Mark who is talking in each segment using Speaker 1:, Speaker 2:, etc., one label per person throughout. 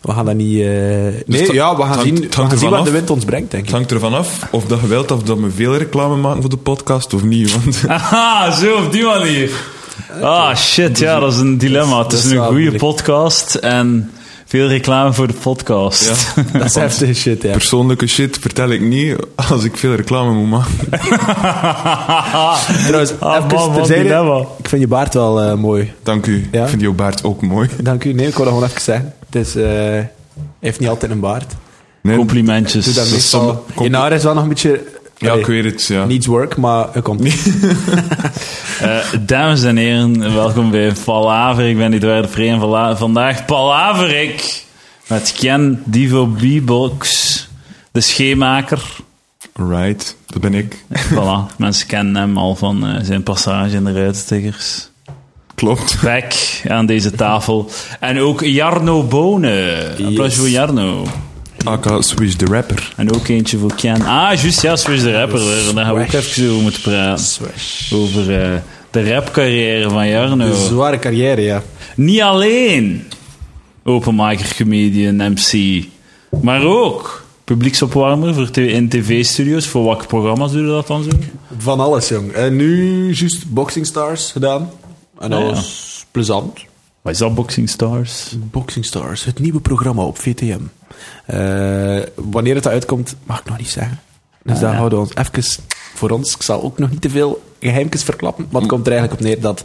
Speaker 1: We gaan dat niet... eh, nee,
Speaker 2: het-
Speaker 1: ja, we
Speaker 2: het
Speaker 1: gaan
Speaker 2: hangt-
Speaker 1: zien,
Speaker 2: het hangt
Speaker 1: we gaan zien
Speaker 2: ervan
Speaker 1: wat de
Speaker 2: af.
Speaker 1: wind ons brengt, denk
Speaker 2: Het
Speaker 1: ik.
Speaker 2: hangt ervan af of dat je wilt of dat we veel reclame maken voor de podcast of niet. Want
Speaker 3: Aha, zo op die manier. Ah, shit, ja, dat is een dilemma.
Speaker 1: dat is
Speaker 3: Tussen een
Speaker 1: wel
Speaker 3: goede
Speaker 1: moeilijk.
Speaker 3: podcast en veel reclame voor de podcast.
Speaker 1: Dat is heftige shit, ja.
Speaker 2: persoonlijke shit vertel ik niet als ik veel reclame moet maken.
Speaker 1: Trouwens,
Speaker 3: Ah,
Speaker 1: nou even
Speaker 3: man, wat
Speaker 1: terzijde.
Speaker 3: dilemma.
Speaker 1: Ik vind je baard wel eh, mooi.
Speaker 2: Dank u.
Speaker 1: Ja.
Speaker 2: Ik vind jouw baard ook mooi.
Speaker 1: Dank u. Nee, ik wil dat gewoon even zeggen. Het is... eh, hij heeft niet altijd een baard.
Speaker 2: Nee,
Speaker 3: Complimentjes.
Speaker 1: Doe dat
Speaker 2: is soms-
Speaker 1: meestal.
Speaker 2: kom-
Speaker 1: Je haar is wel nog een beetje...
Speaker 2: Ja,
Speaker 1: Allee,
Speaker 2: ik weet het. Ja.
Speaker 1: Needs work, maar het komt.
Speaker 3: Eh, dames en heren, welkom bij Palaver. Ik ben Eduard Vree en vala- vandaag Palaver ik met Ken Divo B-Box, de scheemaker.
Speaker 2: Right, dat ben ik.
Speaker 3: Voilà, mensen kennen hem al van eh, zijn passage in de ruitstickers.
Speaker 2: Klopt.
Speaker 3: Back aan deze tafel. En ook Jarno Bonen. Applaus
Speaker 1: Yes.
Speaker 3: voor Jarno.
Speaker 2: Aka Swish the Rapper.
Speaker 3: En ook eentje voor Ken. Ah, juist, ja, Swiss de Rapper. weer. Daar gaan we ook
Speaker 1: Swish.
Speaker 3: even over moeten praten.
Speaker 1: Swish.
Speaker 3: Over eh, de rapcarrière van Jarno.
Speaker 1: Een zware carrière, ja.
Speaker 3: Niet alleen openmaker, comedian, MC, maar ook publieksopwarmer voor t- in tv-studio's. Voor welke programma's doe je dat dan zo?
Speaker 1: Van alles, jong. En nu juist Boxing Stars gedaan. En dat
Speaker 3: Ah, ja.
Speaker 1: was plezant.
Speaker 3: Wat is dat, Boxing Stars?
Speaker 1: Boxing Stars, het nieuwe programma op VTM. Eh, wanneer het uitkomt, mag ik nog niet zeggen. Dus daar houden we ons even voor ons. Ik zal ook nog niet te veel geheimjes verklappen. Maar het komt er eigenlijk op neer dat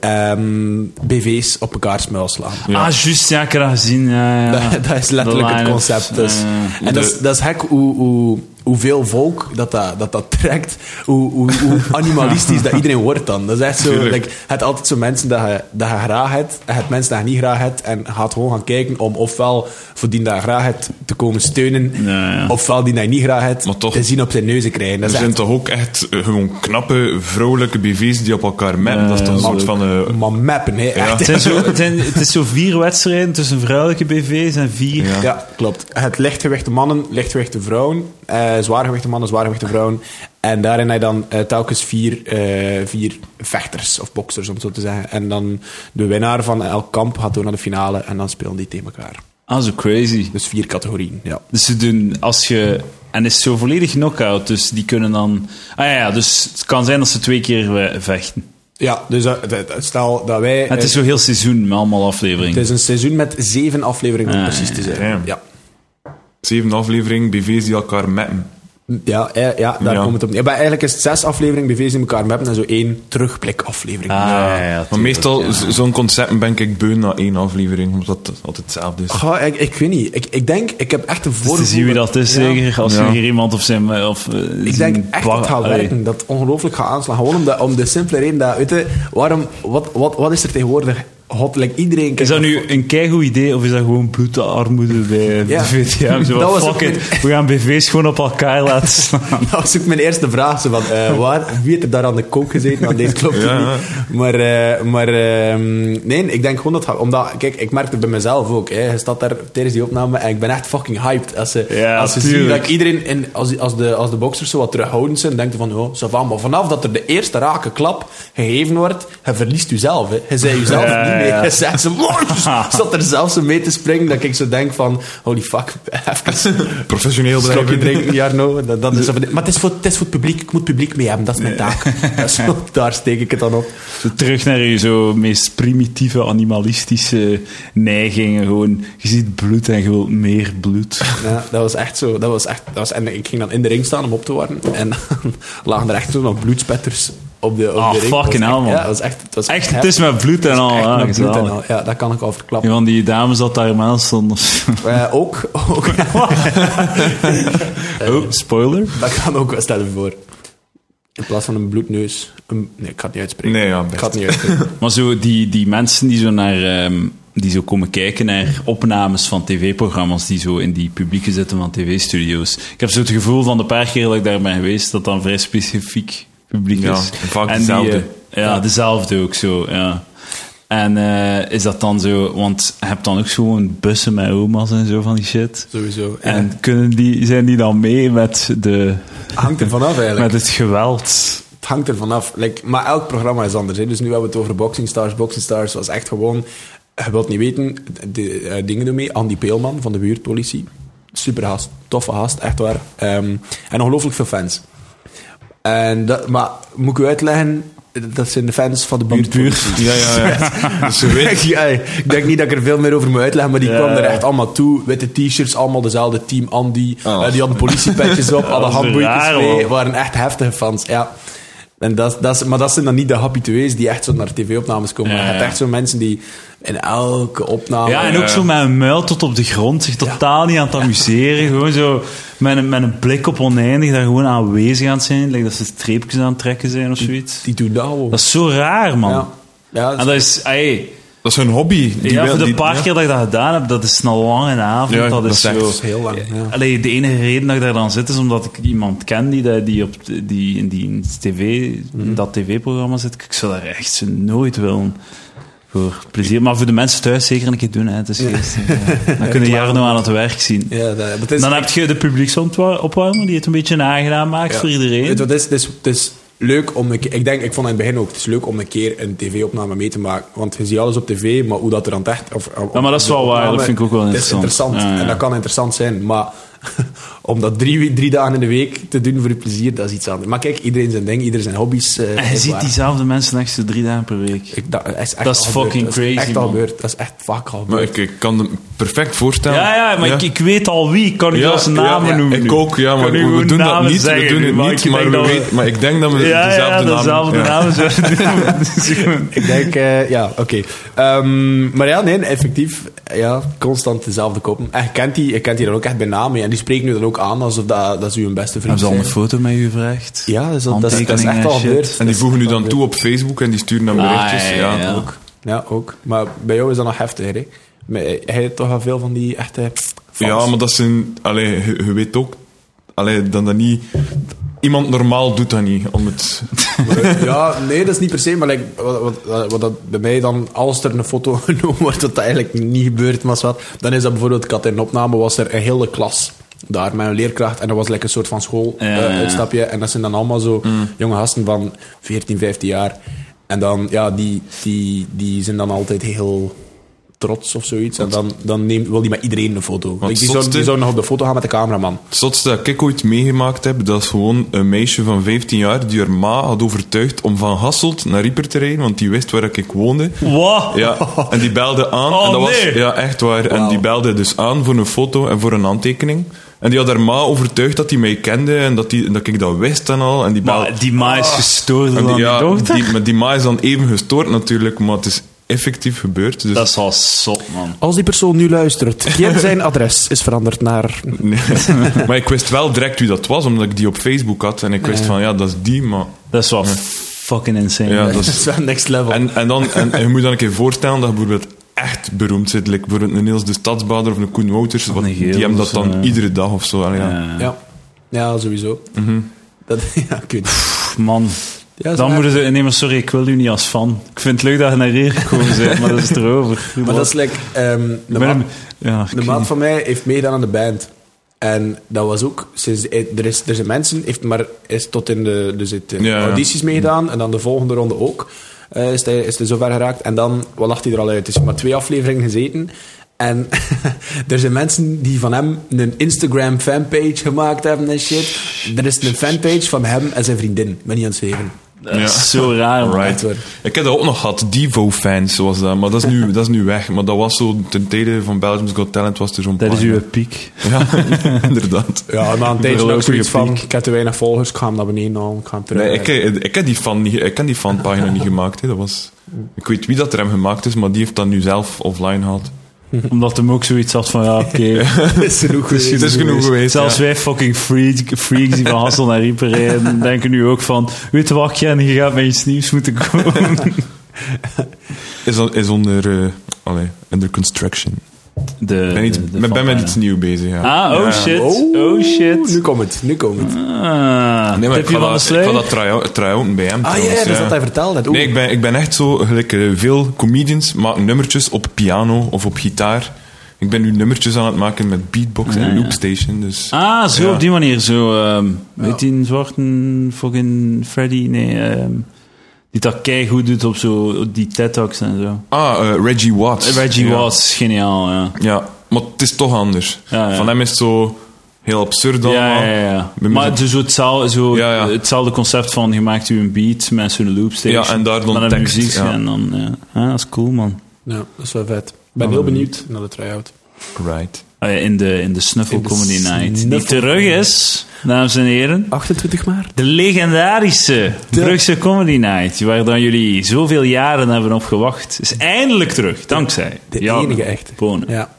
Speaker 1: ehm, BV's op elkaar smuil slaan.
Speaker 3: Ah, juist, ja, ik heb dat gezien. Ja, ja.
Speaker 1: Dat, dat is letterlijk
Speaker 3: De
Speaker 1: het
Speaker 3: line-ups,
Speaker 1: concept. Dus.
Speaker 2: eh,
Speaker 3: ja, ja.
Speaker 1: en dat is, dat is gek hoe, hoe, hoeveel volk dat dat, dat, dat trekt. Hoe, hoe, hoe animalistisch dat iedereen wordt dan. Dat is echt zo.
Speaker 2: Tuurlijk.
Speaker 1: Like, het altijd zo mensen dat je, dat je graag hebt. En het mensen dat je niet graag hebt. En je gaat gewoon gaan kijken om ofwel voor die dat je graag hebt te komen steunen.
Speaker 3: Ja, ja.
Speaker 1: Ofwel die dat je niet graag hebt
Speaker 2: Maar toch-
Speaker 1: te zien op zijn neuzen krijgen. Dat
Speaker 2: Er
Speaker 1: is
Speaker 2: zijn
Speaker 1: echt
Speaker 2: toch ook echt eh, gewoon knappe, vrouwelijke BV's die op elkaar meppen. dat is toch een soort van... eh,
Speaker 1: maar mappen. Hè. Echt.
Speaker 3: Het, zijn zo, het, zijn- het is zo vier wedstrijden tussen vrouwelijke BV's en vier.
Speaker 2: Ja.
Speaker 1: Ja, klopt. Het lichtgewichte mannen, lichtgewichte vrouwen, eh zwaargewichte mannen, zwaargewichte vrouwen. En daarin heb je dan eh, telkens vier, eh, vier vechters of boxers, om het zo te zeggen. En dan de winnaar van elk kamp gaat door naar de finale en dan spelen die tegen elkaar.
Speaker 3: Ah, zo crazy.
Speaker 1: Dus vier categorieën, ja.
Speaker 3: Dus ze doen als je. En is zo volledig knock-out, dus die kunnen dan. Ah ja, ja, dus het kan zijn dat ze twee keer eh, vechten.
Speaker 1: Ja, dus dat- dat- dat- stel dat wij...
Speaker 3: Het is
Speaker 1: eh,
Speaker 3: zo heel seizoen met allemaal afleveringen.
Speaker 1: het is een seizoen met zeven afleveringen, om
Speaker 3: Ah,
Speaker 1: precies te zijn.
Speaker 2: damn.
Speaker 1: Ja.
Speaker 2: Zeven aflevering BV's die elkaar meppen.
Speaker 1: Ja, eh, ja, daar
Speaker 2: Ja.
Speaker 1: komt het op neer. Maar eigenlijk is het zes afleveringen BV's in elkaar mappen en zo één terugblik-aflevering.
Speaker 3: Ah, ja, ja,
Speaker 2: maar
Speaker 3: tuurlijk,
Speaker 2: meestal,
Speaker 3: ja.
Speaker 2: z- zo'n concept ben ik beu na één aflevering, omdat het altijd hetzelfde
Speaker 3: Ah.
Speaker 2: is.
Speaker 1: Goh, ik, ik weet niet. Ik, ik denk, ik heb echt een
Speaker 3: Het
Speaker 1: voorgevoel...
Speaker 3: is te zien wie dat is,
Speaker 1: Ja.
Speaker 3: zeker. Als
Speaker 2: Ja.
Speaker 3: je hier iemand of zijn. eh, Of, eh,
Speaker 1: Ik
Speaker 3: zijn
Speaker 1: denk echt
Speaker 3: pla-
Speaker 1: dat het gaat
Speaker 3: Allee.
Speaker 1: werken. Dat het ongelooflijk gaat aanslaan. Gewoon om de, om de simpele reden dat, weet je, waarom, wat, wat, wat is er tegenwoordig hot? Like iedereen kijkt
Speaker 3: Is dat
Speaker 1: naar
Speaker 3: nu een keigoed idee of is dat gewoon bloed armoede bij
Speaker 1: Ja.
Speaker 3: de VTM? Zo,
Speaker 1: Dat was
Speaker 3: fuck
Speaker 1: ook
Speaker 3: it,
Speaker 1: mijn-
Speaker 3: we gaan BV's gewoon op elkaar laten slaan.
Speaker 1: Dat was ook Nou, mijn eerste vraag. Zo van, eh, waar, wie heeft er daar aan de kook gezeten? Want deze klopt
Speaker 2: Ja,
Speaker 1: niet. Maar, eh, maar ehm, nee, ik denk gewoon dat... het gaat- Omdat, kijk, ik merk het bij mezelf ook. Hè. Je staat daar tijdens die opname en ik ben echt fucking hyped. Als ze,
Speaker 3: Ja,
Speaker 1: als ze
Speaker 3: tuurlijk.
Speaker 1: zien dat ik iedereen... In, als, als, de, als de boxers zo wat terughoudend zijn, denken van... Oh, ça va. Maar vanaf dat er de eerste rake klap gegeven wordt, je verliest jezelf. Hè. Je zei jezelf
Speaker 3: Ja,
Speaker 1: niet meer.
Speaker 3: ja.
Speaker 1: Je zegt ze... zat er zelfs zo mee te springen dat ik zo denk van... Holy fuck, even
Speaker 2: Professioneel
Speaker 1: Slokje
Speaker 2: blijven.
Speaker 1: drinken, Jarno. Dat, dat is, maar het is, voor, het is voor het publiek. Ik moet publiek mee hebben. Dat is mijn taak. Dat is- daar steek ik het dan op.
Speaker 3: Zo Terug naar je zo meest primitieve animalistische neigingen. Gewoon, je ziet bloed en je wilt meer bloed.
Speaker 1: Ja, dat was echt zo. Dat was echt, dat was, en ik ging dan in de ring staan om op te warmen. En dan lagen er echt zo nog bloedspetters op de, op
Speaker 3: Ah,
Speaker 1: de ring.
Speaker 3: fucking
Speaker 1: Dat was
Speaker 3: hell, man.
Speaker 1: echt- Ja, dat was echt... Dat was
Speaker 3: Echt, het is met bloed en al.
Speaker 1: echt met
Speaker 3: ja,
Speaker 1: bloed en
Speaker 3: gezellig.
Speaker 1: al. Ja, dat kan ik al
Speaker 3: Een
Speaker 1: verklappen.
Speaker 3: van die dames dat daar maal stond. of zo.
Speaker 1: Eh, ook, ook, Eh.
Speaker 3: Oh, spoiler.
Speaker 1: dat kan ook, stel je voor. In plaats van een bloedneus... Een, nee, ik ga het niet uitspreken.
Speaker 2: Nee, ja,
Speaker 1: ik
Speaker 2: best.
Speaker 1: ga het niet uitspreken.
Speaker 3: Maar zo die, die mensen die zo naar... ehm, die zo komen kijken naar opnames van tv-programma's die zo in die publieke zitten van tv-studio's. Ik heb zo het gevoel van de paar keer dat ik daar ben geweest, dat dan vrij specifiek publiek
Speaker 2: Ja,
Speaker 3: is.
Speaker 2: en vaak
Speaker 3: die,
Speaker 2: dezelfde.
Speaker 3: eh, ja, dezelfde ook zo, ja. En eh, is dat dan zo... Want je hebt dan ook zo gewoon bussen met oma's en zo van die shit.
Speaker 1: Sowieso. Ja.
Speaker 3: En kunnen die, zijn die dan mee met, de,
Speaker 1: hangt er vanaf eigenlijk.
Speaker 3: met het geweld?
Speaker 1: Het hangt er vanaf. Like, maar elk programma is anders. Hè. Dus nu hebben we het over Boxing Stars. Boxing Stars was echt gewoon je wilt niet weten, de eh, dingen doen mee. Andy Peelman van de buurtpolitie. Super haast, toffe haast, echt waar. Ehm, en ongelooflijk veel fans. En dat, maar moet ik u uitleggen, dat zijn de fans van de buurtpolitie.
Speaker 2: Ja, ja, ja. Dus je weet,
Speaker 1: Ja, ik denk niet dat ik er veel meer over moet uitleggen, maar die
Speaker 3: Ja.
Speaker 1: kwam er echt allemaal toe. Witte t-shirts, allemaal dezelfde team Andy.
Speaker 2: Oh.
Speaker 1: Eh, die hadden politiepetjes op, hadden
Speaker 3: Ah. Dat is
Speaker 1: handboeikjes
Speaker 3: raar,
Speaker 1: mee.
Speaker 3: man.
Speaker 1: waren echt heftige fans, ja. En dat, dat is, maar dat zijn dan niet de habitués die echt zo naar tv-opnames komen.
Speaker 3: Ja,
Speaker 1: maar je hebt
Speaker 3: ja.
Speaker 1: echt zo mensen die in elke opname...
Speaker 3: Ja, en
Speaker 2: ja.
Speaker 3: ook zo met een muil tot op de grond, zich totaal niet aan het amuseren. Gewoon zo met een, met een blik op oneindig, daar gewoon aanwezig aan het zijn. Like dat ze streepjes aan het trekken zijn of zoiets.
Speaker 1: Die doen dat gewoon.
Speaker 3: Dat is zo raar, man.
Speaker 1: Ja. Ja, dat
Speaker 3: En
Speaker 1: is-
Speaker 3: dat is, ey,
Speaker 2: dat is hun hobby. Die
Speaker 3: ja,
Speaker 2: wil-
Speaker 3: voor de
Speaker 2: die-
Speaker 3: paar
Speaker 2: ja.
Speaker 3: keer dat ik dat gedaan heb, dat is een lange avond.
Speaker 2: Ja,
Speaker 3: dat
Speaker 2: dat
Speaker 3: is
Speaker 2: is echt
Speaker 3: zo.
Speaker 1: dat is heel lang, ja.
Speaker 3: Allee, de enige reden dat ik daar dan zit is omdat ik iemand ken die, dat- die, op, die in die in tv,
Speaker 2: Mhm.
Speaker 3: in dat tv-programma zit. Ik zou daar echt zo nooit willen. Voor plezier. Maar voor de mensen thuis zeker een keer doen. Hè. Het is geest, hè. Dan kunnen Jarno aan het werk zien.
Speaker 1: ja, dat, maar het is-
Speaker 3: Dan heb je de publieksopwarmer die het een beetje aangenaam maakt
Speaker 1: Ja.
Speaker 3: voor
Speaker 1: Het,
Speaker 3: iedereen.
Speaker 1: het, is, het, is, het is leuk om een keer... Ik denk, ik vond in het begin ook, het is leuk om een keer een tv-opname mee te maken. Want je ziet alles op tv, maar hoe dat er aan het echt... Of,
Speaker 3: Ja, maar dat is wel waar. Dat vind ik ook wel
Speaker 1: Het is
Speaker 3: interessant.
Speaker 1: interessant.
Speaker 3: Ja, ja.
Speaker 1: En dat kan interessant zijn, maar... Om dat drie, we- drie dagen in de week te doen voor je plezier, dat is iets anders. Maar kijk, iedereen zijn ding, iedereen zijn hobby's. eh,
Speaker 3: En je
Speaker 1: is
Speaker 3: ziet
Speaker 1: waar.
Speaker 3: diezelfde mensen echt zo drie dagen per week.
Speaker 1: Ik- dat is, echt
Speaker 3: Dat
Speaker 1: al
Speaker 3: is
Speaker 1: gebeurd.
Speaker 3: fucking
Speaker 1: Dat is
Speaker 3: crazy,
Speaker 1: echt al
Speaker 3: man.
Speaker 1: gebeurd. Dat is echt vaak al
Speaker 2: Maar
Speaker 1: gebeurd.
Speaker 2: ik, ik kan hem perfect voorstellen.
Speaker 3: Ja, ja, maar Ik, ik weet al wie. Ik kan niet als namen
Speaker 2: ja,
Speaker 3: noemen.
Speaker 2: Ik
Speaker 3: nu.
Speaker 2: ook, ja,
Speaker 3: Ik
Speaker 2: maar
Speaker 3: kan nu
Speaker 2: we, we
Speaker 3: gewoon
Speaker 2: doen dat
Speaker 3: namen
Speaker 2: niet.
Speaker 3: zeggen
Speaker 2: we doen
Speaker 3: nu,
Speaker 2: het
Speaker 3: maar
Speaker 2: niet,
Speaker 3: ik
Speaker 2: maar,
Speaker 3: denk
Speaker 2: we
Speaker 3: dat we-
Speaker 2: weten, maar ik denk dat we
Speaker 3: Ja,
Speaker 2: dezelfde
Speaker 3: ja,
Speaker 2: namen...
Speaker 3: dezelfde
Speaker 2: ja.
Speaker 3: namen. zouden doen.
Speaker 1: Ik denk, eh, ja, oké. Ehm, maar ja, nee, effectief, ja, constant dezelfde koppen. En je kent die, je kent die dan ook echt bij naam. ja. En die spreken nu dan ook aan alsof dat, dat ze hun beste vriend
Speaker 3: Hebben ze al een
Speaker 1: zijn.
Speaker 3: foto met u gevraagd?
Speaker 1: Ja, dus dat, dat, is- dat is echt
Speaker 3: Handtekeningen
Speaker 1: al
Speaker 3: en shit.
Speaker 1: gebeurd.
Speaker 2: En die voegen nu dan toe op Facebook en die sturen dan
Speaker 3: Ah,
Speaker 2: berichtjes. ja,
Speaker 3: ja.
Speaker 2: ook.
Speaker 1: Ja, ook. Maar bij jou is dat nog heftiger, hè? Maar eh, hij heeft toch al veel van die echte fans.
Speaker 2: Ja, maar dat zijn... Allee, je, je weet ook... Allee, dan dat niet... Iemand normaal doet dat niet, om het...
Speaker 1: Ja, nee, dat is niet per se. Maar like, wat, wat, wat dat bij mij dan, als er een foto genomen wordt, dat dat eigenlijk niet gebeurt, maar wat, dan is dat bijvoorbeeld, ik had in een opname, was er een hele klas daar met een leerkracht en dat was lekker een soort van school
Speaker 3: Ja,
Speaker 1: eh,
Speaker 3: ja, Mm. ja.
Speaker 1: uitstapje. En dat zijn dan allemaal zo jonge gasten van 14, 15 jaar. En dan, ja, die, die, die zijn dan altijd heel trots of zoiets. En dan, dan neemt, wil die met iedereen een foto. Like, die, zou,
Speaker 2: zotste-
Speaker 1: die zou nog op de foto gaan met de cameraman.
Speaker 2: Het zotste dat ik ooit meegemaakt heb, dat is gewoon een meisje van 15 jaar die haar ma had overtuigd om van Hasselt naar Rieper te rijden, want die wist waar ik woonde.
Speaker 3: Wat?
Speaker 2: Ja, en die belde aan.
Speaker 3: Oh,
Speaker 2: en dat
Speaker 3: nee.
Speaker 2: was, ja, echt waar. En die belde dus aan voor een foto en voor een handtekening. En die had haar ma overtuigd dat hij mij kende en dat, die, dat ik dat wist en al. En die belde...
Speaker 3: Maar die ma
Speaker 1: Ah.
Speaker 3: is gestoord
Speaker 2: en
Speaker 3: dan
Speaker 2: die,
Speaker 3: die
Speaker 2: ja,
Speaker 3: dochter?
Speaker 2: die, maar die ma is dan even gestoord natuurlijk, maar het is effectief gebeurd. Dus
Speaker 3: Dat is al zot, man.
Speaker 1: Als die persoon nu luistert, Kim zijn adres is veranderd naar...
Speaker 2: Nee. maar ik wist wel direct wie dat was, omdat ik die op Facebook had. En ik wist van, ja, dat is die, maar...
Speaker 3: Dat is wel fucking insane.
Speaker 2: Ja,
Speaker 3: Ja,
Speaker 2: dat
Speaker 1: Dat
Speaker 2: is...
Speaker 1: is wel next level.
Speaker 3: Oh.
Speaker 2: En, en, dan, en, en je moet dan een keer voorstellen dat je bijvoorbeeld echt beroemd zit. Like bijvoorbeeld een Niels de Stadsbader of een Koen Wouters. Wat,
Speaker 3: een
Speaker 2: die
Speaker 3: Geels
Speaker 2: hebben
Speaker 3: of
Speaker 2: dat
Speaker 3: zo,
Speaker 2: dan
Speaker 3: ja.
Speaker 2: iedere dag of zo. Allee, ja.
Speaker 1: Ja, ja sowieso.
Speaker 3: Mhm.
Speaker 1: dat, ja, ik weet niet.
Speaker 3: Pff, man.
Speaker 1: Ja, zo
Speaker 3: dan
Speaker 1: erg.
Speaker 3: moeten ze... Nee, maar sorry, ik wil u niet als fan. Ik vind het leuk dat je naar hier gekomen bent, maar dat is erover.
Speaker 1: Maar dat is like, ehm, de,
Speaker 3: Ik ben
Speaker 1: maat,
Speaker 3: hem- ja, ik
Speaker 1: de
Speaker 3: weet
Speaker 1: maat
Speaker 3: niet.
Speaker 1: van mij heeft meegedaan aan de band. En dat was ook, sinds, eh, er, is, er zijn mensen, heeft maar is tot in de dus het, eh,
Speaker 2: Ja, ja.
Speaker 1: audities meegedaan. En dan de volgende ronde ook. eh, is, hij, is hij zover geraakt. En dan, wat lag hij er al uit? Er is maar twee afleveringen gezeten. En er zijn mensen die van hem een Instagram fanpage gemaakt hebben en shit. Er is een fanpage van hem en zijn vriendin, ben niet aan het zeven.
Speaker 3: Dat is zo raar, man.
Speaker 1: Echt waar.
Speaker 2: Ik heb dat ook nog gehad, Devo-fans zoals dat, maar dat is, nu, dat is nu weg. Maar dat was zo, ten tijde van Belgium's Got Talent was er zo'n
Speaker 3: Dat is
Speaker 2: pagina.
Speaker 3: uw piek.
Speaker 2: Ja, inderdaad.
Speaker 1: Ja, maar een
Speaker 2: Ik
Speaker 1: tijdje
Speaker 2: wil
Speaker 1: ook
Speaker 2: ook
Speaker 1: zoiets
Speaker 2: goede
Speaker 1: van,
Speaker 2: piek.
Speaker 1: ik heb te weinig volgers, ik ga hem naar beneden halen, ik ga hem terug.
Speaker 2: Nee, ik, ik, heb die fan niet, ik heb die fanpagina niet gemaakt. Hè. Dat was, ik weet wie dat er hem gemaakt is, maar die heeft dat nu zelf offline gehad.
Speaker 3: Omdat hem ook zoiets had van, ja, oké.
Speaker 1: is genoeg
Speaker 2: Dus Het is genoeg geweest.
Speaker 3: Zelfs wij fucking freak- freaks die van Hassel naar Rieper rijden, denken nu ook van... Weet je wat, Ken, je gaat met iets nieuws moeten komen.
Speaker 2: Is, al- is onder, eh, allee, under construction.
Speaker 3: De,
Speaker 2: Ik ben, iets,
Speaker 3: de- de
Speaker 2: ben- ben met
Speaker 3: fanpagina.
Speaker 2: iets nieuws bezig. Ja.
Speaker 3: Ah, oh
Speaker 2: Ja.
Speaker 3: shit. Oh
Speaker 1: Nu
Speaker 3: shit.
Speaker 1: komt het, nu komt het.
Speaker 2: Mm.
Speaker 3: Ah,
Speaker 2: Nee, maar ik ga
Speaker 3: tipje van de
Speaker 2: dat, ik
Speaker 3: sluier.
Speaker 2: ga dat try-out- try-outen bij hem.
Speaker 1: Ah ja,
Speaker 2: trouwens,
Speaker 1: dat is wat hij vertelde. net. Oeh.
Speaker 2: Nee, ik ben, ik ben echt zo, gelijk eh, veel comedians maken nummertjes op piano of op gitaar. Ik ben nu nummertjes aan het maken met beatbox en loopstation, dus...
Speaker 3: Ah, zo
Speaker 2: Ja.
Speaker 3: op die manier. Zo, ehm, weet die een zwarte fucking Freddy? Nee, ehm, Die dat keigoed doet op zo, die TED-talks en zo.
Speaker 2: Ah, eh, Reggie Watts.
Speaker 3: Reggie
Speaker 2: Ja.
Speaker 3: Watts, geniaal, ja.
Speaker 2: Ja, maar het is toch anders.
Speaker 3: Ja, ja.
Speaker 2: Van hem is het zo heel absurd allemaal.
Speaker 3: Ja, ja, ja.
Speaker 2: Met muziek.
Speaker 3: Maar het is zo hetzelfde, zo
Speaker 2: Ja, ja.
Speaker 3: hetzelfde concept van je maakt u een beat met zo'n loopstation.
Speaker 2: Ja, en daar dan
Speaker 3: een
Speaker 2: tekst,
Speaker 3: muziek
Speaker 2: ja.
Speaker 3: en dan... Ja.
Speaker 1: Ah,
Speaker 3: Ja, dat is cool, man.
Speaker 1: Ja, dat is wel vet. Ik ben
Speaker 2: Mm.
Speaker 1: heel benieuwd naar de try-out.
Speaker 2: Right.
Speaker 3: Ah ja, in, de, in de Snuffle
Speaker 1: In de
Speaker 3: Comedy Night. Die
Speaker 1: Snuffle
Speaker 3: terug
Speaker 1: Comedy
Speaker 3: is, dames en heren.
Speaker 1: 28 maart.
Speaker 3: De legendarische Brugse Comedy Night. Waar dan jullie zoveel jaren hebben op gewacht. Is eindelijk terug, dankzij.
Speaker 1: De
Speaker 3: jou,
Speaker 1: enige echte.
Speaker 3: Bonen.
Speaker 1: Ja.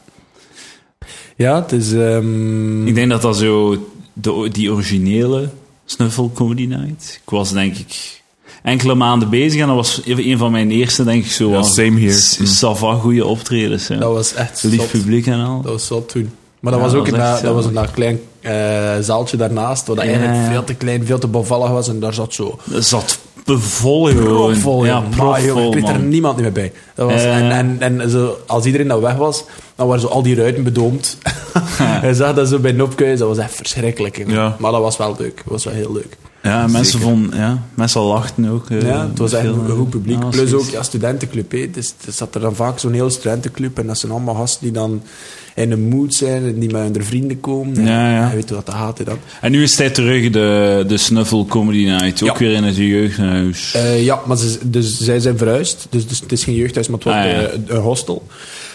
Speaker 1: Ja, het is... ehm,
Speaker 3: Ik denk dat dat zo... De, die originele Snuffle Comedy Night. Ik was denk ik enkele maanden bezig. En dat was een van mijn eerste, denk ik, zo...
Speaker 2: Ja,
Speaker 3: wat
Speaker 2: same here.
Speaker 3: s- Sava goede optredens. hè.
Speaker 1: Dat was echt
Speaker 3: Lief
Speaker 1: zot.
Speaker 3: publiek en al.
Speaker 1: Dat was zot toen. Maar dat
Speaker 3: Ja,
Speaker 1: was ook
Speaker 3: dat
Speaker 1: een,
Speaker 3: was echt
Speaker 1: dat was
Speaker 3: zalig.
Speaker 1: een klein eh, zaaltje daarnaast, wat
Speaker 3: Ja.
Speaker 1: eigenlijk veel te klein, veel te bevallig was. En daar zat zo
Speaker 3: Dat zat vol gewoon.
Speaker 1: propvol,
Speaker 3: ja,
Speaker 1: ja, maar, joh,
Speaker 3: propvol,
Speaker 1: ik weet er
Speaker 3: man.
Speaker 1: niemand meer bij. Dat was,
Speaker 3: Eh.
Speaker 1: en en, en zo, als iedereen dan weg was, dan waren zo al die ruiten bedoomd. Hij zag dat zo bij Nopkeus, dat was echt verschrikkelijk. joh.
Speaker 2: Ja.
Speaker 1: Maar dat was wel leuk, dat was wel heel leuk.
Speaker 3: Ja, mensen vonden, ja, mensen lachten ook. eh,
Speaker 1: Ja, het was echt
Speaker 3: veel,
Speaker 1: een
Speaker 3: eh,
Speaker 1: goed publiek.
Speaker 3: ja,
Speaker 1: Plus ook
Speaker 3: zoiets.
Speaker 1: ja, studentenclub. hè. Dus er zat er dan vaak zo'n heel studentenclub. En dat zijn allemaal gasten die dan in een mood zijn en die met hun vrienden komen. En
Speaker 3: Ja, ja.
Speaker 1: Je weet wat dat gaat. hè, dan.
Speaker 3: En nu is hij terug, de, de Snuffle Comedy Night. Ook
Speaker 1: Ja.
Speaker 3: weer in het jeugdhuis.
Speaker 1: Eh, ja, maar ze, dus, zij zijn verhuisd. Dus, dus het is geen jeugdhuis, maar het wordt
Speaker 3: Ah, ja.
Speaker 1: eh, een hostel.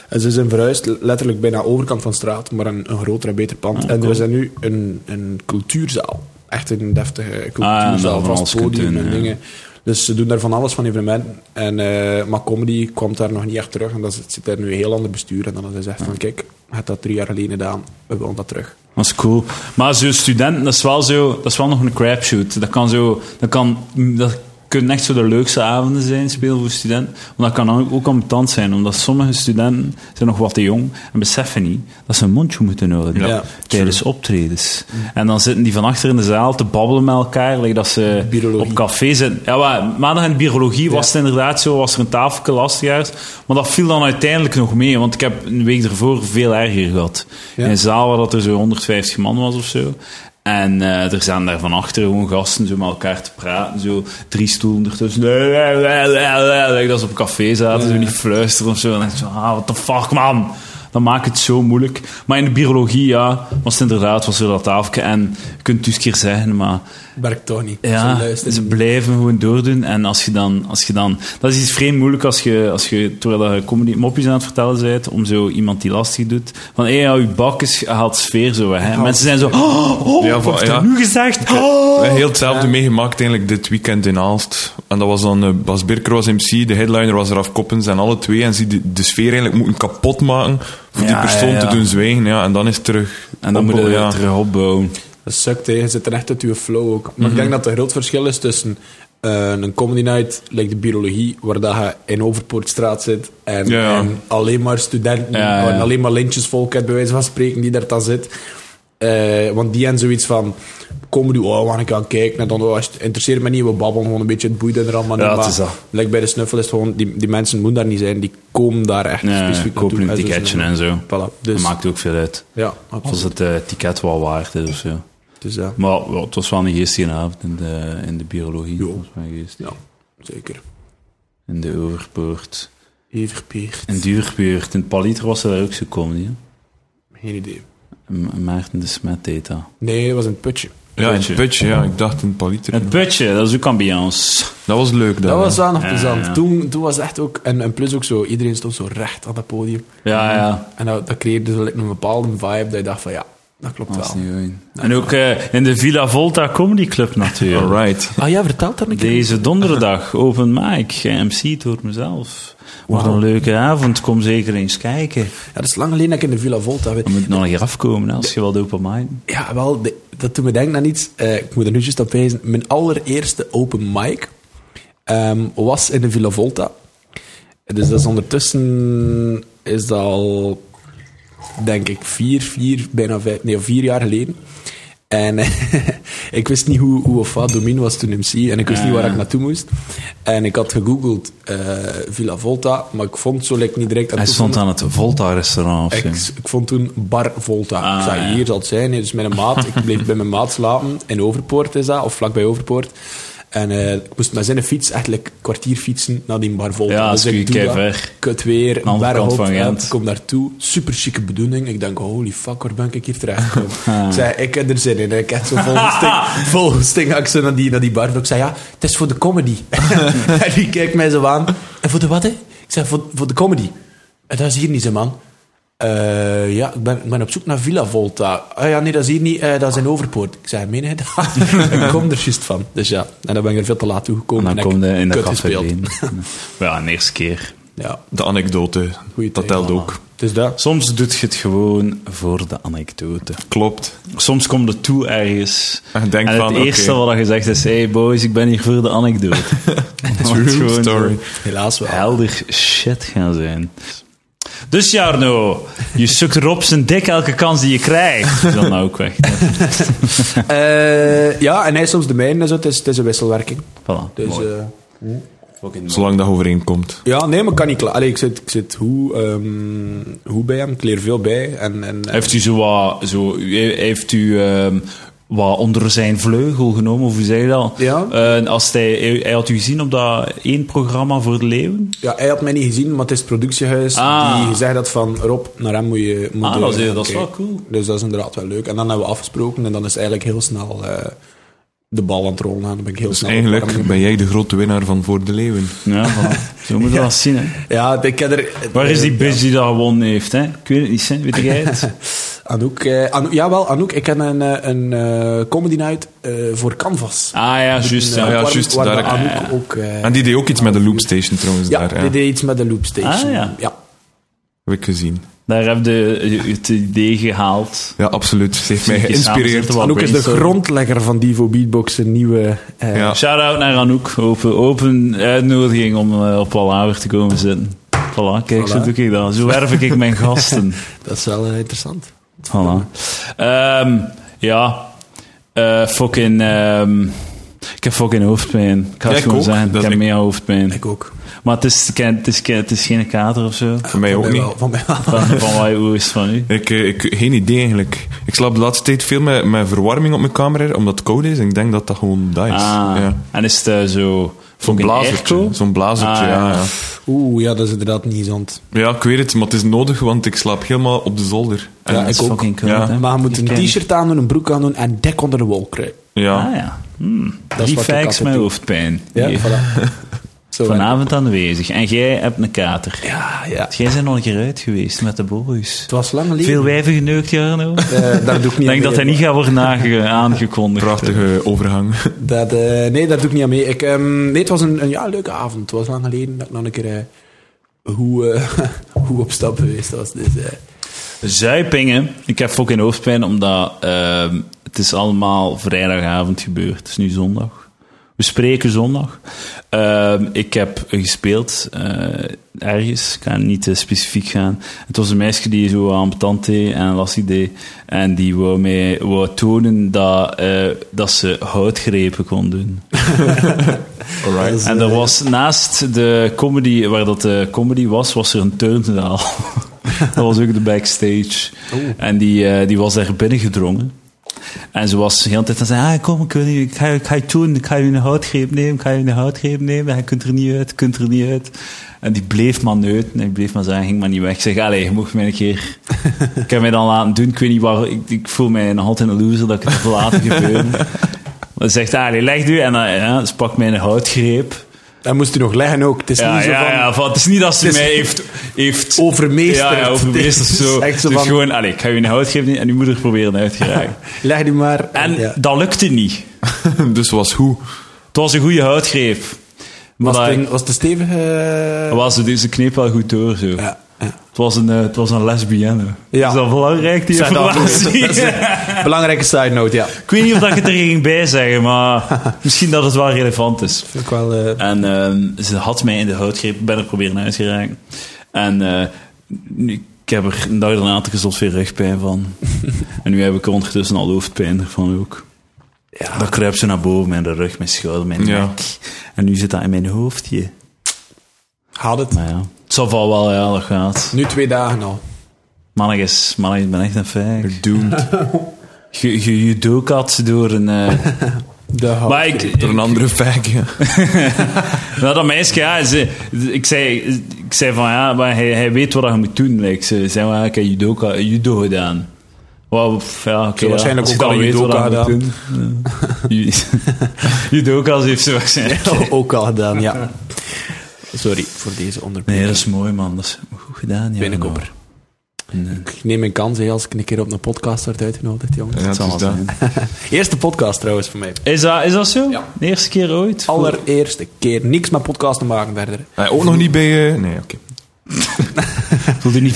Speaker 1: En ze zijn verhuisd letterlijk bijna overkant van de straat, maar een, een groter en beter pand.
Speaker 3: Ah,
Speaker 1: en er is dan nu een, een cultuurzaal. Echt een deftige
Speaker 3: Ah, en dat
Speaker 1: cultuurzaal,
Speaker 3: van alles
Speaker 1: vast
Speaker 3: kunt
Speaker 1: podium
Speaker 3: doen,
Speaker 1: en
Speaker 3: ja.
Speaker 1: dingen. Dus ze doen daar van alles van evenementen. En, eh, maar comedy kwam daar nog niet echt terug. En dat is- het zit daar nu een heel ander bestuur. En dan is het echt van, kijk, je hebt dat drie jaar geleden gedaan. We willen dat terug.
Speaker 3: Dat is cool. Maar zo'n student, dat is wel, zo, dat is wel nog een crapshoot. Dat kan zo, dat kan, dat kunnen echt zo de leukste avonden zijn, spelen voor studenten. Maar dat kan ook, ook ambetant zijn, omdat sommige studenten zijn nog wat te jong en beseffen niet dat ze een mondje moeten houden
Speaker 1: Ja.
Speaker 3: tijdens optredens. En dan zitten die van achter in de zaal te babbelen met elkaar, like dat ze
Speaker 1: Biologie.
Speaker 3: op café zitten. Ja, maar maandag in biologie was
Speaker 1: Ja.
Speaker 3: het inderdaad zo, was er een tafeltje lastigaars. Maar dat viel dan uiteindelijk nog mee, want ik heb een week ervoor veel erger gehad.
Speaker 1: Ja.
Speaker 3: In een zaal waar dat er zo 150 man was of zo. En eh, er zijn daar van achter gewoon gasten zo met elkaar te praten. Zo drie stoelen ertussen. Like dat ze op café zaten, zo niet fluisteren of zo. En dan denk je zo, ah, what the fuck man. Dat maakt het zo moeilijk. Maar in de biologie, ja, was het inderdaad, was er dat tafeltje. En je kunt het dus een keer zeggen, maar
Speaker 1: Werkt toch niet.
Speaker 3: ja,
Speaker 1: Ze luisteren
Speaker 3: ze
Speaker 1: niet.
Speaker 3: blijven gewoon doordoen. En als je dan, als je dan dat is iets vreemd moeilijk als je, als je terwijl je comedy mopjes aan het vertellen bent, om zo iemand die lastig doet, van hé, ja, je bak is, haalt sfeer zo weg. Hè. Mensen zijn zo, oh, oh
Speaker 2: Ja,
Speaker 3: wat
Speaker 2: van-
Speaker 3: wordt
Speaker 2: ja.
Speaker 3: er nu gezegd? Oh.
Speaker 2: We hebben heel hetzelfde meegemaakt eigenlijk dit weekend in Aalst. En dat was dan eh, Bas Birker was MC, de headliner was Raf Koppens en alle twee. En ze de, de sfeer eigenlijk moeten kapot maken voor die
Speaker 3: Ja,
Speaker 2: persoon
Speaker 3: ja, ja.
Speaker 2: te doen zwijgen. Ja, en dan is het terug.
Speaker 3: En dan moet je
Speaker 2: opbouw,
Speaker 3: het terug opbouwen.
Speaker 1: Dat sukt, hè. je zit er echt uit je flow ook. Maar
Speaker 3: Mhm.
Speaker 1: ik denk dat er groot verschil is tussen eh, een comedy night, like de biologie, waar dat je in Overpoortstraat zit en,
Speaker 2: Ja, ja.
Speaker 1: en alleen maar studenten,
Speaker 3: Ja, ja.
Speaker 1: en alleen maar lintjesvolk uit bij wijze van spreken, die daar dan zit. Eh, want die hebben zoiets van, comedy, oh, waar ik aan kijken, en dan, oh, het interesseert me niet, we babbelen gewoon een beetje, het boeit er allemaal
Speaker 3: Ja,
Speaker 1: niet.
Speaker 3: het
Speaker 1: maar
Speaker 3: is dat.
Speaker 1: like bij de snuffel is het gewoon, die, die mensen moeten daar niet zijn, die komen daar echt
Speaker 3: Ja,
Speaker 1: specifiek naartoe.
Speaker 3: kopen een
Speaker 1: En zo
Speaker 3: ticketje
Speaker 1: zijn
Speaker 3: en zo.
Speaker 1: Voilà, dus,
Speaker 3: Dat maakt ook veel uit.
Speaker 1: ja,
Speaker 3: Als
Speaker 1: absoluut.
Speaker 3: het eh, ticket wel waard is of zo.
Speaker 1: Dus, ja.
Speaker 3: Maar wel, het was wel een geestige avond in de, in de biologie.
Speaker 1: Ja.
Speaker 3: Het was wel geestig.
Speaker 1: ja, zeker.
Speaker 3: In de Overpoort.
Speaker 1: Hevig peert.
Speaker 3: In Duurbuurt. In Paliter was er daar ook zo comedy, hè.
Speaker 1: Geen idee.
Speaker 3: Ma- Maarten de Smet deed dat.
Speaker 1: Nee, dat was een putje.
Speaker 2: Ja, in
Speaker 3: Putje.
Speaker 2: het putje, ja. Ik dacht in het paliter.
Speaker 3: Het putje, dat is ook ambiance.
Speaker 2: Dat was leuk dan.
Speaker 1: Dat
Speaker 2: hè.
Speaker 1: was wel nog plezant.
Speaker 3: Ja, ja.
Speaker 1: Toen, toen was het echt ook... En, en plus ook zo, iedereen stond zo recht aan dat podium.
Speaker 3: Ja, ja.
Speaker 1: En dat, dat creëerde zo een bepaalde vibe dat je dacht van ja, dat klopt
Speaker 3: Dat is
Speaker 1: wel.
Speaker 3: niet goed. En ook eh, in de Villa Volta Comedy Club natuurlijk.
Speaker 2: Alright.
Speaker 1: Ah ja, vertel dat een
Speaker 3: Deze donderdag, open mic, geMC'd door mezelf. Wat een leuke avond, kom zeker eens kijken.
Speaker 1: Ja, dat is lang geleden dat ik in de Villa Volta... weet-
Speaker 3: Je moet nog een keer afkomen hè, als je wilt open mic.
Speaker 1: Ja, wel, de- dat doet me denken aan iets. eh, ik moet er nu juist op wijzen. Mijn allereerste open mic ehm, was in de Villa Volta. Dus dat is ondertussen... Is dat al, denk ik, vier, vier, bijna vijf... Nee, vier jaar geleden. En ik wist niet hoe, hoe of wat. Domin was toen MC en ik wist niet
Speaker 3: Ah.
Speaker 1: waar ik naartoe moest. En ik had gegoogeld eh, Villa Volta, maar ik vond zo like, niet direct...
Speaker 3: Hij stond aan het Volta-restaurant of zo.
Speaker 1: Ik, ik vond toen Bar Volta.
Speaker 3: Ah,
Speaker 1: ik zei,
Speaker 3: ja.
Speaker 1: hier zal het zijn. Dus mijn maat, ik bleef bij mijn maat slapen. In Overpoort is dat, of vlakbij Overpoort. En eh, ik moest met zijn fiets eigenlijk een kwartier fietsen naar die bar vol.
Speaker 3: Ja,
Speaker 1: dus
Speaker 3: dat is
Speaker 1: ik doe dat.
Speaker 3: keiver.
Speaker 1: Kut weer,
Speaker 3: Aan de andere kant
Speaker 1: bergop,
Speaker 3: van
Speaker 1: eh,
Speaker 3: Gent.
Speaker 1: ik kom daartoe. Super chique bedoeling. Ik denk, holy fuck, waar ben ik hier terecht
Speaker 3: Ah.
Speaker 1: Ik zei, ik heb er zin in. hè. Ik heb zo vol sting, vol sting ik zo naar die, naar die bar. Ik zei, ja, het is voor de comedy. en die kijkt mij zo aan. En voor de wat, hè? Ik zei, voor, voor de comedy. En dat is hier niet zo, man. Eh, ja, ik ben, ik ben op zoek naar Villa Volta. Ah ja, nee, dat is hier niet. eh, dat is in Overpoort. Ik zei, meen je dat? ik kom er juist van. Dus ja, en dan ben ik er veel te laat toegekomen.
Speaker 3: En dan
Speaker 1: en heb
Speaker 3: kom je
Speaker 1: ik
Speaker 3: in de
Speaker 1: kut
Speaker 3: café
Speaker 1: gespeeld.
Speaker 3: heen. Ja, een eerste keer.
Speaker 1: Ja,
Speaker 2: De anekdote,
Speaker 1: goeie
Speaker 2: dat
Speaker 1: tijd
Speaker 2: telt
Speaker 1: allemaal.
Speaker 2: ook.
Speaker 1: Dus dat.
Speaker 3: Soms doet je het gewoon voor de anekdote.
Speaker 2: Klopt.
Speaker 3: Soms komt het toe ergens.
Speaker 2: En je denkt
Speaker 3: het
Speaker 2: van,
Speaker 3: eerste
Speaker 2: oké.
Speaker 3: wat je zegt is: hey boys, ik ben hier voor de anekdote. True
Speaker 2: True story.
Speaker 1: Helaas wel.
Speaker 3: helder shit gaan zijn. Dus Jarno, je sukt erop zijn dik elke kans die je krijgt. Is dat nou ook weg?
Speaker 1: Eh, ja, en hij is soms de mijne en zo. Het is, het is een wisselwerking.
Speaker 3: Voilà,
Speaker 1: Dus,
Speaker 3: mooi.
Speaker 1: eh,
Speaker 2: Zolang dat overeenkomt.
Speaker 1: ja, nee, maar ik kan niet klaar. Allee, ik zit, ik zit hoe, ehm, hoe bij hem. Ik leer veel bij. En, en, eh,
Speaker 3: Heeft u zo wat, zo, he- heeft u ehm, wat onder zijn vleugel genomen, of hoe zei je dat?
Speaker 1: Ja.
Speaker 3: Eh, als hij, hij, hij had u gezien op dat één programma voor de leeuwen?
Speaker 1: Ja, hij had mij niet gezien, maar het is het productiehuis
Speaker 3: Ah.
Speaker 1: die zei dat van Rob, naar hem moet je moet
Speaker 3: Ah,
Speaker 1: je-
Speaker 3: dat is- dat is
Speaker 1: oké.
Speaker 3: wel cool.
Speaker 1: Dus dat is inderdaad wel leuk. En dan hebben we afgesproken en dan is eigenlijk heel snel eh, de bal aan het rollen. En dan ben ik heel
Speaker 2: Dus
Speaker 1: snel
Speaker 2: eigenlijk
Speaker 1: opwarming.
Speaker 2: ben jij de grote winnaar van Voor de Leeuwen.
Speaker 3: Ja, voilà. zo moet je dat zien. Hè.
Speaker 1: Ja, ik heb er...
Speaker 3: Waar is die bitch die dat gewonnen heeft? Hè? Ik weet het niet, hè? weet jij het?
Speaker 1: Anouk, eh, Anouk, jawel, Anouk, ik heb een, eh, een eh, comedy night eh, voor Canvas.
Speaker 3: Ah ja, juist.
Speaker 1: Een,
Speaker 3: ja.
Speaker 1: eh,
Speaker 2: ja,
Speaker 1: waar-
Speaker 2: juist,
Speaker 1: waar
Speaker 2: daar
Speaker 1: de
Speaker 2: heb ik-
Speaker 1: Anouk ook... eh,
Speaker 2: En die deed ook iets met de loopstation trouwens
Speaker 1: ja,
Speaker 2: daar. Ja.
Speaker 1: die deed iets met de loopstation.
Speaker 3: Ah, ja.
Speaker 1: ja.
Speaker 2: Heb ik gezien.
Speaker 3: Daar heb je het idee gehaald.
Speaker 2: Ja, absoluut. Ze heeft mij
Speaker 3: Zie je samen
Speaker 2: geïnspireerd.
Speaker 3: zitten,
Speaker 1: Anouk is de
Speaker 3: brainstorm.
Speaker 1: grondlegger van Divo Beatbox, een nieuwe... eh,
Speaker 2: Ja.
Speaker 3: Shout-out naar Anouk. Open, open uitnodiging om eh, op Palaver te komen zitten. Voilà, kijk, zo
Speaker 1: Voilà.
Speaker 3: doe ik dat. Zo werf ik mijn gasten.
Speaker 1: Dat is wel eh, interessant.
Speaker 3: Voilà. Ehm, ja, Eh, fucking... ehm, ik heb fucking hoofdpijn. Ik ga het
Speaker 2: Ja, ik
Speaker 3: gewoon
Speaker 2: ook.
Speaker 3: zeggen,
Speaker 2: Dat
Speaker 3: ik heb
Speaker 2: ik-
Speaker 3: meer hoofdpijn.
Speaker 1: Ik ook.
Speaker 3: Maar het is, ke- het, is, ke- het is geen kater of zo.
Speaker 2: Voor mij
Speaker 1: Van
Speaker 2: ook
Speaker 1: mij
Speaker 2: niet.
Speaker 1: wel, Van mij wel.
Speaker 3: Van, van waar hoe is het van u?
Speaker 2: Ik, eh, ik, geen idee eigenlijk. Ik slaap de laatste tijd veel met, met verwarming op mijn kamer, omdat het koud is. En ik denk dat dat gewoon dat is.
Speaker 3: Ah,
Speaker 2: Dus, Ja.
Speaker 3: en is het eh, zo...
Speaker 2: Zo'n
Speaker 3: fucking
Speaker 2: blazertje.
Speaker 3: airco?
Speaker 2: Zo'n blazertje,
Speaker 3: Ah,
Speaker 2: ja.
Speaker 3: ja.
Speaker 2: ja.
Speaker 1: Oeh, ja, dat is inderdaad niet gezond.
Speaker 2: Ja, ik weet het, maar het is nodig, want ik slaap helemaal op de zolder. En-
Speaker 1: Ja,
Speaker 3: Dat is
Speaker 1: ik ook.
Speaker 3: fucking cool,
Speaker 2: Ja.
Speaker 3: hè?
Speaker 1: Maar je moet een
Speaker 3: Ik ken-
Speaker 1: t-shirt aan doen, een broek aan doen en dek onder de wol kruipen.
Speaker 2: ja.
Speaker 3: Ah ja. Hmm.
Speaker 1: is
Speaker 3: Die
Speaker 1: wat ik
Speaker 3: facts
Speaker 1: altijd
Speaker 3: met
Speaker 1: doe.
Speaker 3: hoofdpijn.
Speaker 1: Ja,
Speaker 3: Hier.
Speaker 1: voilà. Zo werkt
Speaker 3: Vanavond aanwezig. En jij hebt een kater.
Speaker 1: het. Ja, ja.
Speaker 3: Jij bent nog een keer uit geweest met de boys.
Speaker 1: Het was lang geleden.
Speaker 3: Veel wijven geneukt, Jarno. Ik
Speaker 1: Eh, daar doe ik niet
Speaker 3: denk
Speaker 1: aan
Speaker 3: dat hij
Speaker 1: mee.
Speaker 3: niet gaat worden aange- aangekondigd. eh.
Speaker 2: Prachtige overhang.
Speaker 1: Dat, eh, nee, daar doe ik niet aan mee. Ik, ehm, nee, het was een, een ja, leuke avond. Het was lang geleden dat ik nog een keer eh, hoe, eh, hoe op stap geweest was. Dus, eh,
Speaker 3: Zuipingen. Ik heb fucking hoofdpijn, omdat ehm, het is allemaal vrijdagavond gebeurd. Het is nu zondag. We spreken zondag. Ehm, ik heb gespeeld eh, ergens. Ik ga niet te specifiek gaan. Het was een meisje die zo aan deed en lastig deed. En die wou mij wou tonen dat, eh, dat ze houtgrepen kon doen.
Speaker 2: Alright.
Speaker 1: dat is,
Speaker 3: En
Speaker 1: eh,
Speaker 3: er was naast de comedy, waar dat de comedy was, was er een turnzaal. dat was ook de backstage. En die, eh, die was daar binnengedrongen. En ze was de hele tijd aan het zeggen, ah, kom, ik, wil je- ik, ga, ik ga je doen, ik ga je een houtgreep nemen, ik ga je een houtgreep nemen, hij kunt er niet uit, je kunt er niet uit. En die bleef maar neuten, en die bleef maar zeggen, ging maar niet weg. Ik zeg, allee, je mocht mij een keer... ik heb mij dan laten doen, ik weet niet waar, ik, ik voel mij nog altijd een loser dat ik het heb laten gebeuren. Ze zegt, allee, leg nu. En dan ja, ze pakt mij een houtgreep.
Speaker 1: dat moest u nog leggen ook. Het is
Speaker 3: Ja,
Speaker 1: niet zo
Speaker 3: ja,
Speaker 1: van
Speaker 3: ja, van, het is niet dat ze
Speaker 1: Het is
Speaker 3: mij heeft... heeft
Speaker 1: overmeesterd.
Speaker 3: ja, ja, overbeesterd.
Speaker 1: Het is
Speaker 3: Zo.
Speaker 1: echt
Speaker 3: Het
Speaker 1: zo
Speaker 3: is
Speaker 1: van-
Speaker 3: gewoon, allee, ik ga je een hout geven en je moeder proberen uit te raken.
Speaker 1: leg die maar.
Speaker 3: En
Speaker 1: ja.
Speaker 3: dat lukte niet.
Speaker 2: dus was hoe?
Speaker 3: Het was een goede houtgreep. Maar
Speaker 1: was,
Speaker 3: dat
Speaker 1: het een,
Speaker 3: ik-
Speaker 1: was het een stevige... eh,
Speaker 3: was het, dus ze kneep wel goed door. Zo.
Speaker 1: Ja, ja.
Speaker 3: Het, was een, eh, het was een lesbienne.
Speaker 1: Ja.
Speaker 3: Is dat belangrijk, die
Speaker 1: Zeg dat.
Speaker 3: informatie?
Speaker 1: Dat is een belangrijke side note, ja.
Speaker 3: ik weet niet of dat ik het er ging bij zeggen, maar misschien dat het wel relevant is.
Speaker 1: Vind ik wel... eh,
Speaker 3: En ehm, ze had mij in de houtgreep, ik ben er proberen uit te geraken. En eh, nu- ik heb er een dag daarna gezond veel rugpijn van. en nu heb ik ondertussen al hoofdpijn ervan ook.
Speaker 1: Ja.
Speaker 3: Dat kruipt ze naar boven, mijn rug, mijn schouder, mijn
Speaker 2: Ja.
Speaker 3: nek. En nu zit dat in mijn hoofdje.
Speaker 1: Haal het.
Speaker 3: Maar ja, het zal wel wel, ja, dat gaat.
Speaker 1: Nu twee dagen al.
Speaker 3: Mannetjes, mannetjes, ik ben echt een fijn.
Speaker 2: Doomed.
Speaker 3: Gejudokat door een, eh,
Speaker 1: De
Speaker 3: Maar ik,
Speaker 2: Door een andere fake. ja.
Speaker 3: nou, dat meisje, ja, ze- ik, zei, ik zei van ja, maar hij, hij weet wat je moet doen. Like, ze zei van ja, ik heb judoka, judo gedaan. Wow, pff, ja, oké. ja.
Speaker 1: waarschijnlijk
Speaker 3: Als
Speaker 1: ook
Speaker 3: je
Speaker 1: al
Speaker 3: dan
Speaker 1: een
Speaker 3: weet wat
Speaker 1: judoka
Speaker 3: je moet doen, ja. Ju- Judoka's heeft ze waarschijnlijk.
Speaker 1: ook al gedaan, ja. Sorry voor deze onderbreking.
Speaker 3: Nee, dat is mooi man, dat is goed gedaan. Ja,
Speaker 1: Binnenkopper.
Speaker 3: Nee.
Speaker 1: Ik neem mijn kans hè, als ik een keer op een podcast word uitgenodigd, jongens.
Speaker 2: Ja, het
Speaker 3: zal
Speaker 2: is
Speaker 3: wel
Speaker 2: dat.
Speaker 3: zijn.
Speaker 1: Eerste podcast trouwens voor mij.
Speaker 3: Is dat, is dat zo?
Speaker 1: Ja.
Speaker 3: De eerste keer ooit?
Speaker 1: Allereerste keer. Niks met podcast te maken verder.
Speaker 2: Ja, ook nog niet bij... eh, nee, oké.
Speaker 3: Voel je niet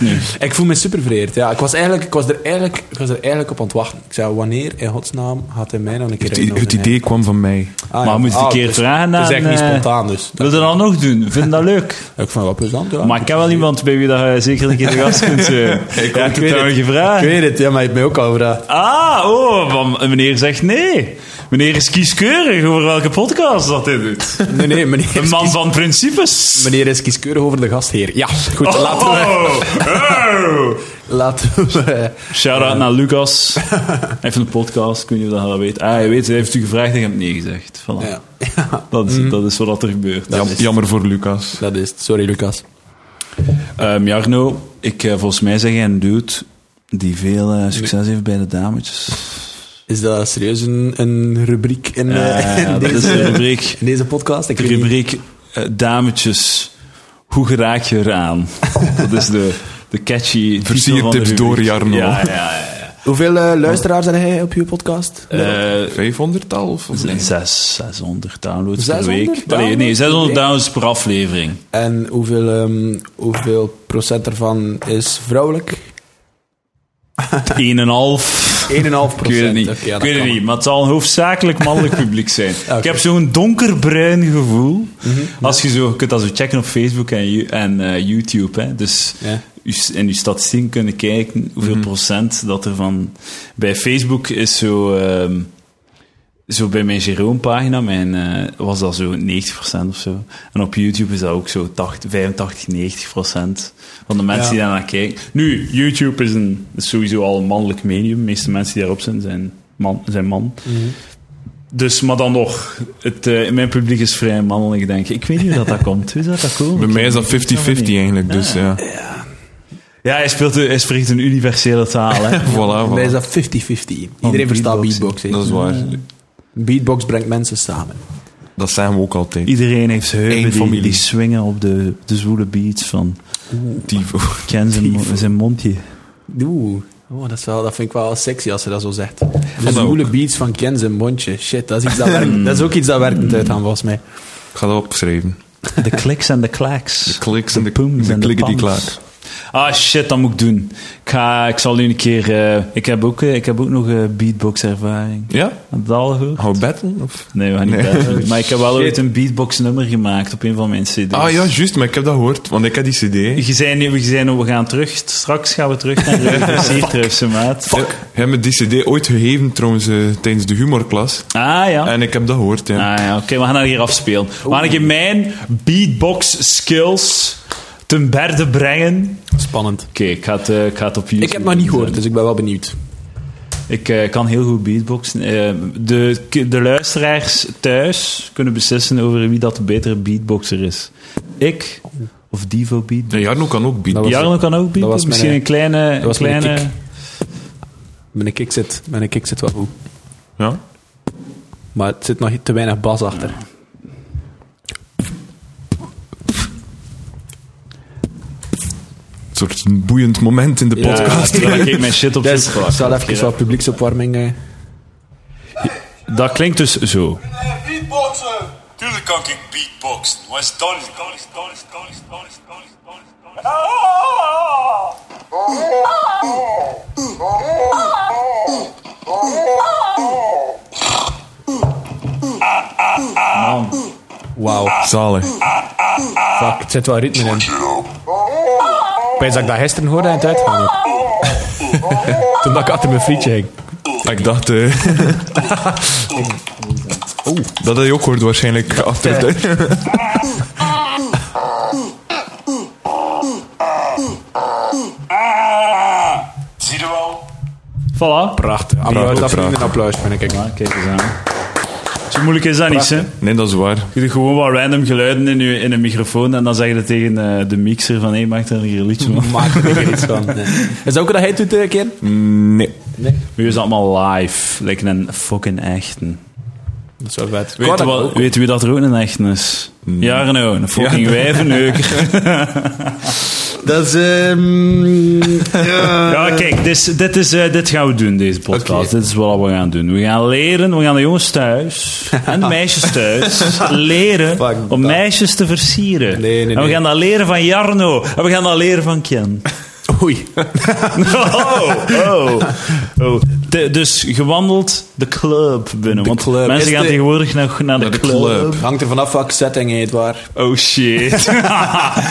Speaker 3: nu?
Speaker 1: Ik voel me super vereerd. Ja, ik, was eigenlijk, ik, was er eigenlijk, ik was er eigenlijk op aan het wachten. Ik zei, wanneer in godsnaam gaat hij mij dan een keer
Speaker 2: Het, i- het
Speaker 1: uitnodigen?
Speaker 2: idee kwam van mij.
Speaker 1: Ah,
Speaker 3: Maar
Speaker 1: ja.
Speaker 3: moet je het een
Speaker 1: Ah,
Speaker 3: keer
Speaker 1: dus-
Speaker 3: vragen
Speaker 1: Dat is
Speaker 3: aan,
Speaker 1: echt niet
Speaker 3: eh,
Speaker 1: spontaan, dus.
Speaker 3: Wil je dat dan nog doen? Vind je dat leuk?
Speaker 1: Ik vond het wel plezant, ja.
Speaker 3: Maar ik ken wel iemand bij wie dat je zeker een keer de gast kunt zijn. ik heb het
Speaker 1: weet
Speaker 3: trouwens gevraagd.
Speaker 1: Ik weet het, ja, maar je hebt mij ook al gevraagd.
Speaker 3: Ah, oh, want meneer zegt nee. Meneer is kieskeurig over welke podcast dat hij doet.
Speaker 1: Nee, nee, meneer
Speaker 3: Een
Speaker 1: is,
Speaker 3: man van principes.
Speaker 1: meneer is kieskeurig over de gastheer. Ja, goed,
Speaker 3: Oh,
Speaker 1: laten we...
Speaker 3: oh.
Speaker 1: Laten we...
Speaker 3: Shout-out naar Lucas. Hij heeft een podcast, ik weet niet of dat je dat weet. Ah, hij weet, hij heeft u gevraagd en je hebt nee gezegd. Voilà.
Speaker 1: Ja. Mhm. ja,
Speaker 3: Dat, is, dat is wat er gebeurt.
Speaker 1: Dat
Speaker 2: Jam-
Speaker 1: is-
Speaker 2: jammer voor Lucas.
Speaker 1: dat is het. Sorry, Lucas.
Speaker 3: Ehm, Jarno, ik, eh, volgens mij zeg jij een dude die veel eh, succes heeft bij de dametjes.
Speaker 1: Is dat serieus een, een rubriek in,
Speaker 3: Ja,
Speaker 1: eh, in
Speaker 3: dat
Speaker 1: deze,
Speaker 3: is de rubriek.
Speaker 1: in deze podcast? Ik
Speaker 3: De
Speaker 1: weet niet.
Speaker 3: rubriek eh, Dametjes, hoe geraak je eraan? Dat is de, de catchy titel
Speaker 2: Versiertips
Speaker 3: van de rubriek.
Speaker 2: door Jarno.
Speaker 3: Ja, ja, ja. ja.
Speaker 1: Hoeveel eh, luisteraars zijn hij op je podcast?
Speaker 3: Eh,
Speaker 2: 500 tal? Of of nee?
Speaker 3: zes- 600 downloads
Speaker 1: 600
Speaker 3: per week. Allee, nee,
Speaker 1: downloads
Speaker 3: 600
Speaker 1: per week.
Speaker 3: downloads per aflevering.
Speaker 1: En hoeveel, ehm, hoeveel procent ervan is vrouwelijk?
Speaker 3: 1,5.
Speaker 1: 1,5 procent.
Speaker 3: Ik weet het niet.
Speaker 1: Oké, ja,
Speaker 3: ik
Speaker 1: dat
Speaker 3: weet het
Speaker 1: kan.
Speaker 3: niet, maar het zal een hoofdzakelijk mannelijk publiek zijn. Ik heb zo'n donkerbruin gevoel.
Speaker 1: Mhm.
Speaker 3: Als je zo, je kunt dat zo checken op Facebook en, you- en eh, YouTube. Hè. Dus
Speaker 1: Ja. Mhm.
Speaker 3: uw s- in je statistieken kunnen kijken hoeveel procent dat er van. Bij Facebook is zo. ehm, zo bij mijn Jeroen-pagina mijn, eh, was dat zo 90% of zo. En op YouTube is dat ook zo 80, 85, 90% van de mensen
Speaker 1: Ja.
Speaker 3: die daarnaar kijken. Nu, YouTube is, een, is sowieso al een mannelijk medium. De meeste mensen die daarop zijn, zijn man. Zijn man. Dus, maar dan nog, het, eh, mijn publiek is vrij mannelijk, denk ik. Ik weet niet hoe dat, dat komt. Hoe is dat, dat komen?
Speaker 2: Bij mij is dat 50-50 eigenlijk, dus ja.
Speaker 3: Ja, hij, speelt, hij spreekt een universele taal, hè.
Speaker 2: Voilà,
Speaker 1: Bij mij is
Speaker 2: voilà.
Speaker 1: dat 50-50.
Speaker 3: Oh,
Speaker 1: Iedereen verstaat beatbox. hè.
Speaker 2: Dat is waar.
Speaker 1: Beatbox brengt mensen samen.
Speaker 2: Dat zijn we ook altijd.
Speaker 3: Iedereen heeft zijn heupen
Speaker 2: Eén
Speaker 3: die,
Speaker 2: familie.
Speaker 3: die swingen op de, de zwoele beats van
Speaker 2: Tivo.
Speaker 3: Ken zijn, mo- zijn mondje.
Speaker 1: Oeh. Oh, dat, is wel, dat vind ik wel sexy als ze dat zo zegt. De
Speaker 2: dat
Speaker 1: zwoele
Speaker 2: ook.
Speaker 1: beats van Ken zijn mondje. Shit, dat is, iets dat,
Speaker 3: Hmm.
Speaker 1: werkt, dat is ook iets dat werkend uitgaan volgens mij.
Speaker 2: Ik ga dat opschrijven.
Speaker 3: De kliks en de klaks.
Speaker 2: De kliks en de,
Speaker 3: pums
Speaker 2: de
Speaker 3: en
Speaker 2: klikken die
Speaker 3: pams.
Speaker 2: klaak.
Speaker 3: Ah shit, dat moet ik doen. Ik, ga, ik zal nu een keer... eh, ik, heb ook, eh, ik heb ook nog een beatbox ervaring.
Speaker 2: Ja?
Speaker 3: Heb je dat al gehoord?
Speaker 2: Gaan we battlen? Of?
Speaker 3: Nee, we gaan niet
Speaker 2: Oh. Nee.
Speaker 3: bellen. Maar ik heb wel
Speaker 1: Shit.
Speaker 3: ooit een beatbox nummer gemaakt op een van mijn cd's.
Speaker 2: Ah ja, juist, maar ik heb dat gehoord, want ik heb die cd.
Speaker 3: Je zei, nu- je zei nou, we gaan terug. Straks gaan we terug naar de universiteit, maat.
Speaker 2: Fuck. Jij hebt me die cd ooit gegeven, trouwens, eh, tijdens de humorklas.
Speaker 3: Ah ja.
Speaker 2: En ik heb dat gehoord, ja.
Speaker 3: Ah ja, oké, we gaan dat hier afspelen. We gaan ik in mijn beatbox skills ten berde brengen.
Speaker 1: Spannend.
Speaker 3: Oké, ik, ga het, eh, ik ga het op YouTube
Speaker 1: Ik heb het nog niet
Speaker 3: zetten.
Speaker 1: gehoord, dus ik ben wel benieuwd.
Speaker 3: Ik eh, kan heel goed beatboxen. Eh, de, de luisteraars thuis kunnen beslissen over wie dat de betere beatboxer is. Ik of Divo beatbox.
Speaker 2: En Jarno kan ook
Speaker 1: Dat
Speaker 2: bieden.
Speaker 1: was-
Speaker 3: Jarno kan ook
Speaker 1: dat was mijn,
Speaker 3: beatboxen. Misschien
Speaker 1: eh,
Speaker 3: een kleine...
Speaker 1: was mijn
Speaker 3: kleine
Speaker 1: kick. Mijn kick zit, mijn kick zit wel goed.
Speaker 2: Ja?
Speaker 1: Maar het zit nog te weinig bas achter.
Speaker 2: Een soort boeiend moment in de
Speaker 3: Ja,
Speaker 2: podcast.
Speaker 3: terwijl Ah, ik mijn shit op
Speaker 1: Dus
Speaker 3: zoek
Speaker 1: ik Ah, zal
Speaker 3: raak.
Speaker 1: even wat publieksopwarming... eh.
Speaker 3: Dat klinkt dus zo.
Speaker 4: Eh, beatboxen. Tuurlijk kan ik beatboxen. Wat is dan? Kan is dan? Is dan? Is dan? Is dan? Is dan? Is dan?
Speaker 1: Wauw.
Speaker 2: Zalig.
Speaker 1: Fuck, het zit wel ritme in. Ik weet dat ik dat gisteren hoorde aan het uitgaan ook. Toen dat ik achter mijn frietje hing.
Speaker 2: Ik dacht... eh, Oh, dat had je ook gehoord waarschijnlijk achter de...
Speaker 4: Ah, zie je wel?
Speaker 3: Voilà.
Speaker 1: Prachtig. Applaus,
Speaker 2: Prachtig,
Speaker 1: dat verdient een
Speaker 2: prachtig.
Speaker 1: applaus, vind ik.
Speaker 3: Ah, kijk eens aan. Zo moeilijk is dat niet, hè?
Speaker 2: Nee, dat is waar.
Speaker 3: Je doet gewoon wat random geluiden in, je, in een microfoon en dan zeg je dat tegen eh, de mixer van, hé, maak daar hier een liedje van.
Speaker 1: Maak er niet iets van. Nee. Is dat ook wat hij doet, eh, Ken?
Speaker 2: Nee.
Speaker 3: Nu is dat allemaal live, lijkt een fucking echten.
Speaker 1: Dat is wel vet.
Speaker 3: Weet je, wat, weet je wie dat er ook een echten is? Ja, Renaud, een fucking wijvenneuker.
Speaker 5: Dat is... ehm, ja.
Speaker 3: Ja, kijk, dit, dit, is, eh, dit gaan we doen, deze podcast.
Speaker 1: Oké.
Speaker 3: Dit is wat we gaan doen. We gaan leren, we gaan de jongens thuis en de meisjes thuis leren
Speaker 5: Fuck
Speaker 3: om
Speaker 5: dat.
Speaker 3: meisjes te versieren.
Speaker 1: Nee, nee,
Speaker 3: En we
Speaker 1: nee.
Speaker 3: gaan dat leren van Jarno. En we gaan dat leren van Ken.
Speaker 1: Oei.
Speaker 3: Oh, oh, oh. De- dus gewandeld de club binnen. want
Speaker 1: club.
Speaker 3: mensen
Speaker 1: Is
Speaker 3: gaan
Speaker 1: de-
Speaker 3: tegenwoordig nog naar de,
Speaker 2: Naar de
Speaker 3: club.
Speaker 2: club.
Speaker 1: Hangt er vanaf welke setting, heet waar.
Speaker 3: Oh shit.
Speaker 1: Dus-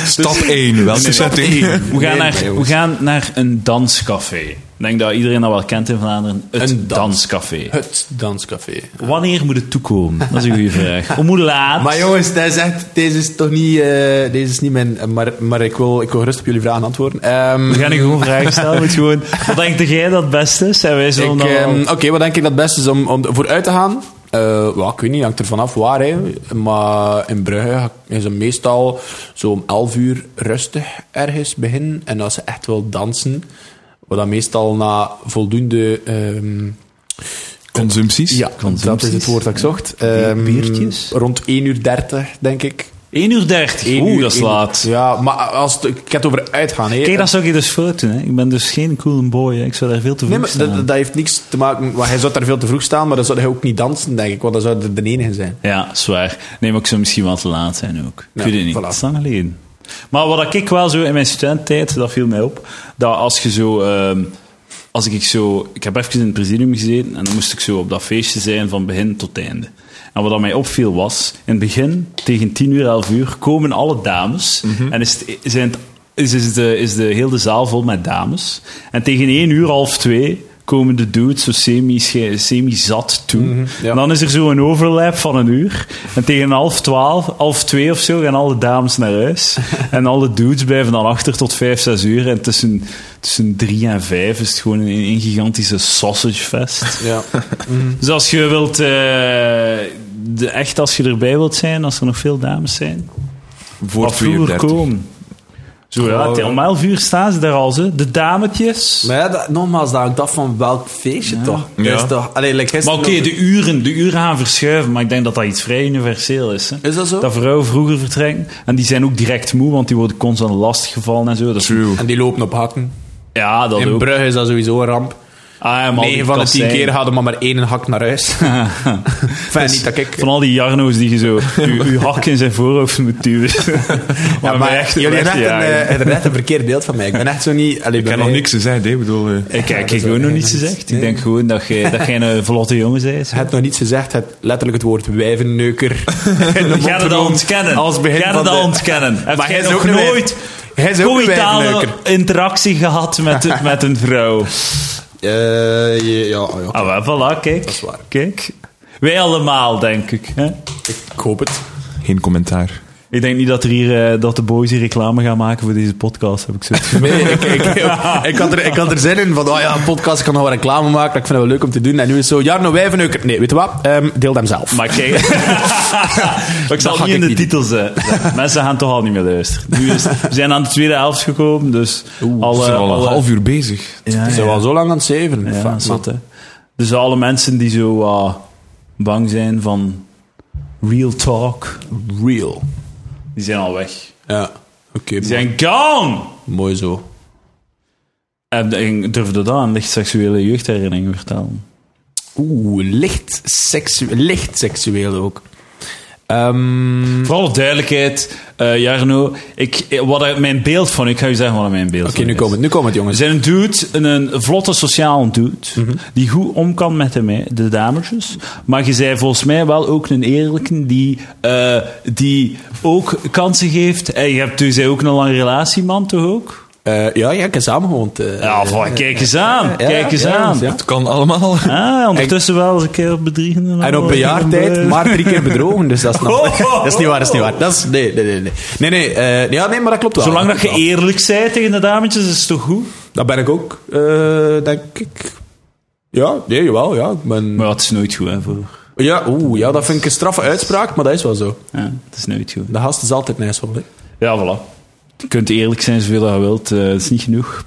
Speaker 2: Stap 1. Welke setting?
Speaker 3: We gaan,
Speaker 1: Nee,
Speaker 3: naar,
Speaker 1: nee,
Speaker 3: we
Speaker 1: jongens.
Speaker 3: gaan naar een danscafé. Ik denk dat iedereen dat wel kent in Vlaanderen. Het
Speaker 1: Een dans-
Speaker 3: danscafé.
Speaker 1: Het danscafé.
Speaker 3: Wanneer moet het toekomen? Dat is een goede vraag. Om hoe laat?
Speaker 1: Maar
Speaker 5: Maar jongens, dat is echt, deze is toch niet, eh, deze is niet mijn, eh, maar, maar ik wil, ik wil gerust op jullie vragen antwoorden. Ehm,
Speaker 3: we gaan je gewoon vragen stellen. Moet gewoon, wat denk jij dat het beste is? En wij
Speaker 1: ik,
Speaker 3: zullen dan nou wel-
Speaker 1: ehm, Oké, wat denk ik dat het beste is om, om vooruit te gaan? Eh, ja, ik weet niet, hangt er vanaf waar. Hè. Maar in Brugge is het meestal zo om 11 uur rustig ergens beginnen. En als ze echt wil dansen, wat dan meestal na voldoende... ehm,
Speaker 2: Consumpties?
Speaker 1: ja, dat is het woord dat ik zocht. Ehm,
Speaker 3: Biertjes?
Speaker 1: Rond 1 uur 30, denk ik.
Speaker 3: 1 uur 30.
Speaker 1: 1
Speaker 3: Oeh,
Speaker 1: uur,
Speaker 3: dat is
Speaker 1: 1 uur.
Speaker 3: laat.
Speaker 1: Ja, maar als het, ik heb het over uitgaan. hè.
Speaker 3: Kijk, dat zou ik dus fout doen. Hè. Ik ben dus geen cool boy. Hè. Ik zou daar veel te
Speaker 1: Eh, Nee,
Speaker 3: vroeg
Speaker 1: maar
Speaker 3: staan.
Speaker 1: dat, dat heeft niks te maken... Want hij zou daar veel te vroeg staan, maar dan zou hij ook niet dansen, denk ik. Want dan zou hij de enige zijn.
Speaker 3: Ja, zwaar. Nee, maar ik zou misschien wel te laat zijn ook. Ik
Speaker 1: Ja,
Speaker 3: weet het niet.
Speaker 1: voilà.
Speaker 3: Het is lang geleden. Maar wat ik wel zo in mijn studententijd, dat viel mij op, dat als je zo... ehm, als ik zo... Ik heb even in het presidium gezeten en dan moest ik zo op dat feestje zijn van begin tot einde. En wat dat mij opviel was, in het begin, tegen 10 uur, 11 uur, komen alle dames
Speaker 1: Mhm.
Speaker 3: en is het, zijn het- is, is, de, is de hele zaal vol met dames. En tegen 1 uur, half 2 komen de dudes zo semi, semi zat toe.
Speaker 1: Mhm, ja.
Speaker 3: En dan is er zo een overlap van een uur. En tegen half twaalf, half twee of zo, gaan alle dames naar huis. en alle dudes blijven dan achter tot vijf, zes uur. En tussen, tussen drie en vijf is het gewoon een, een gigantische sausagefest.
Speaker 1: Ja.
Speaker 3: dus als je wilt... eh, de, echt als je erbij wilt zijn, als er nog veel dames zijn,
Speaker 2: Voor
Speaker 3: wat
Speaker 2: 2 uur
Speaker 3: vroeger
Speaker 2: 30.
Speaker 3: komen. Zo ja,
Speaker 1: Oh, ja.
Speaker 3: om elf uur staan ze daar al, ze. De dametjes.
Speaker 1: Maar ja, dat, nogmaals, dat hangt af van welk feestje, toch? Dat
Speaker 2: Ja.
Speaker 1: Is, toch allee, like
Speaker 3: Maar
Speaker 1: gisteren
Speaker 3: oké,
Speaker 1: nog-
Speaker 3: de uren, de uren gaan verschuiven, maar ik denk dat dat iets vrij universeel is. Hè?
Speaker 1: Is dat zo?
Speaker 3: Dat vrouwen vroeger vertrekken en die zijn ook direct moe, want die worden constant lastiggevallen en zo. Dat is-
Speaker 2: True.
Speaker 1: En die lopen op hakken.
Speaker 3: Ja, dat
Speaker 1: In
Speaker 3: ook.
Speaker 1: Brugge is dat sowieso een ramp.
Speaker 3: Ah, ja, maar al die
Speaker 1: 9 van de 10
Speaker 3: kasseien.
Speaker 1: keer hadden maar maar één hak naar huis. Fijn niet dat ik...
Speaker 3: Van al die jarno's die je zo je, je hak in zijn voorhoofd moet duwen. Om
Speaker 1: Ja,
Speaker 3: hem
Speaker 1: maar
Speaker 3: recht-
Speaker 1: jullie hebben
Speaker 3: recht te
Speaker 1: echt een, eh,
Speaker 3: jagen.
Speaker 1: hebben echt een verkeerd beeld van mij. Ik ben echt zo niet... Allee,
Speaker 2: Ik heb nog niks gezegd, hè. Ik bedoel... eh,
Speaker 3: Ik
Speaker 1: Ja,
Speaker 3: heb
Speaker 1: dat
Speaker 3: ik
Speaker 1: is
Speaker 3: gewoon
Speaker 1: wel
Speaker 3: nog
Speaker 1: heel
Speaker 3: niets
Speaker 1: nice.
Speaker 3: gezegd.
Speaker 1: Nee.
Speaker 3: Ik denk gewoon dat jij dat jij een vlotte jongen bent.
Speaker 1: Het nog niets gezegd, het letterlijk het woord wijvenneuker.
Speaker 3: Ga je dat ontkennen?
Speaker 1: Als begin
Speaker 3: Ga je
Speaker 1: van
Speaker 3: dat
Speaker 1: de-
Speaker 3: ontkennen? Heb
Speaker 1: Maar
Speaker 3: jij
Speaker 1: hij is
Speaker 3: nog
Speaker 1: ook een wijf-
Speaker 3: nooit
Speaker 1: hij is ook een
Speaker 3: coïtale
Speaker 1: wijvenneuker.
Speaker 3: interactie gehad met, met een vrouw?
Speaker 1: Eh, ja, ja, ja.
Speaker 3: Ah, wel, voilà, kijk.
Speaker 1: is waar.
Speaker 3: Kijk. Wij allemaal, denk ik. Hè?
Speaker 1: Ik hoop het.
Speaker 2: Geen commentaar.
Speaker 3: Ik denk niet dat, er hier, eh, dat de boys hier reclame gaan maken voor deze podcast, heb ik zo het gevoel.
Speaker 1: Nee, ik, ik, ik, had er, ik had er zin in van, oh ja, een podcast ik kan nog wel reclame maken, ik vind het wel leuk om te doen. En nu is het zo, Jarno Wijvenneuker. Nee, weet je wat? Ehm, deel hem zelf.
Speaker 3: Maar kijk, ik zal
Speaker 1: ga
Speaker 3: het niet
Speaker 1: ik
Speaker 3: in
Speaker 1: niet
Speaker 3: de
Speaker 1: doen.
Speaker 3: titel zetten. Mensen gaan toch al niet meer luisteren. Nu is, we zijn aan de tweede helft gekomen, dus
Speaker 2: We
Speaker 3: alle,
Speaker 2: zijn al een
Speaker 3: alle-
Speaker 2: half uur bezig.
Speaker 3: Ja,
Speaker 1: Ze zijn
Speaker 3: ja.
Speaker 1: wel zo lang aan het zeven.
Speaker 3: Ja,
Speaker 1: Fuck, man.
Speaker 3: zot, hè. Dus alle mensen die zo ah, bang zijn van real talk,
Speaker 1: Real.
Speaker 3: die zijn al weg.
Speaker 1: Ja, oké.
Speaker 3: Die zijn gone!
Speaker 1: Mooi zo.
Speaker 3: En, en durfde dat aan licht seksuele jeugdherinnering vertellen?
Speaker 1: Oeh, licht, seksu licht seksueel ook. Ehm,
Speaker 3: Voor alle duidelijkheid, eh, Jarno, ik, eh, wat er- mijn beeld van, ik ga je zeggen wat er mijn beeld
Speaker 1: Oké, nu
Speaker 3: van
Speaker 1: komen
Speaker 3: is.
Speaker 1: het, nu komen het
Speaker 3: We
Speaker 1: jongens.
Speaker 3: zijn een dude, een, een vlotte sociaal dude,
Speaker 1: Mhm.
Speaker 3: die goed om kan met de, me- de dametjes. Maar je zei volgens mij wel ook een eerlijke die, eh, die ook kansen geeft. En je hebt dus ook een lange relatie, man, toch ook?
Speaker 1: Eh, ja, ja, ik heb samengewoond. eh.
Speaker 3: Ja, voilà, kijk eens aan,
Speaker 1: Ja,
Speaker 3: kijk eens
Speaker 1: ja,
Speaker 3: aan.
Speaker 1: ja.
Speaker 2: Het kan allemaal.
Speaker 3: Ah, ondertussen wel eens een keer bedriegen.
Speaker 1: En op
Speaker 3: eh.
Speaker 1: bejaardtijd maar drie keer bedrogen, dus dat is, nog- dat is niet waar, dat is niet waar. Dat is, nee, nee, nee. Nee, nee, nee, eh, ja, nee maar dat klopt wel.
Speaker 3: Zolang dat je
Speaker 1: klopt wel.
Speaker 3: eerlijk bent tegen de dametjes, is het toch goed?
Speaker 1: Dat ben ik ook, eh, denk ik. Ja, nee, jawel, ja. Ik ben...
Speaker 3: Maar dat is nooit goed, hè, voor...
Speaker 1: Ja, oeh, ja, dat vind ik een straffe uitspraak, maar dat is wel zo.
Speaker 3: Ja, het is nooit goed.
Speaker 1: De gast is altijd nijsel.
Speaker 3: Ja, voilà. Je kunt eerlijk zijn zoveel je wilt. eh, het is niet genoeg.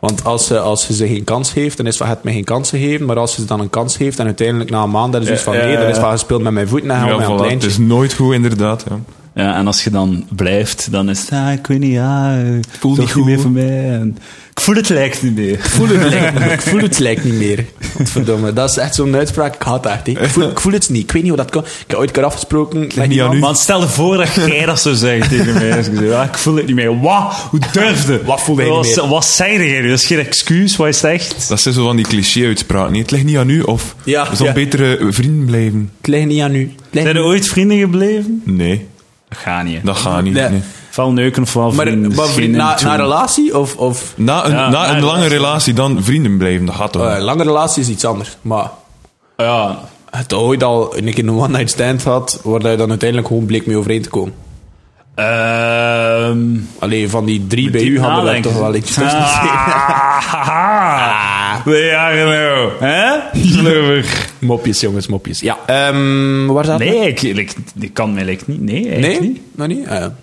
Speaker 1: Want als ze, als ze ze geen kans heeft, dan is van het me geen kans gegeven. Maar als ze dan een kans heeft en uiteindelijk na een maand, dan is het
Speaker 2: Ja,
Speaker 1: van
Speaker 2: ja,
Speaker 1: nee, dan
Speaker 2: ja.
Speaker 1: is van gespeeld met mijn voet en
Speaker 2: Ja,
Speaker 1: gaan we met een
Speaker 2: voilà, dus- het
Speaker 1: pleintje.
Speaker 2: is nooit goed, inderdaad. Ja.
Speaker 3: Ja, en als je dan blijft, dan is het, ah, ik weet niet, ja, eh,
Speaker 2: voel
Speaker 3: toch
Speaker 2: niet goed.
Speaker 3: meer voor mij. En, ik voel het lijkt niet meer.
Speaker 1: Ik voel het lijkt niet meer. Ik voel het lijkt niet meer. Godverdomme, dat is echt zo'n uitspraak. Ik haat dat echt. hè. Ik voel, ik voel het niet. Ik weet niet hoe dat kan. Ik heb ooit een keer afgesproken. met
Speaker 2: niet aan
Speaker 1: iemand.
Speaker 2: u.
Speaker 3: Want stel je voor dat jij dat zou zeggen tegen mij. Als ik, zeg, ah, ik voel het niet meer. Wat? Hoe durfde?
Speaker 1: Wat voel jij niet
Speaker 3: Wat-
Speaker 1: meer?
Speaker 3: Wat zei jij? nu? Dat is geen excuus, wat is het echt?
Speaker 2: Dat zijn zo van die cliché-uitspraken. niet? Het ligt niet aan u of
Speaker 1: Ja,
Speaker 2: we zullen
Speaker 1: ja.
Speaker 2: betere vrienden blijven.
Speaker 1: Het ligt niet aan u. Het ligt
Speaker 3: Zijn er
Speaker 1: niet-
Speaker 3: ooit vrienden gebleven?
Speaker 2: Nee,
Speaker 3: Dat gaat niet.
Speaker 2: dat gaat niet.
Speaker 1: Nee.
Speaker 2: nee.
Speaker 3: Vooral neuken of vooral
Speaker 1: Maar,
Speaker 3: vrienden.
Speaker 1: maar
Speaker 3: Geen
Speaker 1: vriend,
Speaker 3: in
Speaker 1: na,
Speaker 3: between.
Speaker 1: na relatie of... of
Speaker 2: Na een,
Speaker 3: Ja,
Speaker 2: na
Speaker 3: na
Speaker 2: een
Speaker 3: een
Speaker 2: lange relatie dan vrienden blijven, dat gaat toch?
Speaker 1: eh, lange relatie is iets anders. Maar
Speaker 3: Ah, Ja,
Speaker 1: het ooit al een keer een one-night stand had, waar je dan uiteindelijk gewoon bleek mee overeen te komen.
Speaker 3: Ehm,
Speaker 1: Alleen van die drie bij
Speaker 3: diep
Speaker 1: u hadden daar
Speaker 3: nadenken.
Speaker 1: toch wel iets tussen gezeten.
Speaker 3: Ah, haha. We jagen nou. Hè? Slurvig.
Speaker 1: Mopjes, jongens, mopjes. Ja, ehm, waar zat
Speaker 3: Nee, ik, ik, ik kan mij like niet. Nee, eigenlijk
Speaker 1: Nee?
Speaker 3: niet.
Speaker 1: Nog niet? Ah, ja.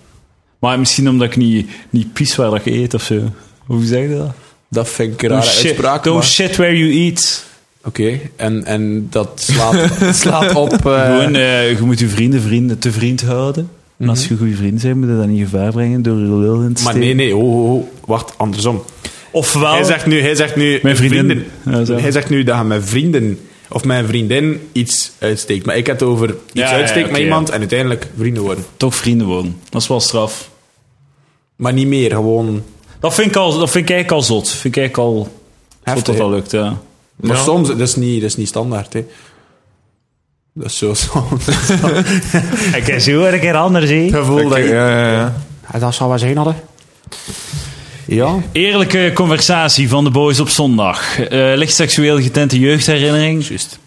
Speaker 3: Maar misschien omdat ik niet, niet pies waar ik eet of zo. Hoe zeg je dat?
Speaker 1: dat vind ik een
Speaker 3: Don't
Speaker 1: rare
Speaker 3: Oh, shit-
Speaker 1: uitspraak.
Speaker 3: don't
Speaker 1: maar-
Speaker 3: shit where you eat.
Speaker 1: Oké, en, en dat slaat, slaat op... eh,
Speaker 3: Gewoon, eh, je moet je vrienden, vrienden te vriend houden. En als je goede vrienden bent, moet je dat niet in gevaar brengen door je lul
Speaker 1: Mhm.
Speaker 3: in te
Speaker 1: maar
Speaker 3: steken.
Speaker 1: nee, nee, ho, ho, ho, wacht, andersom.
Speaker 3: Ofwel...
Speaker 1: Hij zegt nu, hij zegt nu
Speaker 3: Mijn vriendin. Ja, zo.
Speaker 1: hij zegt nu dat hij mijn vrienden of mijn vriendin iets uitsteekt. Maar ik heb het over iets
Speaker 3: Ja, ja,
Speaker 1: uitsteekt met
Speaker 3: oké,
Speaker 1: iemand en uiteindelijk vrienden worden.
Speaker 3: Toch vrienden worden. Dat is wel straf.
Speaker 1: Maar niet meer, gewoon...
Speaker 3: Dat vind ik, al, dat vind ik eigenlijk al zot. Vind ik eigenlijk al
Speaker 1: Heftig,
Speaker 3: zot dat
Speaker 1: hè?
Speaker 3: dat lukt, ja.
Speaker 1: Maar
Speaker 2: Ja.
Speaker 1: soms, dat is niet, dat is niet standaard, hè. Dat is zo soms. Het
Speaker 3: Ik is zo een keer anders, hè.
Speaker 1: gevoel dat
Speaker 2: Oké,
Speaker 1: je...
Speaker 2: eh, ja, ja, ja.
Speaker 1: Dat zou wel zijn hadden. Ja.
Speaker 3: Eerlijke conversatie van de boys op zondag. Eh licht seksueel getente jeugdherinnering. Juist.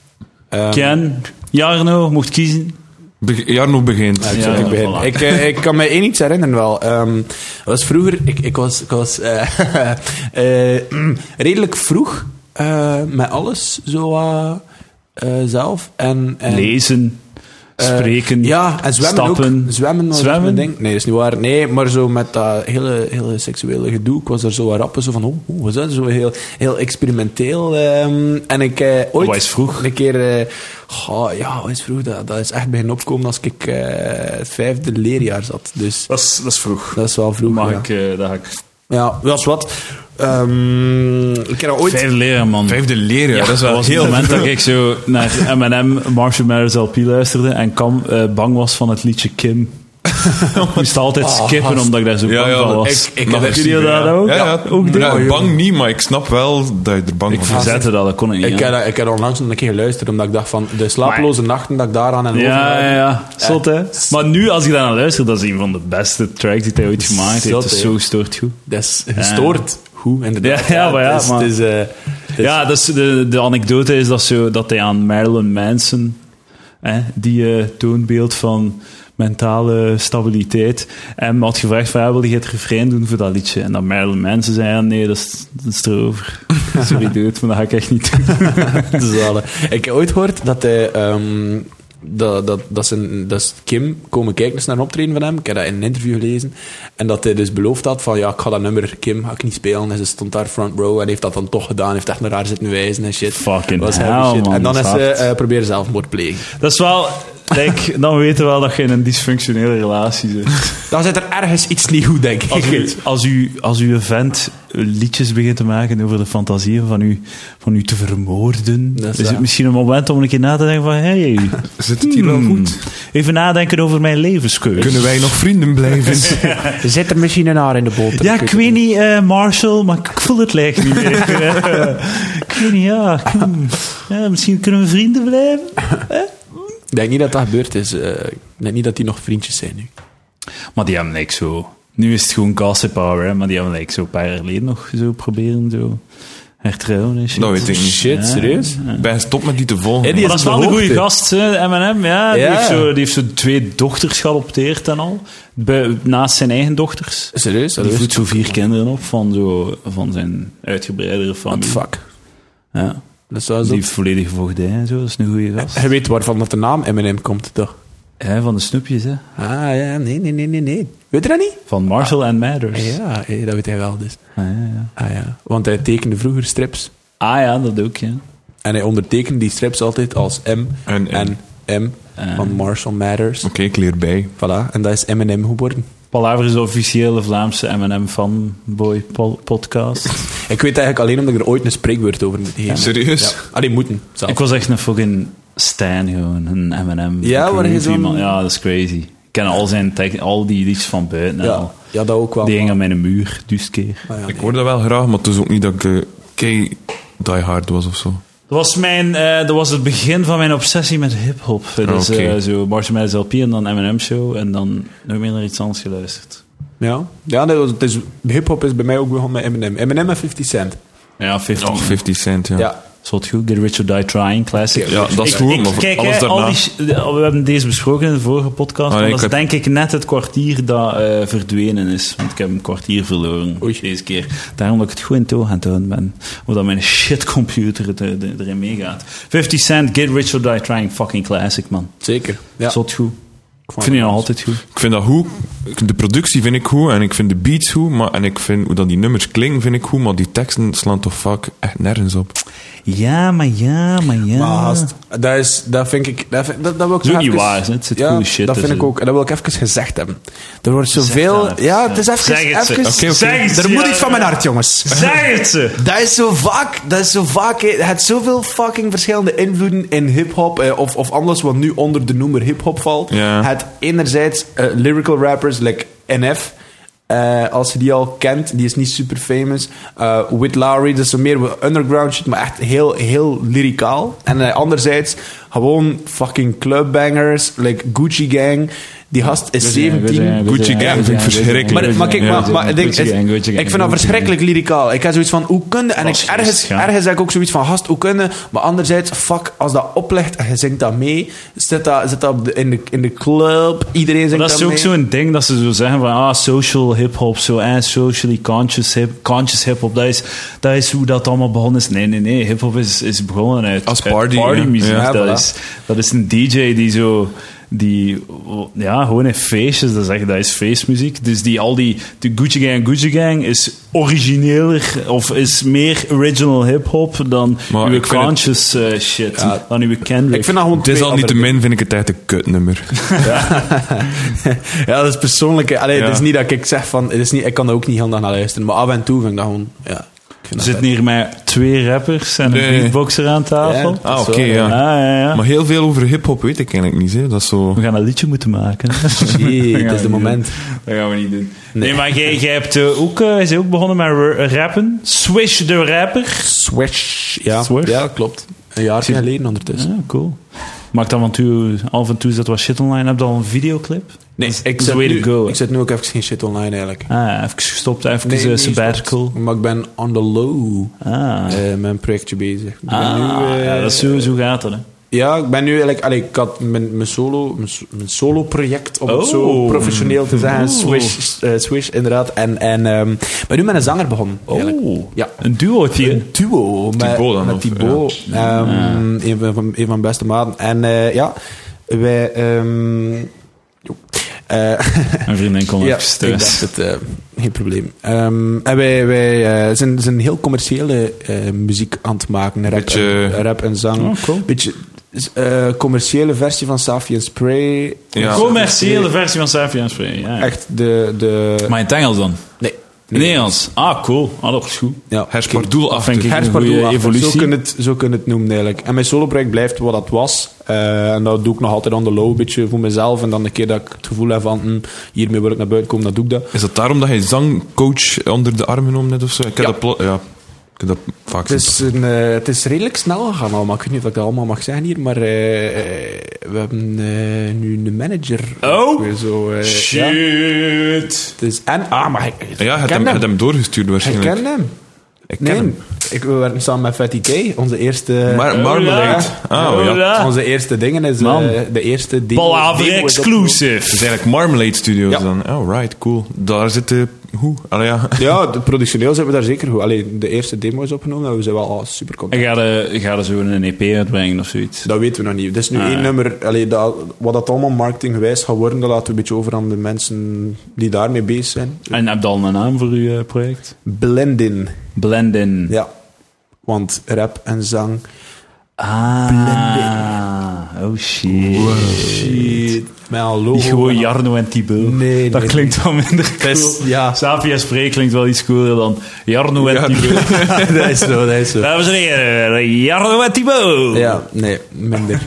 Speaker 3: Ken, Jarno, mocht kiezen.
Speaker 2: Be- Jarno begint.
Speaker 1: Ik,
Speaker 3: Ja,
Speaker 1: zal ook beginnen.
Speaker 3: voilà.
Speaker 1: ik, eh, ik kan me één iets herinneren wel. Ehm, dat was vroeger, ik, ik was, ik was eh, eh, mm, redelijk vroeg eh, met alles zo eh, eh, zelf. En, en,
Speaker 3: Lezen,
Speaker 1: eh,
Speaker 3: spreken,
Speaker 1: ja, en zwemmen
Speaker 3: stappen.
Speaker 1: ook. Zwemmen was
Speaker 3: Zwemmen?
Speaker 1: mijn ding. Nee, dat is niet waar. Nee, maar zo met dat hele, hele seksuele gedoe. Ik was er zo wat rappen, zo van, oh, oh, wat is dat? Zo heel, heel experimenteel. ehm, en ik eh, ooit...
Speaker 3: Wat Oh, is vroeg?
Speaker 1: Een keer... eh, goh, ja, wat is vroeg? Dat, dat is echt beginnen opkomen als ik eh, het vijfde leerjaar zat. Dus
Speaker 3: Dat is, dat is vroeg.
Speaker 1: dat is wel vroeg.
Speaker 3: Mag
Speaker 1: ja.
Speaker 3: ik, eh dat ga ik...
Speaker 1: Ja, dat is wat. Ehm, ik heb dat ooit...
Speaker 3: Vijfde leren, man.
Speaker 2: Vijfde leren, dat is wel
Speaker 3: was
Speaker 2: heel
Speaker 3: het moment dat ik zo naar M&M, Marshall Mathers LP luisterde en kwam, eh, bang was van het liedje Kim. ik moest altijd skippen
Speaker 1: gast.
Speaker 3: omdat ik daar zo bang
Speaker 2: Ja, ja,
Speaker 3: van
Speaker 2: dat-
Speaker 3: was.
Speaker 1: ik- ik-
Speaker 2: Mag
Speaker 1: heb-
Speaker 3: jullie
Speaker 2: zien,
Speaker 3: dat
Speaker 2: ja.
Speaker 3: ook?
Speaker 2: Ja, ja.
Speaker 3: Ook dit?
Speaker 2: Ja,
Speaker 1: Oh, joh.
Speaker 2: bang niet, maar ik snap wel dat je er bang
Speaker 3: Ik
Speaker 2: van bent.
Speaker 3: verzette dat, dat kon ik niet.
Speaker 1: Ik
Speaker 3: hè.
Speaker 1: heb, dat- ik heb dat onlangs nog een keer geluisterd, omdat ik dacht van... De slapeloze nachten dat ik daaraan en
Speaker 3: Ja,
Speaker 1: overhoud.
Speaker 3: ja, ja. Zot, hè? Maar nu, als ik daaraan luister, dat is een van de beste tracks die hij ooit gemaakt heeft.
Speaker 1: Zot,
Speaker 3: Dat is
Speaker 1: hè?
Speaker 3: zo stoort goed.
Speaker 1: Dat is gestoord. Hoe, Ah. inderdaad.
Speaker 3: Ja, ja, maar ja,
Speaker 1: het is-
Speaker 3: maar-
Speaker 1: het is, eh, het is-
Speaker 3: Ja, dus de, de anekdote is dat, zo, dat hij aan Marilyn Manson, hè, die eh, toonbeeld van mentale stabiliteit, hem had gevraagd van, ja, wil je het refrein doen voor dat liedje? En dat Marilyn Manson zei, ja, nee, dat is, dat is erover. Sorry, dude, maar dat ga ik echt niet doen.
Speaker 1: Zalig. Ik heb ooit gehoord dat hij... ehm, dat, dat, dat, zijn, dat is Kim komen kijken eens naar een optreden van hem. Ik heb dat in een interview gelezen. En dat hij dus beloofd had van... Ja, ik ga dat nummer Kim ga ik niet spelen. En ze stond daar front row en heeft dat dan toch gedaan. Heeft echt naar haar zitten wijzen en shit.
Speaker 3: Fucking
Speaker 1: was
Speaker 3: hell,
Speaker 1: heavy shit.
Speaker 3: man,
Speaker 1: En dan
Speaker 3: dat
Speaker 1: is
Speaker 3: is
Speaker 1: ze
Speaker 3: hard.
Speaker 1: eh proberen zelfmoord plegen.
Speaker 3: Dat is wel... Kijk, dan weten we wel dat je in een dysfunctionele relatie zit.
Speaker 1: Dan zit er ergens iets niet goed, denk ik.
Speaker 3: Als u, als, u, als uw vent eh, liedjes begint te maken over de fantasieën van u, van u te vermoorden,
Speaker 1: Dat is
Speaker 3: is het
Speaker 1: waar.
Speaker 3: misschien een moment om een keer na te denken van hey,
Speaker 2: Zit het hier wel
Speaker 3: Hmm.
Speaker 2: goed?
Speaker 3: even nadenken over mijn levenskeuze.
Speaker 2: Kunnen wij nog vrienden blijven?
Speaker 1: Zit er misschien een haar in de boter?
Speaker 3: Ja, ik weet niet, eh, Marshall, maar ik voel het lijkt niet meer. ik weet niet, ja. hmm. ja. Misschien kunnen we vrienden blijven.
Speaker 1: Ik denk niet dat dat gebeurd is. eh, ik denk niet dat die nog vriendjes zijn nu.
Speaker 3: Maar die hebben niks zo. Nu is het gewoon gossip hour, hè, maar die hebben like, zo een paar jaar geleden nog zo proberen zo hertrouwen en shit.
Speaker 2: Dat Nou, weet ik niet.
Speaker 1: Shit, serieus?
Speaker 2: Ik Ben stop met die te volgen.
Speaker 1: Eddie
Speaker 3: Maar dat
Speaker 1: is
Speaker 3: is wel
Speaker 1: de
Speaker 3: een goede
Speaker 1: hoogte.
Speaker 3: gast, hè, M&M. Ja, Die,
Speaker 1: Ja.
Speaker 3: heeft zo, die heeft zo twee dochters geadopteerd en al. Bij- naast zijn eigen dochters.
Speaker 1: Serieus?
Speaker 3: Die voedt zo vier kinderen op van, zo, van zijn uitgebreidere
Speaker 1: What
Speaker 3: familie.
Speaker 1: the fuck?
Speaker 3: Ja.
Speaker 1: Dat zou
Speaker 3: Die
Speaker 1: zo.
Speaker 3: heeft volledige voogdij en zo, dat is een goede gast.
Speaker 1: Je weet waarvan dat de naam M&M komt, toch?
Speaker 3: Hè, van de snoepjes, hè.
Speaker 1: Ah, ja, nee, nee, nee, nee, nee. Weet je dat niet?
Speaker 3: Van Marshall and Mathers.
Speaker 1: Ah, Ja, hé, dat weet hij wel dus.
Speaker 3: Ah, ja, ja.
Speaker 1: Ah ja, want hij tekende vroeger strips.
Speaker 3: Ah, ja, dat ook, ja.
Speaker 1: En hij ondertekende die strips altijd als M
Speaker 2: En M.
Speaker 1: en M van Marshall Matters.
Speaker 2: Oké, ik leer bij.
Speaker 1: Voilà, en dat is M&M geworden.
Speaker 3: Palaver is de officiële Vlaamse M&M fanboy pol- podcast.
Speaker 1: Ik weet eigenlijk alleen omdat ik er ooit een spreekwoord over moet geven.
Speaker 2: Serieus?
Speaker 1: Ja. Allee, moeten, zelf.
Speaker 3: ik was echt een fucking Stijn gewoon, een M&M.
Speaker 1: Ja, waar je
Speaker 3: groentieman.
Speaker 1: zo'n-
Speaker 3: Ja, dat is crazy. Ik ken al zijn tech, al die liedjes van buiten en
Speaker 1: ja,
Speaker 3: al.
Speaker 1: ja, dat ook wel.
Speaker 3: Die hing aan mijn muur, dus keer.
Speaker 1: maar- maar ja,
Speaker 2: Ik hoor dat wel graag, maar het is ook niet dat ik eh, kei die hard was of zo.
Speaker 3: Dat was, mijn, eh, dat was het begin van mijn obsessie met hip-hop. Dus
Speaker 2: oké.
Speaker 3: eh, zo Marshmallows LP en dan MM Show en dan nog meer naar iets anders geluisterd.
Speaker 1: Ja, ja dat was- het is, hip-hop is bij mij ook begonnen met Eminem. Eminem en 50 Cent.
Speaker 3: Ja, 50.
Speaker 2: Och, 50 cent, ja.
Speaker 1: Oh. Ja.
Speaker 3: Is wat goed? Get Rich or Die Trying, classic.
Speaker 2: Ja, dat is goed, maar
Speaker 3: kijk,
Speaker 2: alles
Speaker 3: hè,
Speaker 2: daarna-
Speaker 3: al die sh- de- we hebben deze besproken in de vorige podcast.
Speaker 2: Ah,
Speaker 3: maar
Speaker 2: nee,
Speaker 3: dat
Speaker 2: ik
Speaker 3: is denk ik net het kwartier dat eh, verdwenen is. Want ik heb een kwartier verloren
Speaker 1: Oei.
Speaker 3: deze keer. Daarom dat ik het goed in toon aan doen ben. Omdat mijn shitcomputer het, eh, de- erin meegaat. 50 Cent, Get Rich or Die Trying, fucking classic, man.
Speaker 1: Zeker. Ja.
Speaker 3: Zot goed. Ik
Speaker 1: vond
Speaker 3: vind die
Speaker 1: het
Speaker 3: nog altijd goed.
Speaker 2: Ik vind dat goed. Ik- De productie vind ik goed en ik vind de beats goed. Maar, en ik vind hoe dat die nummers klinken, vind ik goed. Maar die teksten slaan toch vaak echt nergens op.
Speaker 3: Ja, maar ja, maar ja.
Speaker 1: Maar haast, dat, Ah, is, dat vind ik... Dat, vind- dat, dat wil ik
Speaker 3: is ook
Speaker 1: nog
Speaker 3: niet
Speaker 1: even-
Speaker 3: waar, hè. Het zit
Speaker 1: ja,
Speaker 3: goede shit
Speaker 1: dat vind
Speaker 3: tussen.
Speaker 1: ik ook. En dat wil ik even gezegd hebben. Er wordt
Speaker 3: dan
Speaker 1: zoveel...
Speaker 3: even,
Speaker 1: Ja,
Speaker 3: ja.
Speaker 1: het is even...
Speaker 3: Zeg het,
Speaker 1: even
Speaker 3: zeg. Oké, oké. Zeg het,
Speaker 1: Er moet
Speaker 3: ja.
Speaker 1: iets van mijn hart, jongens.
Speaker 3: Zeg het ze!
Speaker 1: Dat is zo vaak, dat is zo vaak, hè. het zoveel fucking verschillende invloeden in hip-hop, eh, of, of alles wat nu onder de noemer hip-hop valt.
Speaker 2: Ja.
Speaker 1: Het enerzijds eh, lyrical rappers, like NF, eh, als je die al kent, die is niet super famous. Eh With Lowry, dat is zo meer underground shit, maar echt heel, heel lyricaal. En eh, anderzijds gewoon fucking clubbangers, like Gucci Gang. Die gast is 17.
Speaker 2: Gucci Gang vind ik verschrikkelijk.
Speaker 1: Maar, maar kijk, maar, maar het ding is, ik vind dat verschrikkelijk lyricaal. Ik heb zoiets van, hoe kun je... En ik,
Speaker 3: Vast,
Speaker 1: ergens,
Speaker 3: ja.
Speaker 1: ergens heb ik ook zoiets van, gast, hoe kun je... Maar anderzijds, fuck, als dat oplegt en je zingt dat mee, zit dat, zit dat op de- in, de, in de club, iedereen zingt
Speaker 3: Dat is ook
Speaker 1: mee.
Speaker 3: zo'n ding dat ze zo zeggen van ah, social hip-hop, zo en socially conscious hip- conscious hip-hop. dat, is, dat is hoe dat allemaal begonnen is. Nee, nee, nee. Hip-hop is, is begonnen uit,
Speaker 2: Als
Speaker 3: uit
Speaker 2: party,
Speaker 3: partymuziek.
Speaker 2: ja. Ja,
Speaker 3: dat,
Speaker 1: voilà.
Speaker 3: is, dat is een DJ die zo. Die, ja, gewoon in feestjes, dat is, echt, dat is feestmuziek. Dus die, al die, de Gucci Gang, Gucci Gang is origineler of is meer original hip-hop dan
Speaker 2: Maar
Speaker 3: uw
Speaker 2: ik vind het-
Speaker 3: conscious eh, shit, dan uw Kendrick.
Speaker 1: Ik vind dat gewoon
Speaker 2: Het is
Speaker 1: twee
Speaker 2: al niet te
Speaker 1: andere-
Speaker 2: min, vind ik het echt een kutnummer.
Speaker 1: Ja, dat is persoonlijk. hè. Allee,
Speaker 2: Ja.
Speaker 1: het is niet dat ik zeg van... Het is niet, ik kan er ook niet heel dag naar luisteren, maar af en toe vind ik dat gewoon... Ja, ik vind
Speaker 3: We
Speaker 1: dat
Speaker 3: zitten hier met twee rappers en een
Speaker 2: Nee.
Speaker 3: beatboxer aan tafel.
Speaker 1: Ja.
Speaker 2: Ah, oké,
Speaker 1: wel,
Speaker 2: ja.
Speaker 3: Ah, ja, ja.
Speaker 2: Maar heel veel over hip-hop weet ik eigenlijk niet. Hè. Dat is zo.
Speaker 3: We gaan een liedje moeten maken.
Speaker 1: Jee, het is
Speaker 3: Dat gaan we
Speaker 1: de
Speaker 3: niet
Speaker 1: moment.
Speaker 3: doen. Dat gaan we niet doen. Nee, maar jij, jij hebt eh, ook, eh, is ook begonnen met ra- rappen. Swish de rapper.
Speaker 1: Swish. Ja,
Speaker 3: Swish?
Speaker 1: ja klopt. Een jaar geleden ondertussen.
Speaker 3: Ja, cool. Maakt dan want u af en toe dat wat shit online. Heb je al een videoclip?
Speaker 1: Nee, ik
Speaker 3: is
Speaker 1: zet,
Speaker 3: the way to
Speaker 1: nu,
Speaker 3: go,
Speaker 1: ik zet nu ook even geen shit online eigenlijk.
Speaker 3: Ah, even gestopt, even
Speaker 1: Nee,
Speaker 3: eh,
Speaker 1: niet
Speaker 3: sabbatical.
Speaker 1: gestopt. Maar ik ben on the low
Speaker 3: Ah.
Speaker 1: eh, met een projectje bezig. Ik ben
Speaker 3: Ah,
Speaker 1: nu, eh,
Speaker 3: ja, dat is zo, zo gaat dat, hè.
Speaker 1: ja, ik ben nu eigenlijk... allee, ik had mijn, mijn, solo, mijn, so- mijn solo project, om
Speaker 3: Oh.
Speaker 1: het zo professioneel te zeggen.
Speaker 3: Oeh.
Speaker 1: Swish, eh, Swish inderdaad. En, en ehm, ik ben nu met een zanger begonnen. eigenlijk.
Speaker 3: Oh,
Speaker 1: Ja.
Speaker 3: een duootje.
Speaker 1: Een duo met
Speaker 2: Thibaut dan,
Speaker 1: met
Speaker 2: of-
Speaker 1: Thibaut, ehm, een, van, een van mijn beste maten. En eh, ja, wij... ehm, jo. Eh,
Speaker 3: Mijn vriendin kon
Speaker 1: Ja,
Speaker 3: even
Speaker 1: ik
Speaker 3: thuis.
Speaker 1: dacht het. eh, geen probleem. Ehm, en wij wij eh, zijn, zijn heel commerciële eh, muziek aan het maken. Rap,
Speaker 2: Beetje-
Speaker 1: en, eh, rap en zang.
Speaker 3: Oh, cool.
Speaker 1: Beetje eh, commerciële versie van Safi en Spray.
Speaker 2: Ja.
Speaker 3: Commerciële versie van Safian Spray. Ja.
Speaker 1: Echt de... de
Speaker 3: Maar in het Engels dan?
Speaker 1: nee.
Speaker 3: In Nederlands. Ah, cool. Ah, dat is goed.
Speaker 1: Ja.
Speaker 2: Herspardoel af.
Speaker 3: vind ik-
Speaker 1: Gert
Speaker 3: een
Speaker 1: Pardoel
Speaker 3: goede
Speaker 1: achter.
Speaker 3: evolutie.
Speaker 1: Zo kun, je het, zo kun je het noemen eigenlijk. En mijn soloproject blijft wat dat was. Eh, en dat doe ik nog altijd on the low, een beetje voor mezelf. En dan de keer dat ik het gevoel heb van, hm, hiermee wil ik naar buiten komen, dan doe ik dat.
Speaker 2: Is dat daarom dat hij zangcoach onder de arm genomen hebt of zo? Ik heb
Speaker 1: Ja.
Speaker 2: dat, plo- ja. ik heb dat vaak
Speaker 1: Het is, een, eh, het is redelijk snel gegaan allemaal. Ik weet niet of ik dat allemaal mag zeggen hier, maar eh, eh, we hebben eh, nu een manager.
Speaker 3: Oh.
Speaker 1: Weer Zo, eh, ja.
Speaker 3: Shit.
Speaker 1: Het is, en, ah, maar ik,
Speaker 2: Ja, je hebt
Speaker 1: ken
Speaker 2: hem, je hebt
Speaker 1: hem.
Speaker 2: hem doorgestuurd
Speaker 1: Ik
Speaker 2: waarschijnlijk.
Speaker 1: ken hem.
Speaker 2: Ik
Speaker 1: nee,
Speaker 2: hem.
Speaker 1: Ik, we werken samen met Fatty K, onze eerste...
Speaker 2: Maar Marmalade. Ah, oh, ja. Het
Speaker 1: Onze eerste dingen is eh,
Speaker 3: Man.
Speaker 1: de eerste demo.
Speaker 3: Palaver
Speaker 1: demo is opgenomen.
Speaker 3: exclusive.
Speaker 2: is eigenlijk Marmalade Studios
Speaker 1: Ja.
Speaker 2: dan. Oh, right, cool. Daar zitten goed. Allee, ja.
Speaker 1: Ja, de- productioneel zijn we daar zeker goed. Alleen de eerste demo is opgenomen en we zijn wel ah, super content.
Speaker 3: En ga je, ga je zo een EP uitbrengen of zoiets?
Speaker 1: Dat weten we nog niet. Dat is nu
Speaker 3: Ah,
Speaker 1: één
Speaker 3: ja.
Speaker 1: nummer. Allee, dat, wat dat allemaal marketinggewijs gaat worden, dat laten we een beetje over aan de mensen die daarmee bezig zijn.
Speaker 3: En heb je al een naam voor je eh, project?
Speaker 1: Blendin.
Speaker 3: Blendin.
Speaker 1: Ja. Want rap en zang.
Speaker 3: Ah. Oh shit.
Speaker 1: Shit. Met een logo.
Speaker 3: Niet gewoon Jarno en Thibaut.
Speaker 1: Nee,
Speaker 3: dat
Speaker 1: nee,
Speaker 3: klinkt wel minder best.
Speaker 1: ja.
Speaker 3: Sapia Spree klinkt wel iets cooler dan Jarno en Thibaut.
Speaker 1: dat is zo, dat is zo.
Speaker 3: Dames en heren, Jarno en Thibaut.
Speaker 1: Ja, nee, minder.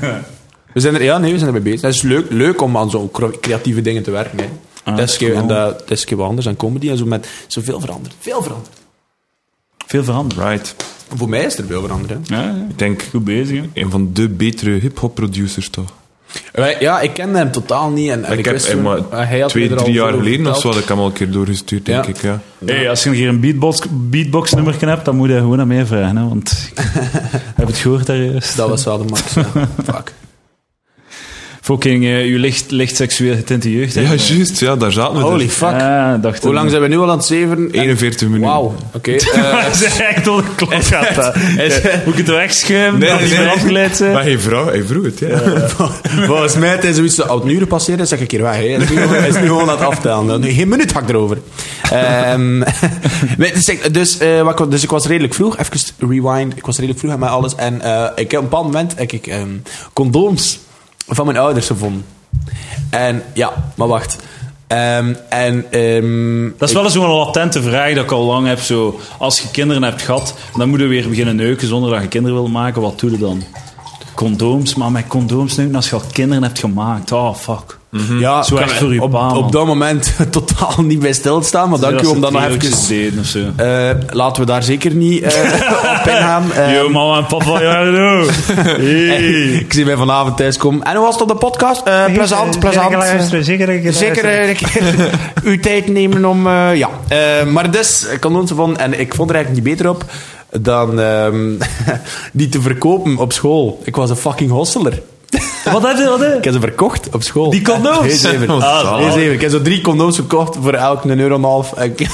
Speaker 1: We zijn er, ja, nee, we zijn er mee bezig. Dat is leuk, leuk om aan zo'n cro- creatieve dingen te werken. Hè.
Speaker 3: Ah,
Speaker 1: dat is
Speaker 3: cool.
Speaker 1: keer, en dat, dat is keer wat anders dan comedy en zo met zoveel veranderd. Veel veranderd.
Speaker 3: Veel veranderd.
Speaker 2: Right.
Speaker 1: Voor mij is er veel veranderd. hè.
Speaker 3: Ja, ja.
Speaker 2: Ik denk,
Speaker 3: Goed bezig. hè.
Speaker 2: een van de betere hip-hop producers toch?
Speaker 1: Wij- Ja, ik kende hem totaal niet. En, en
Speaker 2: Ik,
Speaker 1: ik,
Speaker 2: heb
Speaker 1: wist
Speaker 2: hem
Speaker 1: toen-
Speaker 2: maar
Speaker 1: hij had
Speaker 2: twee,
Speaker 1: me er al
Speaker 2: drie jaar
Speaker 1: veel over
Speaker 2: geleden of zo
Speaker 1: verteld.
Speaker 2: had ik hem al een keer doorgestuurd, denk
Speaker 1: Ja.
Speaker 2: ik. Ja.
Speaker 3: Hey, als je een keer een beatbox, beatbox nummer hebt, dan moet je gewoon aan mij vragen. Hè, want ik heb het gehoord daar juist.
Speaker 1: Dat was wel de max. ja. Fuck.
Speaker 3: Fucking, eh, uw licht, licht seksueel getinte jeugd. hè.
Speaker 2: Ja, juist. Ja, daar zaten we
Speaker 1: Holy
Speaker 2: dus.
Speaker 1: fuck.
Speaker 3: Ah, dacht
Speaker 1: Hoe lang
Speaker 3: het.
Speaker 1: zijn we nu al aan het zeven?
Speaker 2: 41 minuten.
Speaker 1: Wauw. Oké. eh,
Speaker 3: Hij is echt door de klok gaat. dat. Moet ik het wegschuimen?
Speaker 2: Nee,
Speaker 3: Nee, dat
Speaker 2: nee,
Speaker 3: is
Speaker 2: nee.
Speaker 3: afgeleid zijn?
Speaker 2: Maar hij vroeg, hij vroeg het, ja.
Speaker 1: Volgens mij tijdens zoiets zo oud uren passeren, zeg ik hier weg. Hè. Dat is nu gewoon- dat is nu gewoon aan het aftellen. Dan- Geen minuut hak erover. Ehm, nee, dus, ik, dus, eh, wat ik wa- dus ik was redelijk vroeg, even rewind. Ik was redelijk vroeg met alles. En eh, ik heb op een bepaald moment heb ik ehm, condooms van mijn ouders gevonden. En ja, maar wacht. Ehm, en ehm,
Speaker 3: Dat is wel eens zo'n latente vraag dat ik al lang heb. Zo, als je kinderen hebt gehad, dan moet je weer beginnen neuken zonder dat je kinderen wil maken. Wat doe je dan? Condooms, maar met condooms neuken als je al kinderen hebt gemaakt. Oh, fuck.
Speaker 1: ja,
Speaker 3: Zo
Speaker 1: ik
Speaker 3: erg
Speaker 1: heb
Speaker 3: voor je
Speaker 1: op,
Speaker 3: pa, man.
Speaker 1: op dat moment totaal niet bij stilstaan. Maar dank u om dat nog even...
Speaker 3: deden of zo.
Speaker 1: eh, laten we daar zeker niet eh, op ingaan. Ehm,
Speaker 3: Yo, mama en papa, ja, hallo. Hey.
Speaker 1: Ik zie mij vanavond thuis komen. En hoe was het op de podcast? Eh, plezant, plezant. Zeker eh, een keer uw tijd nemen om... eh, ja. Eh, maar dus, ik kon ons van... En ik vond er eigenlijk niet beter op dan ehm, die te verkopen op school. Ik was een fucking hosseler. eh,
Speaker 3: Wat heb je, wat heb
Speaker 1: Ik
Speaker 3: je?
Speaker 1: heb ze verkocht op school.
Speaker 3: Die condooms?
Speaker 1: Heel zeker.
Speaker 2: Wat
Speaker 1: Ah,
Speaker 2: zalig.
Speaker 1: heel zeker. Ik heb zo drie condooms verkocht voor elk een euro en een half. Ik,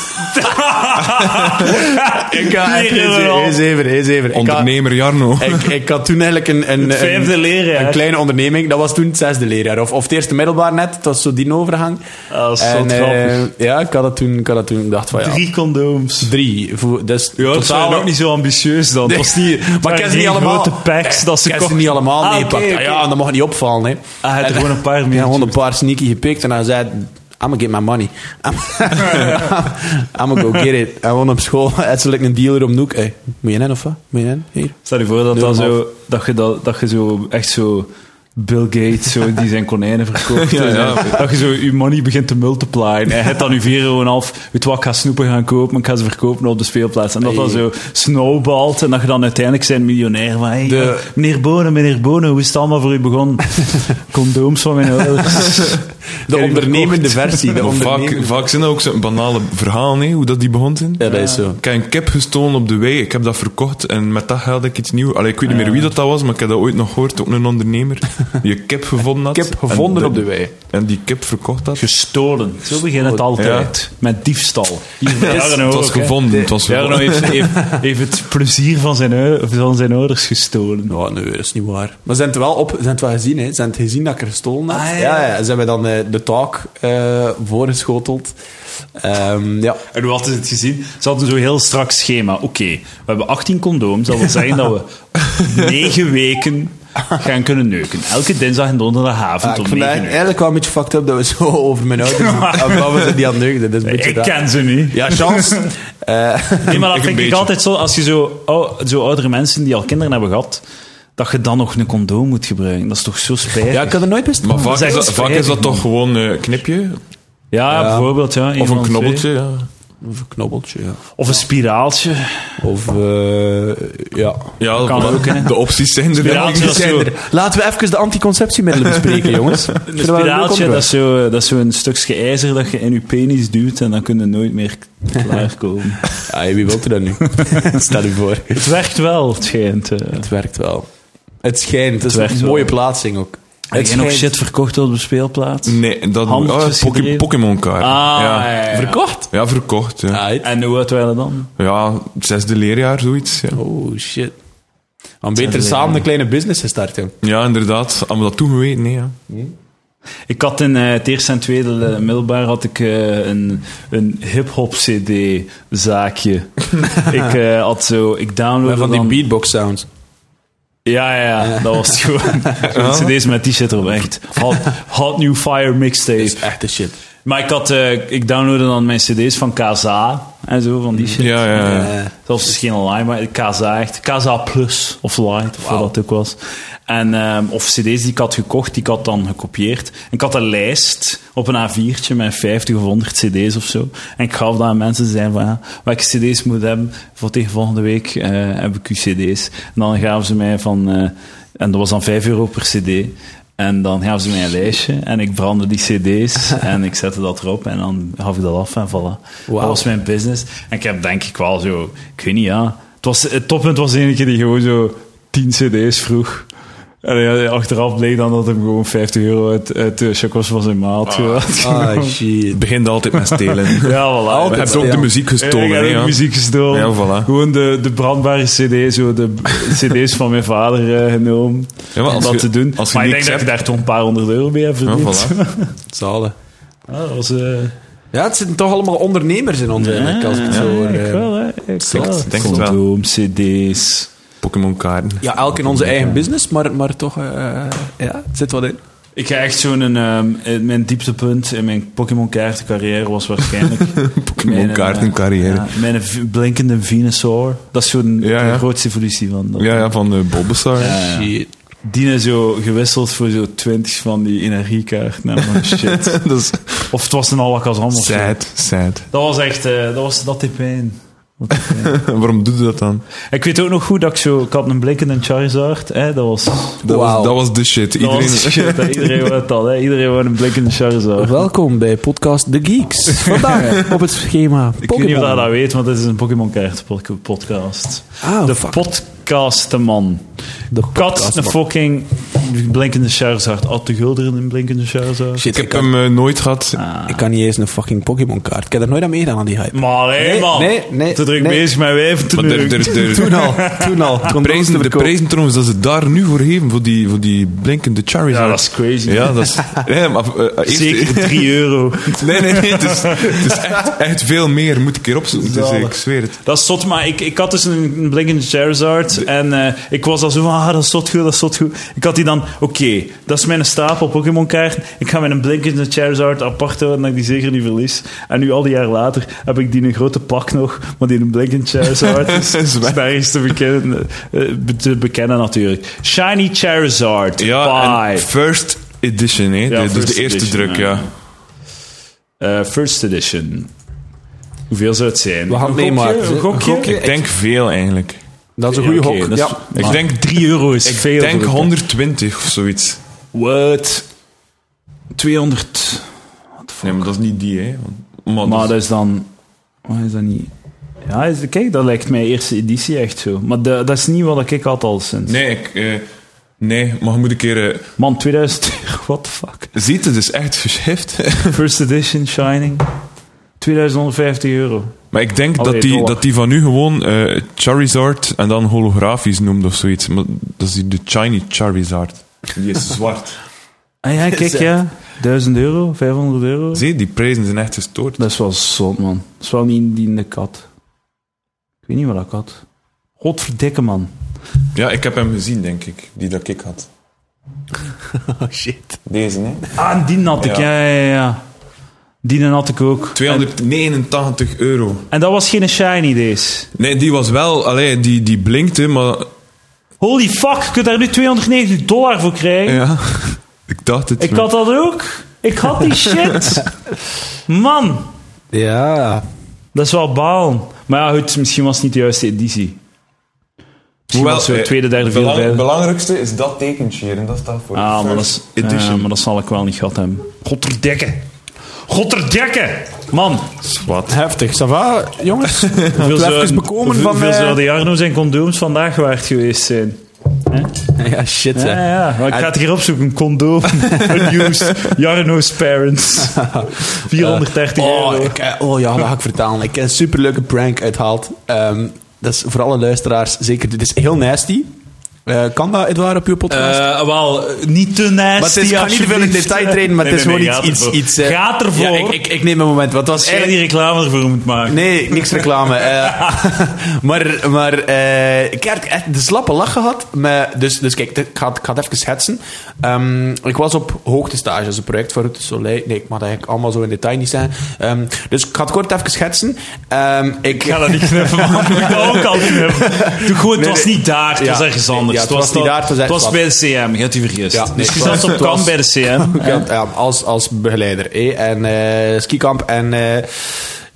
Speaker 1: ik eh, had echt...
Speaker 3: Vier
Speaker 1: Heel
Speaker 3: euro en een half.
Speaker 1: zeker, heel zeker, heel zeker. Ik had-
Speaker 2: Ondernemer Jarno.
Speaker 1: ik, ik had toen eigenlijk een, een,
Speaker 3: Het vijfde
Speaker 1: een-
Speaker 3: leraar.
Speaker 1: een kleine onderneming. Dat was toen het zesde leraar. Of, of het eerste middelbaar net. Het was zo die overgang.
Speaker 3: Ah, dat is zo
Speaker 1: En, eh,
Speaker 3: grappig.
Speaker 1: ja, ik had dat toen, ik had dat toen ik dacht van ja.
Speaker 3: Drie condooms.
Speaker 1: Drie. Voor- Dus
Speaker 3: Ja, dat zijn
Speaker 1: totaal
Speaker 3: ook niet zo ambitieus dan.
Speaker 1: Nee.
Speaker 3: Dat was niet,
Speaker 1: Maar
Speaker 3: waren
Speaker 1: ik heb ze niet
Speaker 3: geen
Speaker 1: allemaal-
Speaker 3: grote packs dat ze
Speaker 1: Ik heb ze
Speaker 3: kochten.
Speaker 1: niet allemaal
Speaker 3: Ah,
Speaker 1: meegepakt.
Speaker 3: oké, oké.
Speaker 1: Ah, ja, dat mag niet opvallen. Hè.
Speaker 3: Ah, hij had er
Speaker 1: En-
Speaker 3: gewoon een paar
Speaker 1: Ja,
Speaker 3: meer.
Speaker 1: gewoon een paar sneaky gepikt. En hij zei, I'm gonna get my money. I'm, I'm gonna go get it. En gewoon op school, uiteindelijk een dealer om Noek. Hey, moet je in of wat? Moet je in? Hier.
Speaker 3: Stel je voor dat,
Speaker 1: Doe
Speaker 3: dat,
Speaker 1: hem
Speaker 3: zo, dat, je, dat, dat je zo echt zo Bill Gates zo, die zijn konijnen verkoopt.
Speaker 2: Ja, ja.
Speaker 3: Dat je zo je money begint te multiplyen. En je hebt dan je 4,5 weet je wat, ik ga snoepen gaan kopen, ik ga ze verkopen op de speelplaats. En dat dat zo snowbalt en dat je dan uiteindelijk zijn miljonair van hey,
Speaker 1: De-
Speaker 3: eh, meneer Bonen, meneer Bonen, hoe is het allemaal voor u begonnen? Condooms van mijn ouders.
Speaker 1: De ondernemende versie. De
Speaker 2: Maar
Speaker 1: ondernemende.
Speaker 2: vaak, vaak zijn dat ook zo'n banale verhalen, hè, hoe dat die begon zijn.
Speaker 1: Ja, dat is zo.
Speaker 2: Ik heb een kip gestolen op de wei, ik heb dat verkocht en met dat geld heb ik iets nieuws. Allee, ik weet
Speaker 1: Ah.
Speaker 2: niet meer wie dat, dat was, maar ik heb dat ooit nog gehoord, ook een ondernemer, die een kip gevonden had.
Speaker 1: Kip gevonden op de wei.
Speaker 2: En die kip verkocht had.
Speaker 3: Gestolen. Zo begint het altijd. Met diefstal. Hier,
Speaker 2: het was gevonden, het was
Speaker 3: Jarno
Speaker 2: gevonden.
Speaker 3: heeft, heeft, heeft het plezier van zijn, ou- van zijn ouders gestolen.
Speaker 1: Ja, nee, dat is niet waar. Maar ze hebben het wel, op, ze hebben het wel gezien, hè. Ze hebben het gezien dat ik er gestolen had.
Speaker 3: Ah, ja.
Speaker 1: ja. Ja, Ze hebben dan eh, de taak eh, voorgeschoteld. Ehm, ja.
Speaker 3: En hoe hadden ze het gezien? Ze hadden zo'n heel strak schema. Oké, we hebben 18 condooms. Dat wil zeggen dat we 9 weken gaan kunnen neuken. Elke dinsdag en
Speaker 1: Ja,
Speaker 2: Ah,
Speaker 3: donderdagavond
Speaker 1: ik
Speaker 3: om
Speaker 1: vind dat
Speaker 3: 9 uur.
Speaker 1: eigenlijk wel een beetje fucked up dat we zo over mijn ouders dat we ze die aan neugden. Dat is een beetje
Speaker 3: Ik
Speaker 1: raar.
Speaker 3: ken ze niet.
Speaker 1: Ja, chance. Eh,
Speaker 3: Nee, maar dat
Speaker 2: Ik
Speaker 3: vind
Speaker 2: een
Speaker 3: ik
Speaker 2: beetje.
Speaker 3: altijd zo, als je zo, ou- zo oudere mensen die al kinderen hebben gehad, dat je dan nog een condoom moet gebruiken. Dat is toch zo spijtig.
Speaker 1: ja, ik had er nooit best
Speaker 2: Maar vaak
Speaker 3: Dat is
Speaker 2: is dat,
Speaker 3: echt
Speaker 2: vaak is dat
Speaker 3: vrijheid,
Speaker 2: toch gewoon een knipje
Speaker 3: Ja, bijvoorbeeld. Ja,
Speaker 2: of
Speaker 3: van
Speaker 2: een
Speaker 3: de twee.
Speaker 2: knobbeltje. Ja.
Speaker 1: Of een knobbeltje, ja.
Speaker 3: Of een spiraaltje.
Speaker 1: Of, eh, ja.
Speaker 2: Ja,
Speaker 3: kan
Speaker 2: dat-
Speaker 3: ook, hè.
Speaker 2: de opties zijn er.
Speaker 3: Spiraal-
Speaker 2: wel.
Speaker 3: dat is zo-
Speaker 1: Laten we even de anticonceptiemiddelen bespreken, jongens. Een
Speaker 3: Een spiraaltje, dat is zo'n dat is zo een stukje ijzer dat je in je penis duwt en dan kun je nooit meer klaarkomen.
Speaker 1: Ah, wie wilt er dat nu? Stel u voor.
Speaker 3: het werkt wel, het schijnt. eh.
Speaker 1: Het werkt wel. Het schijnt. Het is
Speaker 3: werkt
Speaker 1: een
Speaker 3: wel.
Speaker 1: mooie plaatsing ook.
Speaker 3: Heb jij nog
Speaker 1: schijnt-
Speaker 3: shit verkocht op de speelplaats?
Speaker 2: Nee, dat
Speaker 3: Handeltjes
Speaker 2: ah, Poké-
Speaker 3: gedreven?
Speaker 2: Pokémon-kaart.
Speaker 3: Ah,
Speaker 2: ja.
Speaker 3: Mm. ja, ja.
Speaker 1: Verkocht?
Speaker 2: Ja, verkocht. Ja.
Speaker 1: Ah, het-
Speaker 3: En hoe oud waren we dan?
Speaker 2: ja, zesde leerjaar, zoiets. Ja,
Speaker 1: Oh, shit. Dan beter
Speaker 3: zijn
Speaker 1: samen een kleine business gestart, joh.
Speaker 2: ja inderdaad. Hadden we dat toen geweten? Nee, ja.
Speaker 3: Ik had in eh, het eerste en tweede eh, middelbaar had ik, eh, een, een hip-hop CD-zaakje. ik eh, had zo, ik downloadde
Speaker 1: Van die
Speaker 3: dan-
Speaker 1: beatbox sounds.
Speaker 3: Ja, ja, ja, dat was het gewoon.
Speaker 1: Oh.
Speaker 3: Zo'n CD's met t-shirt erop, echt. Hot, hot New Fire mixtape.
Speaker 1: is echte shit.
Speaker 3: Maar ik, had, eh, ik downloadde dan mijn cd's van Kaza en zo, van die shit.
Speaker 2: Ja, ja, ja.
Speaker 3: Eh, zelfs misschien online, maar Kaza echt. Kaza Plus of Light, of wat dat ook was. En, ehm, of cd's die ik had gekocht, die ik had dan gekopieerd. En ik had een lijst op een A4'tje met 50 of 100 cd's of zo. En ik gaf dat aan mensen, die zeiden van, ja, welke cd's moet ik hebben voor tegen volgende week eh, heb ik uw cd's. En dan gaven ze mij van, eh, en dat was dan 5 euro per cd. En dan gaven ze mij een lijstje en ik brandde die cd's en ik zette dat erop en dan gaf ik dat af en voilà. Dat was mijn business. En ik heb denk ik wel zo, ik weet niet ja. Het, was, het toppunt was de ene keer die gewoon zo 10 cd's vroeg. En ja, achteraf bleek dan dat hem gewoon 50 euro uit, uit de chocos van zijn maat gehad.
Speaker 1: Ah, shit.
Speaker 2: Het begint altijd met stelen.
Speaker 3: Ja, voilà.
Speaker 2: Je hebt ook de muziek gestolen.
Speaker 3: Ik heb
Speaker 2: hè,
Speaker 3: ook
Speaker 2: ja.
Speaker 3: muziek gestolen.
Speaker 2: Ja, voilà.
Speaker 3: Gewoon de, de brandbare cd, zo de b- cd's van mijn vader eh, genomen.
Speaker 2: Ja, maar
Speaker 3: om
Speaker 2: als
Speaker 3: dat
Speaker 2: je-
Speaker 3: te doen.
Speaker 2: als je
Speaker 3: maar ik denk
Speaker 2: niks
Speaker 3: dat ik
Speaker 2: hebt-
Speaker 3: daar toch een paar honderd euro mee heb
Speaker 2: Ja,
Speaker 3: verdiend.
Speaker 2: voilà.
Speaker 1: Zalen.
Speaker 3: Ah, dat was... eh,
Speaker 1: Ja, het zitten toch allemaal ondernemers in onze nek, als ik het zo hoor.
Speaker 3: ja, Ah, ik
Speaker 1: eh.
Speaker 3: wel, hè. Ik wel.
Speaker 2: denk het wel.
Speaker 3: Condoom, cd's.
Speaker 2: Pokémon-kaarten.
Speaker 1: Ja, elk in onze eigen business, maar, maar toch, eh, ja, het zit wat in.
Speaker 3: Ik ga echt zo'n... ehm, eh, mijn dieptepunt in mijn Pokémon kaartencarrière was waarschijnlijk... mijn, eh,
Speaker 2: Pokémon-kaartencarrière.
Speaker 3: ja, mijn v- blinkende Venusaur. Dat is zo'n
Speaker 2: Ja, ja.
Speaker 3: de grootste evolutie van dat.
Speaker 2: Ja, ja, van eh, Bulbasaur.
Speaker 1: Shit.
Speaker 3: Die is zo gewisseld voor zo 20 van die energiekaart. Nou, maar shit.
Speaker 2: dat is
Speaker 3: Of het was een alakazam of zo.
Speaker 2: sad, sad.
Speaker 3: Dat was echt, eh, dat was, dat deed pijn. Dat deed pijn.
Speaker 2: Waarom doet je dat dan?
Speaker 3: ik weet ook nog goed dat ik zo, ik had een blinkende Charizard, hè, dat was, dat
Speaker 2: Dat,
Speaker 1: Wauw.
Speaker 2: was, dat was de shit. Iedereen...
Speaker 3: was de shit, hè. iedereen wou het al, hè. iedereen wou een blinkende Charizard.
Speaker 1: Welkom bij podcast The Geeks. Vandaag op het schema
Speaker 3: Ik weet niet of dat dat weet, want dit is een Pokémon kaart pod- podcast.
Speaker 1: Ah,
Speaker 3: de
Speaker 1: fuck.
Speaker 3: podcasteman.
Speaker 1: De
Speaker 3: Kat een
Speaker 1: podcastman.
Speaker 3: fucking blinkende Charizard. Al te gulderen in blinkende Charizard.
Speaker 1: Shit,
Speaker 2: Ik heb
Speaker 1: kan,
Speaker 2: hem eh, nooit gehad.
Speaker 3: Ah.
Speaker 1: ik kan niet eens een fucking Pokémon-kaart. Ik heb er nooit aan meegedaan aan die hype.
Speaker 3: Maar hé,
Speaker 1: Nee,
Speaker 3: man.
Speaker 1: nee, nee,
Speaker 3: te druk
Speaker 1: nee.
Speaker 3: bezig met wijven te
Speaker 2: maar
Speaker 3: doen.
Speaker 2: er, er, er,
Speaker 1: Toen al, toen al.
Speaker 2: de prijzen, de prijzen trouwens dat ze daar nu voor geven, voor die, voor die blinkende Charizard.
Speaker 3: Ja, dat is crazy.
Speaker 2: Ja, dat is... Nee, maar, eh, eerst-
Speaker 3: Zeker 3 euro.
Speaker 2: Nee, nee, nee. Het is, het is echt, echt veel meer. Moet ik hier opzoeken. Dus, eh, ik zweer het.
Speaker 3: Dat is zot, maar ik, ik had dus een, een blinkende Charizard. En eh, ik was al zo van, ah, dat is zot goed, dat is zot goed. Ik had die dan, oké, dat is mijn stapel Pokémon kaarten. Ik ga mijn blinkende Charizard apart houden, dat ik die zeker niet verlies. En nu, al die jaar later, heb ik die in een grote pak nog. Maar die in een blinkende Charizard is,
Speaker 2: Is
Speaker 3: is
Speaker 2: weg.
Speaker 3: nergens te bekennen, eh, te bekennen natuurlijk. Shiny Charizard,
Speaker 2: Ja, en
Speaker 3: bye.
Speaker 2: first edition, hè.
Speaker 3: Ja,
Speaker 2: De- dus
Speaker 3: first
Speaker 2: de eerste
Speaker 3: edition,
Speaker 2: druk,
Speaker 3: ja.
Speaker 2: ja.
Speaker 3: Eh, first edition. Hoeveel zou het zijn?
Speaker 1: We gaan het
Speaker 3: Een gokje?
Speaker 1: meemaken.
Speaker 3: Een gokje?
Speaker 1: Een gokje.
Speaker 2: Ik denk veel, eigenlijk.
Speaker 1: Dat is een goede
Speaker 3: Ja, oké,
Speaker 1: hok.
Speaker 3: dat is-
Speaker 1: ja.
Speaker 2: Ik denk,
Speaker 3: 3 euro is
Speaker 2: ik
Speaker 3: veel.
Speaker 2: denk
Speaker 3: voor een
Speaker 2: 120 of zoiets.
Speaker 3: What? 200.
Speaker 2: Nee, maar dat is niet die, hè. Want-
Speaker 3: Maar
Speaker 2: Maar
Speaker 3: dat is dan. Wat is dat niet? Ja, is- kijk, dat lijkt mij eerste editie echt zo. Maar de- dat is niet wat ik had al sinds.
Speaker 2: Nee, ik... eh, Nee, maar je moet een keer... eh,
Speaker 3: Man, 2000 euro, what the fuck?
Speaker 2: ziet, het is echt verschrift.
Speaker 3: First edition, Shining. 2150 euro.
Speaker 2: maar ik denk
Speaker 3: Allee,
Speaker 2: dat, die,
Speaker 3: dollar.
Speaker 2: dat die van nu gewoon eh, Charizard en dan holografisch noemt of zoiets. Maar dat is die de Shiny Charizard. Die is zwart.
Speaker 3: Ah ja, kijk ja. 1000 euro, 500 euro.
Speaker 2: Zie, die prijzen zijn echt gestoord.
Speaker 3: Dat is wel zot, man. Dat is wel niet die in de kat. Ik weet niet wat ik had. Godverdikke, man.
Speaker 2: Ja, ik heb hem gezien, denk ik. Die dat ik had.
Speaker 1: Oh, shit.
Speaker 2: Deze, hè?
Speaker 3: Ah, die had ik, ja,
Speaker 2: Ja.
Speaker 3: ja, ja. ja. Die had ik ook.
Speaker 2: 289 euro.
Speaker 3: En dat was geen shiny, deze.
Speaker 2: Nee, die was wel... Allee, die, die blinkte, maar...
Speaker 3: Holy fuck, je kunt daar nu 290 dollar voor krijgen.
Speaker 2: Ja. Ik dacht het.
Speaker 3: Ik
Speaker 2: maar-
Speaker 3: had dat ook. Ik had die shit. Man,
Speaker 1: Ja.
Speaker 3: dat is wel baal. Maar ja, goed, misschien was het niet de juiste editie. Misschien
Speaker 2: Hoewel,
Speaker 3: was het zo
Speaker 2: eh,
Speaker 3: tweede, derde, vierde,
Speaker 2: belang-
Speaker 3: vijfde.
Speaker 2: belangrijkste is dat tekentje hier. En dat staat voor
Speaker 3: Ah,
Speaker 2: de
Speaker 3: maar dat,
Speaker 2: first
Speaker 3: is, eh,
Speaker 2: edition.
Speaker 3: maar dat zal ik wel niet gehad hebben. Godverdikke. Godverdikke. Man,
Speaker 2: Wat?
Speaker 1: Heftig. Ça va, jongens?
Speaker 3: hoeveel
Speaker 1: even bekomen van,
Speaker 3: hoeveel
Speaker 1: eh,
Speaker 3: zou die Arno zijn condooms vandaag waard geweest zijn? Hè?
Speaker 1: Ja, shit,
Speaker 3: Ja,
Speaker 1: hè.
Speaker 3: ja, ja. Maar ik ga het hier opzoeken. Condoom, unused, Jarno's parents. 430
Speaker 1: Oh,
Speaker 3: euro.
Speaker 1: ik, eh, oh ja, dat ga ik vertalen. Ik heb een superleuke prank uithaald. Ehm, dat is voor alle luisteraars zeker. Dit is heel nasty. Eh, kan dat, Edouard, op uw podcast?
Speaker 3: Eh, wel, niet te nasty,
Speaker 1: maar het is, ik ga niet te veel in
Speaker 3: alsjeblieft.
Speaker 1: detail treden, maar het is
Speaker 3: Nee, nee,
Speaker 1: gewoon
Speaker 3: nee,
Speaker 1: iets...
Speaker 3: gaat
Speaker 1: iets, iets eh,
Speaker 3: ervoor. Gaat ervoor.
Speaker 1: Ja, ik, ik, ik neem een moment, want het was
Speaker 3: Als jij
Speaker 1: eigenlijk...
Speaker 3: die reclame ervoor moet maken.
Speaker 1: Nee, niks reclame. eh. maar maar eh, ik heb echt de slappe lach gehad. Met, dus, dus kijk, ik ga, het- ik ga het even schetsen. Ehm, ik was op hoogtestage, dat is een project voor Route du Soleil. Nee, ik mag dat eigenlijk allemaal zo in detail niet zeggen. Ehm, dus ik ga het kort even schetsen. Ehm, ik,
Speaker 3: Ik ga dat niet knippen, man. Ik ga dat ook al knippen. Doe gewoon, het
Speaker 1: Nee,
Speaker 3: was
Speaker 1: nee.
Speaker 3: niet daar, het
Speaker 1: Ja.
Speaker 3: was ergens anders.
Speaker 1: Ja, het was niet
Speaker 3: dat-
Speaker 1: daar, het was echt wat.
Speaker 3: bij de CM, je hebt u vergist.
Speaker 1: Ja, nee,
Speaker 3: dus je
Speaker 1: het
Speaker 3: zat
Speaker 1: was-
Speaker 3: op
Speaker 1: het was-
Speaker 3: kamp bij de CM.
Speaker 1: Ja, ja, als, als begeleider. eh. En eh, skikamp en... eh, eh,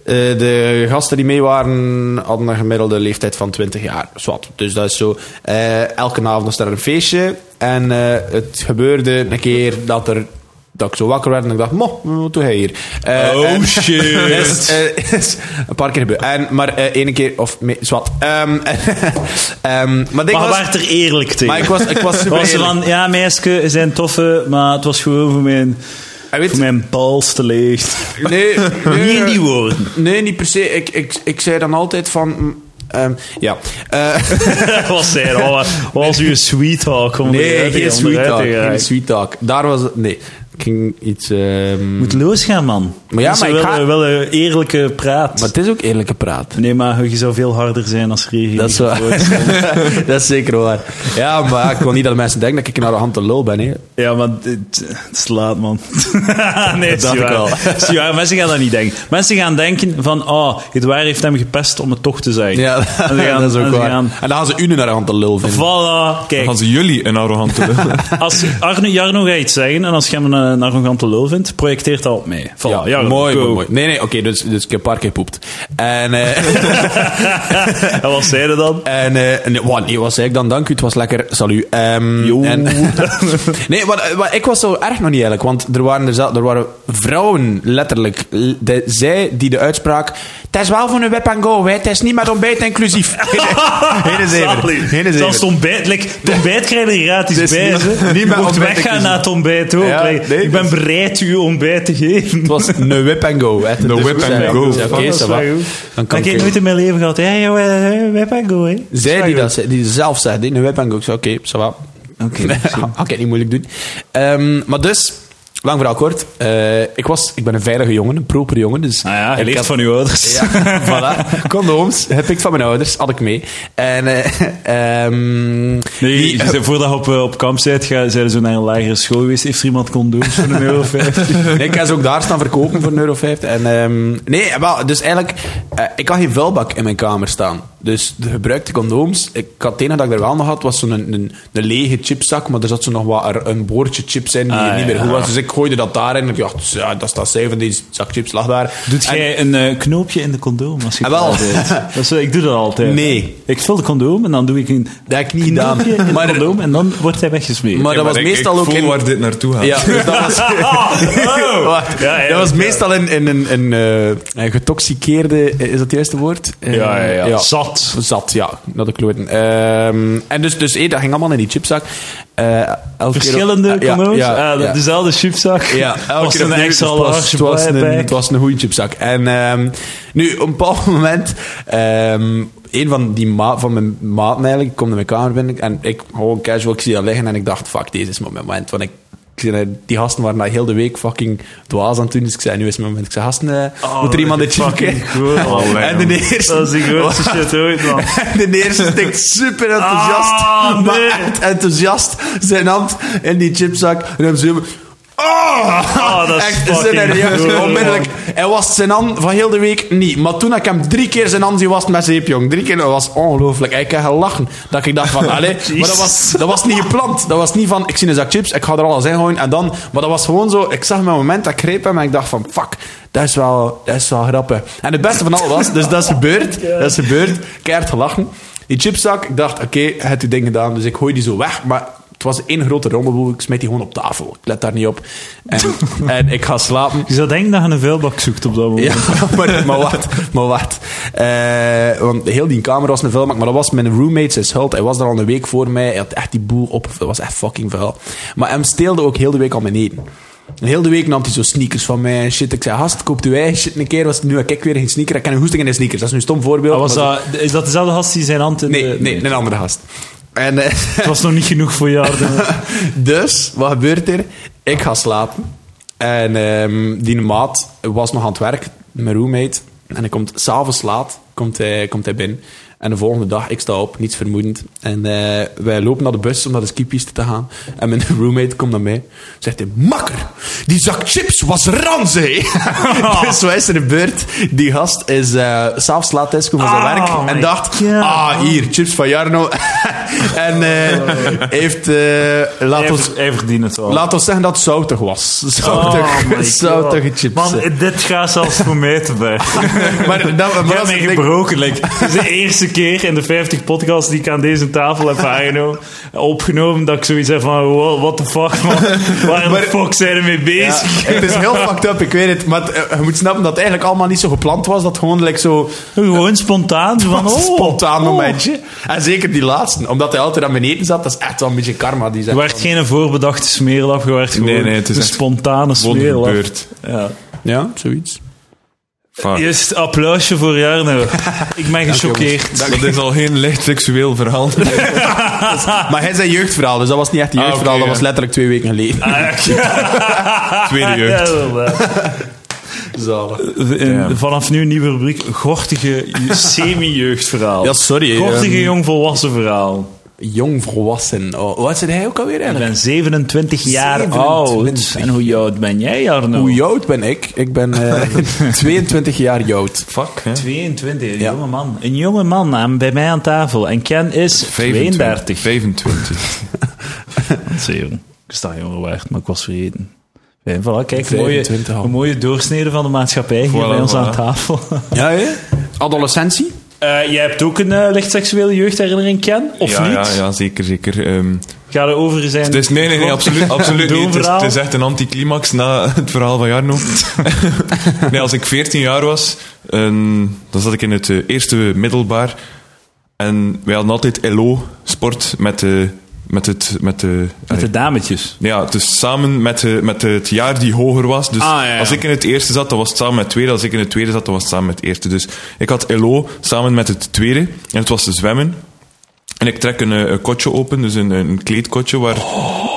Speaker 1: de gasten die mee waren hadden een gemiddelde leeftijd van 20 jaar. Zwat. Dus dat is zo. eh, elke avond was er een feestje. En eh, het gebeurde een keer dat, er, dat ik zo wakker werd en ik dacht: Mo, wat doe hij hier? Eh,
Speaker 3: Oh,
Speaker 1: en-
Speaker 3: shit.
Speaker 1: Yes, eh, yes. een paar keer gebeurd. En, maar eh, één keer of. me- Zwat. Ehm, ehm, maar ik
Speaker 3: Maar
Speaker 1: was,
Speaker 3: je werd er eerlijk tegen.
Speaker 1: maar ik was, ik was super.
Speaker 3: Dat was ze
Speaker 1: eerlijk.
Speaker 3: van, ja meisje, ze zijn toffe, maar het was gewoon voor mijn,
Speaker 1: En weet-
Speaker 3: voor mijn pols te leeg.
Speaker 1: Nee, nee,
Speaker 3: Niet in
Speaker 1: eh,
Speaker 3: die woorden.
Speaker 1: Nee, niet per se. Ik, ik, ik zei dan altijd van... mm, ehm, ja. Eh,
Speaker 3: Dat was zij, dat was, was uw sweetheart. Kom eruit,
Speaker 1: nee,
Speaker 3: tegen,
Speaker 1: geen
Speaker 3: om
Speaker 1: sweet
Speaker 3: eruit
Speaker 1: talk.
Speaker 3: tegen.
Speaker 1: Geen sweet talk. Daar was het... Nee. Ik ging iets... ehm,
Speaker 3: Moet losgaan, man.
Speaker 1: Maar ja,
Speaker 3: Mensen
Speaker 1: maar ik
Speaker 3: willen
Speaker 1: ga-
Speaker 3: wel een eerlijke praat.
Speaker 1: maar het is ook eerlijke praat.
Speaker 3: Nee, maar je zou veel harder zijn als Regi.
Speaker 1: Dat is waar. dat is zeker waar. Ja, maar ik wil niet dat mensen denken dat ik een arrogante lul ben. Hè.
Speaker 3: Ja, maar dit- het is laat, man. nee, dat
Speaker 1: dacht ik wel.
Speaker 3: Mensen gaan dat niet denken. Mensen gaan denken van, oh, Edouard heeft hem gepest om het toch te zeggen.
Speaker 1: Ja,
Speaker 3: en ze gaan,
Speaker 1: dat is ook
Speaker 3: en ze
Speaker 1: waar.
Speaker 3: gaan,
Speaker 1: En dan gaan ze u een arrogante lul vinden.
Speaker 3: voilà, kijk.
Speaker 2: Gaan ze jullie een arrogante lul?
Speaker 3: Als Arno, Jarno gaat iets zeggen en als je hem een, een arrogante lul vindt, projecteert dat op mij. Voilà,
Speaker 1: Ja,
Speaker 3: Jarno,
Speaker 1: mooi,
Speaker 3: go.
Speaker 1: mooi, mooi. Nee, nee, oké, dus, dus ik heb een paar keer gepoept. En... eh,
Speaker 3: En wat zei je dan?
Speaker 1: En eh, nee, wat, nee, wat zei ik dan? Dank u, het was lekker. Salut. Ehm,
Speaker 3: Jo.
Speaker 1: en- nee, maar, maar ik was zo erg nog niet eigenlijk. Want er waren, er, zelf- er waren vrouwen, letterlijk. l- de- zij die de uitspraak... Het is wel voor een web and go, hè. Het is niet met ontbijt inclusief. Geen zeven. Geen
Speaker 3: Zelfs het ontbijt, like, het ontbijt krijg je er gratis
Speaker 1: Dus
Speaker 3: bij.
Speaker 1: niet-
Speaker 3: hè.
Speaker 1: niet
Speaker 3: je
Speaker 1: met
Speaker 3: mocht
Speaker 1: ontbijt
Speaker 3: weggaan
Speaker 1: kiezen.
Speaker 3: na het ontbijt ook.
Speaker 1: Ja,
Speaker 3: Like,
Speaker 1: nee, dus-
Speaker 3: ik ben bereid u ontbijt te geven. dus
Speaker 1: Het was een whip and go. Hè. dus-
Speaker 2: Een whip and go.
Speaker 1: Oké,
Speaker 2: Van,
Speaker 1: ça va. Dan kan
Speaker 3: ik heb
Speaker 1: ik-
Speaker 3: nooit in mijn leven gehad. Hey, joh, eh, eh, web en go, hè.
Speaker 1: Zij die dat ze- die zelf zei, die een web en go. Ik zei, oké, ça va.
Speaker 3: Oké.
Speaker 1: Nee, ga ik het niet moeilijk doen. Ehm, maar dus, lang verhaal kort. eh, ik, was, ik ben een veilige jongen, een proper jongen. Dus
Speaker 3: Nou ja, je
Speaker 1: ik
Speaker 3: leert
Speaker 1: had-
Speaker 3: van uw ouders.
Speaker 1: Ja, voilà. Condooms heb ik van mijn ouders, had ik mee. En eh, ehm,
Speaker 3: Nee,
Speaker 1: die-
Speaker 3: je zei, voordat je op, eh, op kamp bent, ga- zijn ze zo naar een lagere school geweest. Heeft er iemand condooms voor een euro vijftig?
Speaker 1: Nee, ik ga ze ook daar staan verkopen voor een euro vijftig. En, ehm, nee, wel, dus eigenlijk, eh, ik had geen vuilbak in mijn kamer staan. Dus de gebruikte condooms, ik had het enige dat ik er wel nog had, was zo'n een, een, een lege chipzak, maar er zat zo nog wat, er- een boordje chips in die
Speaker 3: Ah,
Speaker 1: niet meer
Speaker 3: ja.
Speaker 1: goed was. Dus ik gooide dat daarin en ik dacht, ja, dat staat zeven, die zak chips lag daar.
Speaker 3: Doet
Speaker 1: En-
Speaker 3: jij een eh, knoopje in de condoom als je
Speaker 1: Ah, wel.
Speaker 3: het Dat is, eh, Ik doe dat altijd.
Speaker 1: Nee.
Speaker 3: Ik vul de condoom en dan doe ik een
Speaker 1: Dat heb ik niet gedaan.
Speaker 3: knoopje in
Speaker 1: Maar-
Speaker 3: de condoom en dan wordt hij weggesmeerd.
Speaker 1: Maar dat was
Speaker 2: ik,
Speaker 1: meestal
Speaker 2: ik
Speaker 1: ook
Speaker 2: voel
Speaker 1: in-
Speaker 2: waar dit naartoe gaat.
Speaker 1: Ja, dus dat was...
Speaker 3: Oh.
Speaker 1: Wacht,
Speaker 3: Ja,
Speaker 1: dat was
Speaker 3: ja.
Speaker 1: meestal in, in, een een eh, een getoxiceerde, eh, is dat het juiste woord? Eh,
Speaker 3: Ja, ja, ja. Zat.
Speaker 1: Zat, ja, dat ik kloten. Ehm, en dus, dus eh, dat ging allemaal in die chipzak. Eh, elke keer-
Speaker 3: Verschillende
Speaker 1: ja,
Speaker 3: condooms?
Speaker 1: ja,
Speaker 3: Ah, de-
Speaker 1: ja.
Speaker 3: Dezelfde chipzak?
Speaker 1: Ja, elke
Speaker 3: was
Speaker 1: keer
Speaker 3: er een
Speaker 1: opnieuw, dus
Speaker 3: extra
Speaker 1: het was-
Speaker 3: large
Speaker 1: Het was een,
Speaker 3: bij-
Speaker 1: het was een goede chipzak. En ehm, nu, op een bepaald moment... ehm, een van, die ma van mijn maten eigenlijk komt in mijn kamer binnen en ik gewoon casual, ik zie dat liggen en ik dacht, fuck, deze is mijn moment. Want ik, ik zei, die gasten waren na heel de week fucking dwaas aan het doen, dus ik zei, nu is mijn moment. Ik zei, gasten, eh,
Speaker 3: Oh,
Speaker 1: moet er iemand dit
Speaker 3: dat is
Speaker 1: chipken?
Speaker 3: fucking cool. Allee,
Speaker 1: en de
Speaker 3: man.
Speaker 1: eerste...
Speaker 3: Dat is de grootste shit ooit, man.
Speaker 1: De eerste stikt super enthousiast,
Speaker 3: Ah, nee.
Speaker 1: maar echt enthousiast, zijn hand in die chipzak en hem zo... Oh!
Speaker 3: Ah, dat is
Speaker 1: Echt,
Speaker 3: fucking
Speaker 1: zijn reactie
Speaker 3: cool,
Speaker 1: onmiddellijk. Hij was zijn hand van heel de week niet. Maar toen ik hem drie keer zijn hand zie was het met zeep, jong. Drie keer, dat was ongelooflijk. Ik heb gelachen. Dat ik dacht van, allee. maar dat was, dat was niet gepland. Dat was niet van, ik zie een zak chips, ik ga er alles in gooien. En dan, maar dat was gewoon zo, ik zag mijn moment, dat greep hem en ik dacht van, fuck. Dat is, wel, dat is wel grappig. En het beste van al was, dus dat is gebeurd. Dat is gebeurd. Keihard gelachen. Die chipzak, ik dacht, oké, het je ding gedaan. Dus ik gooi die zo weg. Maar Het was één grote rommelboel. Ik smijt die gewoon op tafel. Ik let daar niet op. En, en ik ga slapen.
Speaker 3: Je zou denken dat je een vuilbak zoekt op dat moment.
Speaker 1: Ja, maar, maar wat? Maar wat? Eh, want heel die kamer was een vuilmak, maar dat was mijn roommate's zijn schuld. Hij was er al een week voor mij. Hij had echt die boel op. Dat was echt fucking vuil. Maar hem steelde ook heel de week al mijn eten. En heel de week nam hij zo sneakers van mij en shit. Ik zei, gast, koop u wij shit een keer. Was, nu heb ik weer geen sneaker. Ik kan een hoesting in de sneakers. Dat is nu een stom voorbeeld.
Speaker 3: was
Speaker 1: maar zo-
Speaker 3: dat, is dat dezelfde gast die zijn hand in
Speaker 1: Ah, Nee,
Speaker 3: de...
Speaker 1: nee, een andere gast. En... eh,
Speaker 3: Het was nog niet genoeg voor jou. de-
Speaker 1: dus, wat gebeurt er? Ik ga slapen. En ehm, die maat was nog aan het werk, mijn roommate. En hij komt s'avonds laat komt hij, komt hij binnen. En de volgende dag, ik sta op, niets vermoedend. En eh, wij lopen naar de bus om naar de skipiste te gaan. En mijn roommate komt naar mij. Zegt hij, makker, die zak chips was ranzig. dus wat is er gebeurd? Die gast is eh, s'avonds laat thuis komen van zijn
Speaker 3: Ah,
Speaker 1: werk. En
Speaker 3: my
Speaker 1: dacht,
Speaker 3: God.
Speaker 1: ah, hier, chips van Jarno. en eh, heeft, eh laat
Speaker 3: Hij
Speaker 1: ons...
Speaker 3: ver- Hij verdient het wel.
Speaker 1: Laat ons zeggen dat het zoutig was.
Speaker 3: Oh
Speaker 1: Zoutig,
Speaker 3: my
Speaker 1: zoutige
Speaker 3: God.
Speaker 1: chips.
Speaker 3: Man,
Speaker 1: hè.
Speaker 3: dit gaat zelfs voor mij te ver.
Speaker 1: maar dat, maar
Speaker 3: Ik heb
Speaker 1: als
Speaker 3: mij
Speaker 1: ik denk-
Speaker 3: gebroken. like, Het is de eerste keer in de 50 podcasts die ik aan deze tafel heb aangenomen, opgenomen dat ik zoiets heb van, wow, what the fuck man, waar de fuck zijn we mee bezig?
Speaker 1: het is heel fucked up, ik weet het. Maar het- eh, je moet snappen dat het eigenlijk allemaal niet zo gepland was. Dat gewoon like, zo
Speaker 3: Gewoon spontaan, zo van, oh,
Speaker 1: spontaan
Speaker 3: oh.
Speaker 1: momentje. En zeker die laatste. Omdat hij altijd aan beneden zat. Dat is echt wel een beetje karma. Die
Speaker 3: Er
Speaker 1: zegt
Speaker 3: werd
Speaker 1: van-
Speaker 3: geen voorbedachte smeerlap, je werd gewoon
Speaker 2: Nee, nee, het is
Speaker 3: een
Speaker 2: echt
Speaker 3: spontane
Speaker 2: Gewoon
Speaker 3: smeerlap.
Speaker 2: gebeurd.
Speaker 3: Ja.
Speaker 1: Ja, zoiets.
Speaker 2: Fuck.
Speaker 3: Eerst applausje voor Jarno. Ik ben gechoqueerd.
Speaker 2: Dat is al geen licht seksueel verhaal.
Speaker 1: Maar hij zei jeugdverhaal, dus dat was niet echt een
Speaker 2: Ah, oké,
Speaker 1: jeugdverhaal.
Speaker 2: ja.
Speaker 1: dat was letterlijk twee weken geleden.
Speaker 3: Ah,
Speaker 2: Tweede jeugd.
Speaker 3: Ja, wel, wel.
Speaker 1: Zalig.
Speaker 3: En
Speaker 2: Ja.
Speaker 3: Vanaf nu een nieuwe rubriek, gortige semi-jeugdverhaal.
Speaker 1: Ja, sorry.
Speaker 3: Gortige
Speaker 1: ehm,
Speaker 3: jongvolwassen verhaal.
Speaker 1: jong volwassen. Oh, wat zei hij ook alweer
Speaker 3: Ik
Speaker 1: eigenlijk?
Speaker 3: ben 27 jaar
Speaker 1: 27.
Speaker 3: oud. En hoe oud ben jij, Arno?
Speaker 1: Hoe jood ben ik? Ik ben eh, 22 jaar jood.
Speaker 2: Fuck, hè.
Speaker 3: 22, een
Speaker 1: Ja.
Speaker 3: jonge man. Een jonge man aan, bij mij aan tafel. En Ken is
Speaker 2: 25.
Speaker 3: 32.
Speaker 2: 25.
Speaker 3: Zeer jong. Ik sta jonger waard, maar ik was vergeten. Ja, voilà, kijk, een
Speaker 1: 25
Speaker 3: mooie,
Speaker 1: al.
Speaker 3: een mooie doorsnede van de maatschappij hier
Speaker 2: Voilà,
Speaker 3: bij ons
Speaker 2: voilà.
Speaker 3: aan tafel.
Speaker 1: Ja, hè? Adolescentie?
Speaker 3: Eh, jij hebt ook een eh, licht seksuele jeugdherinnering, Ken? Of
Speaker 2: ja,
Speaker 3: niet?
Speaker 2: Ja, ja, zeker, zeker. Ehm,
Speaker 3: Ga er over zijn.
Speaker 2: het is, nee, nee, nee, absoluut, absoluut niet. Het is, het is echt een anticlimax na het verhaal van Jarno. nee, als ik 14 jaar was, ehm, dan zat ik in het eh, eerste middelbaar. En wij hadden altijd LO-sport met, de met het... Met eh, de,
Speaker 3: Met de dametjes.
Speaker 2: Ja, dus samen met, de, met het jaar die hoger was. Dus
Speaker 3: Ah, ja, ja.
Speaker 2: als ik in het eerste zat, dan was het samen met het tweede. Als ik in het tweede zat, dan was het samen met het eerste. Dus ik had LO samen met het tweede. En het was te zwemmen. En ik trek een, eh, een kotje open, dus een, een kleedkotje. Waar,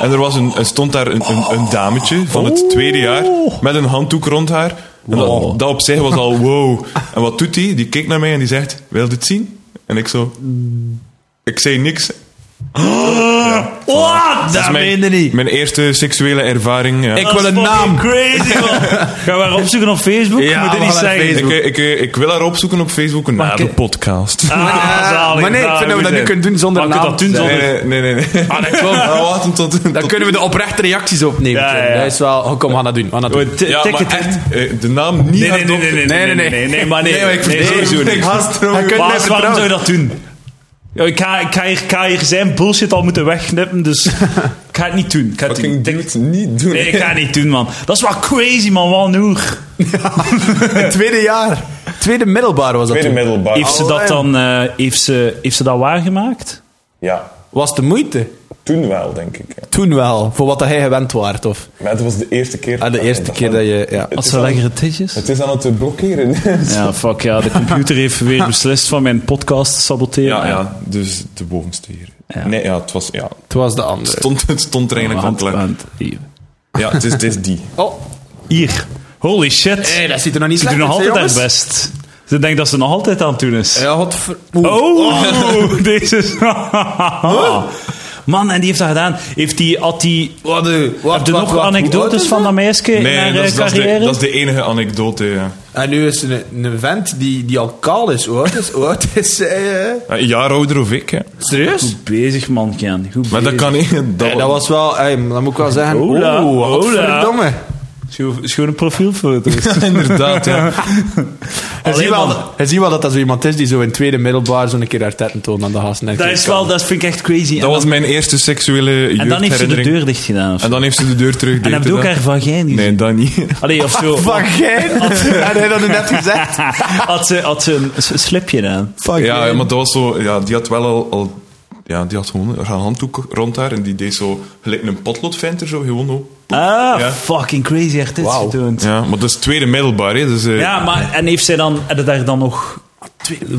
Speaker 2: En er, was een, er stond daar een, een, een dametje van het tweede jaar met een handdoek rond haar. En dat, dat op zich was al wow. En wat doet die? Die kijkt naar mij en die zegt, wil je dit zien? En ik zo... Ik zei niks.
Speaker 3: Wat?
Speaker 2: Dat is mijn, mijn eerste seksuele ervaring. Ja.
Speaker 1: Ik wil een naam.
Speaker 3: crazy, man. Gaan we haar opzoeken op Facebook?
Speaker 1: Ja,
Speaker 3: Ja, Moet dit
Speaker 1: we
Speaker 3: niet
Speaker 1: gaan naar
Speaker 3: zeggen.
Speaker 1: Facebook.
Speaker 2: Ik, ik, eh, ik wil haar opzoeken op Facebook na
Speaker 3: ik-
Speaker 2: de podcast.
Speaker 3: Ah, zalig,
Speaker 1: maar nee, ik
Speaker 3: zalig,
Speaker 1: vind dat we dat
Speaker 3: goed,
Speaker 1: nu
Speaker 3: hè.
Speaker 1: kunnen doen zonder
Speaker 3: Maar we kunnen
Speaker 1: naam
Speaker 3: dat doen
Speaker 1: te
Speaker 2: Nee,
Speaker 3: zonder...
Speaker 2: nee, nee. nee, nee.
Speaker 1: Ah, dat klopt.
Speaker 2: We wachten tot...
Speaker 1: Dan
Speaker 2: tot-
Speaker 1: kunnen we de oprechte reacties opnemen.
Speaker 3: Ja, ja, ja.
Speaker 1: Dat is wel... Oh, kom, we gaan dat doen. We gaan dat doen.
Speaker 3: Oh, t-
Speaker 2: Ja,
Speaker 3: tik
Speaker 2: maar
Speaker 3: het in.
Speaker 2: echt, eh, de naam niet
Speaker 3: Nee, nee, nee,
Speaker 2: hardop.
Speaker 3: nee, nee, nee, nee, nee, nee, nee, maar nee.
Speaker 2: Nee, maar ik
Speaker 3: nee,
Speaker 2: verdeed
Speaker 3: sowieso
Speaker 2: het.
Speaker 3: niet.
Speaker 2: Ik haast erom.
Speaker 1: Hij kunt
Speaker 3: Baas,
Speaker 1: net
Speaker 3: waarom
Speaker 1: vertrouwen.
Speaker 3: zou je dat doen? Ja, ik, ga, ik, ga hier, ik ga hier zijn bullshit al moeten wegknippen, dus ik ga het niet doen. Ik ga het
Speaker 2: Fucking
Speaker 3: niet doen.
Speaker 2: dude, niet doen.
Speaker 3: Nee, ik ga het niet doen, man. Dat is wel crazy, man. Wat een oer.
Speaker 1: Het tweede jaar. Tweede middelbaar was dat
Speaker 2: Tweede
Speaker 1: toen.
Speaker 2: middelbaar.
Speaker 3: Heeft ze dat
Speaker 1: Allee.
Speaker 3: dan eh, heeft ze, heeft ze dat waargemaakt?
Speaker 2: Ja,
Speaker 1: Was de moeite?
Speaker 2: toen wel, denk ik.
Speaker 1: Toen wel. Voor wat dat hij gewend waard, of?
Speaker 2: Maar het was de eerste keer.
Speaker 1: Ah, de eerste keer dat je... Ja.
Speaker 3: Als
Speaker 2: is
Speaker 3: ze
Speaker 2: wel-
Speaker 3: lekkere titjes?
Speaker 2: Het is aan het blokkeren.
Speaker 3: Ja, fuck ja. De computer heeft weer beslist van mijn podcast te saboteren.
Speaker 2: Ja, ja, dus de bovenste hier.
Speaker 3: Ja. Oh,
Speaker 2: Nee, ja, het was... Ja,
Speaker 1: Het was de
Speaker 2: het
Speaker 1: andere.
Speaker 2: stond, het stond er eigenlijk aan
Speaker 3: Want-
Speaker 2: te leggen.
Speaker 3: want- hier.
Speaker 2: Ja, het is, het is die.
Speaker 1: Oh.
Speaker 3: Hier. Holy shit.
Speaker 1: hey, dat ziet er nog niet
Speaker 3: ze doen
Speaker 1: slecht
Speaker 3: nog
Speaker 1: uit, hè,
Speaker 3: altijd haar
Speaker 1: jongens?
Speaker 3: best. Ze denkt dat ze nog altijd aan het doen is.
Speaker 1: Ja, godver... Oeh.
Speaker 3: Oh, deze is... Man, en die heeft dat gedaan. Heeft die, had die,
Speaker 1: Wat, eh, wat,
Speaker 3: heb je
Speaker 1: wat,
Speaker 3: nog
Speaker 1: wat, hoe oud
Speaker 3: anekdotes
Speaker 1: is
Speaker 3: van
Speaker 1: dat?
Speaker 3: dat meisje in haar
Speaker 2: dat
Speaker 3: eh,
Speaker 2: is, dat, is de,
Speaker 3: carrière?
Speaker 2: dat is de enige anekdote. ja.
Speaker 1: En Ah, nu is er een, een vent die, die al kaal is. Hoe oud is, hoe oud is zij, eh?
Speaker 2: Ja, Een jaar ouder of ik, hè.
Speaker 1: Serieus?
Speaker 3: Goed bezig, man, Ken. Goed
Speaker 2: Maar dat
Speaker 3: bezig.
Speaker 2: kan niet. Dat,
Speaker 1: Nee, dat was wel... Hey, dat moet ik wel zeggen.
Speaker 3: Hola,
Speaker 1: Oeh,
Speaker 3: hola.
Speaker 1: godverdomme.
Speaker 3: Scho- Schone profielfoto's.
Speaker 2: Inderdaad, ja.
Speaker 1: En zie
Speaker 3: Alleen
Speaker 1: wel,
Speaker 3: maar-
Speaker 1: dat- en zie wel dat dat zo iemand is die zo in tweede middelbaar zo'n keer haar tetten toont aan de gasten.
Speaker 3: Dat is wel, dat vind ik echt crazy.
Speaker 2: Dat was mijn eerste seksuele
Speaker 3: en dan heeft ze de
Speaker 2: jeugdherinnering.
Speaker 3: deur dicht gedaan. Of
Speaker 2: En
Speaker 3: zo. En
Speaker 2: dan heeft ze de deur terug
Speaker 3: dan heb je ook haar vagijn gezien.
Speaker 2: Nee, dat niet.
Speaker 3: Allee, of zo.
Speaker 1: Vagijn? Had hij dat net gezegd?
Speaker 3: Had ze, had ze een s- een slipje aan.
Speaker 2: Ja, maar dat was zo... Ja, die had wel al... al- ja, die had gewoon een handdoek rond haar en die deed zo gelijk een potloodventer zo gewoon op.
Speaker 3: Ah,
Speaker 2: Ja.
Speaker 3: fucking crazy. Echt dit getoond.
Speaker 2: Ja, maar dat is tweede middelbaar, hè. Dus, eh,
Speaker 3: Ja, maar en heeft zij dan, heb je daar dan nog...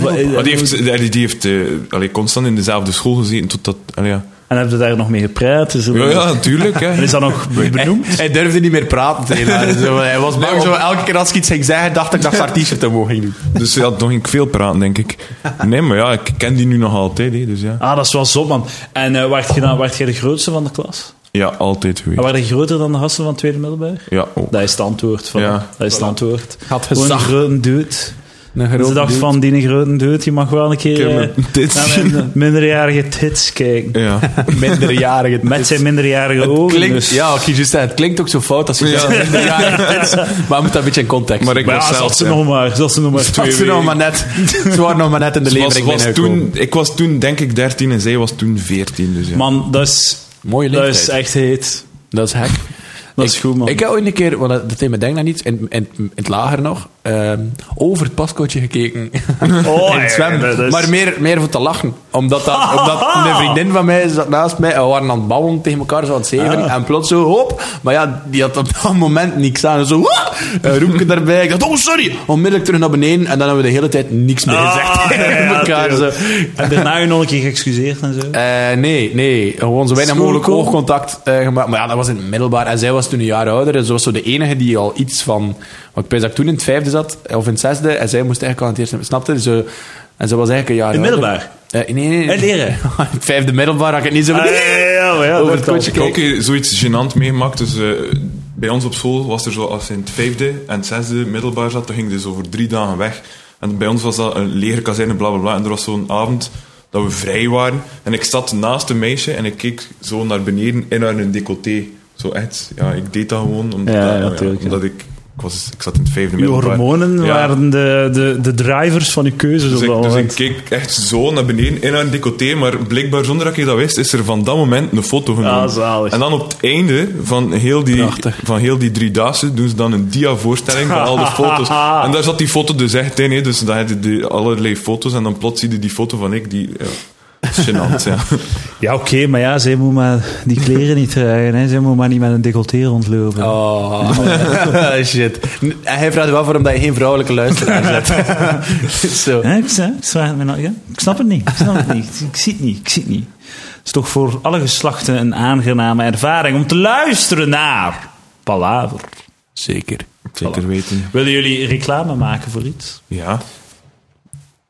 Speaker 2: Maar Oh, die heeft, die, die heeft eh, allee, constant in dezelfde school gezeten totdat... allee, ja.
Speaker 3: En heb je daar nog mee gepraat? Dus
Speaker 2: ja, ja, natuurlijk. Hè.
Speaker 3: En is dat nog benoemd?
Speaker 1: Hij durfde niet meer praten tegen haar. Zo, hij was bang.
Speaker 2: Nee,
Speaker 1: zo,
Speaker 2: want-
Speaker 1: elke keer als ik iets ging zeggen, dacht ik dat ze haar t-shirt omhoog ging doen.
Speaker 2: Dus ja, nog ging ik veel praten, denk ik. Nee, maar ja, ik ken die nu nog altijd, hè, dus ja.
Speaker 3: Ah, dat is wel zot, man. En eh werd, je dan, werd je de grootste van de klas?
Speaker 2: Ja, altijd
Speaker 3: En
Speaker 2: geweest.
Speaker 3: werd je groter dan de gasten van het Tweede Middelberg?
Speaker 2: Ja, ook.
Speaker 3: Ah, Dat is het antwoord. Van,
Speaker 2: Ja.
Speaker 3: Dat is het antwoord.
Speaker 1: Had
Speaker 3: Gewoon een
Speaker 1: gezag.
Speaker 3: grote dude.
Speaker 1: Een
Speaker 3: Ze dacht van, die grote dude, je mag wel een keer
Speaker 2: Keer
Speaker 3: eh,
Speaker 2: mijn tits
Speaker 3: naar mijn minderjarige tits kijken.
Speaker 2: Ja.
Speaker 1: minderjarige.
Speaker 3: Met zijn minderjarige ogen.
Speaker 1: Klinkt,
Speaker 3: dus.
Speaker 1: Ja, oké, juist, het klinkt ook zo fout als je zegt minderjarige tits. Maar je moet dat een beetje in context.
Speaker 2: Maar ik
Speaker 3: Maar
Speaker 2: was
Speaker 3: ja,
Speaker 2: zelf...
Speaker 3: zat ze
Speaker 2: ja.
Speaker 3: nog maar. Zat ze nog maar
Speaker 1: Dat
Speaker 3: twee
Speaker 1: ze
Speaker 3: weken.
Speaker 1: nog maar net, ze waren nog maar net in de
Speaker 2: Ze was,
Speaker 1: levering
Speaker 2: was
Speaker 1: binnengekomen.
Speaker 2: toen, ik was toen denk ik 13 en zij was toen 14. Dus ja.
Speaker 3: Man, dat is...
Speaker 1: Mooie
Speaker 3: Dat
Speaker 1: leeftijd.
Speaker 3: is echt heet.
Speaker 1: Dat is hek.
Speaker 3: Dat is goed, man.
Speaker 1: Ik heb ooit een keer, want dat thema denk ik nog niet, in, in, in het lager nog, ehm, over het pascootje gekeken.
Speaker 3: Oh,
Speaker 1: in het
Speaker 3: ja,
Speaker 1: zwembad.
Speaker 3: dat is-
Speaker 1: Maar meer, meer voor te lachen. Omdat, dat, omdat een vriendin van mij zat naast mij en we waren aan het babbelen tegen elkaar, zo aan het zeven.
Speaker 3: Ah.
Speaker 1: En plots zo, hop. Maar ja, die had op dat moment niks aan. Zo, "Wah!" Een roepje daarbij. Ik dacht, oh sorry. Onmiddellijk terug naar beneden. En dan hebben we de hele tijd niks meer gezegd
Speaker 3: Ah,
Speaker 1: tegen
Speaker 3: ja,
Speaker 1: elkaar.
Speaker 3: tuurlijk.
Speaker 1: Zo.
Speaker 3: En daarna je nog een keer geëxcuseerd en zo.
Speaker 1: Eh, nee, nee. Gewoon zo weinig
Speaker 3: School
Speaker 1: mogelijk
Speaker 3: komen?
Speaker 1: oogcontact eh, gemaakt. Maar ja, dat was in het middelbaar. En zij was toen een jaar ouder. En ze was zo de enige die al iets van... Want ik weet dat ik toen in het vijfde zat, eh, of in het zesde. En zij moest eigenlijk al in het eerste... Snapte? Ze, en ze was eigenlijk een jaar
Speaker 3: In het
Speaker 1: ouder.
Speaker 3: middelbaar?
Speaker 1: Eh, nee, nee, nee.
Speaker 3: En leren?
Speaker 1: in het vijfde middelbaar had ik het niet zo...
Speaker 3: Eh, ja, maar ja,
Speaker 1: over het
Speaker 3: dat kan.
Speaker 1: kotje
Speaker 2: Ik heb ook een keer zoiets gênant meegemaakt. Dus, eh, bij ons op school was er zo, als je in het vijfde en het zesde middelbaar zat, dan ging dus over drie dagen weg. En bij ons was dat een lege kazerne, bla bla bla. En er was zo'n avond dat we vrij waren. En ik zat naast een meisje en ik keek zo naar beneden in haar decolleté. Zo echt, ja, ik deed dat gewoon omdat,
Speaker 3: Ja,
Speaker 2: dat-
Speaker 3: ja,
Speaker 2: ja,
Speaker 3: tuurlijk, ja.
Speaker 2: omdat ik, ik, was, ik zat in het vijfde
Speaker 3: Uw
Speaker 2: middelbaar.
Speaker 3: hormonen
Speaker 2: Ja.
Speaker 3: waren de, de, de drivers van uw keuzes
Speaker 2: Dus
Speaker 3: op dat
Speaker 2: ik, dus ik
Speaker 3: moment.
Speaker 2: keek echt zo naar beneden in haar decolleté, maar blijkbaar zonder dat ik dat wist, is er van dat moment een foto genomen.
Speaker 3: Ah, zalig.
Speaker 2: En dan op het einde van heel die, van heel die drie dagen doen ze dan een dia-voorstelling van al de foto's. En daar zat die foto dus echt in, hè. dus dan had je die allerlei foto's en dan plots zie je die foto van ik, die... Ja. Gênant, ja.
Speaker 3: Ja, oké, maar ja, zij moet maar die kleren niet dragen. Hè. Zij moet maar niet met een decolleté rondlopen.
Speaker 1: Oh, shit. En hij vraagt wel waarom dat je geen vrouwelijke luisteraar zet. zo.
Speaker 3: Hè, ik, hè, ik zwaai het me nou- ja, ik snap het niet. Ik snap het niet. Ik zie het niet. Ik zie het niet. Het is toch voor alle geslachten een aangename ervaring om te luisteren naar Palaver.
Speaker 1: Zeker.
Speaker 2: Zeker weten.
Speaker 3: Willen jullie reclame maken voor iets?
Speaker 2: Ja,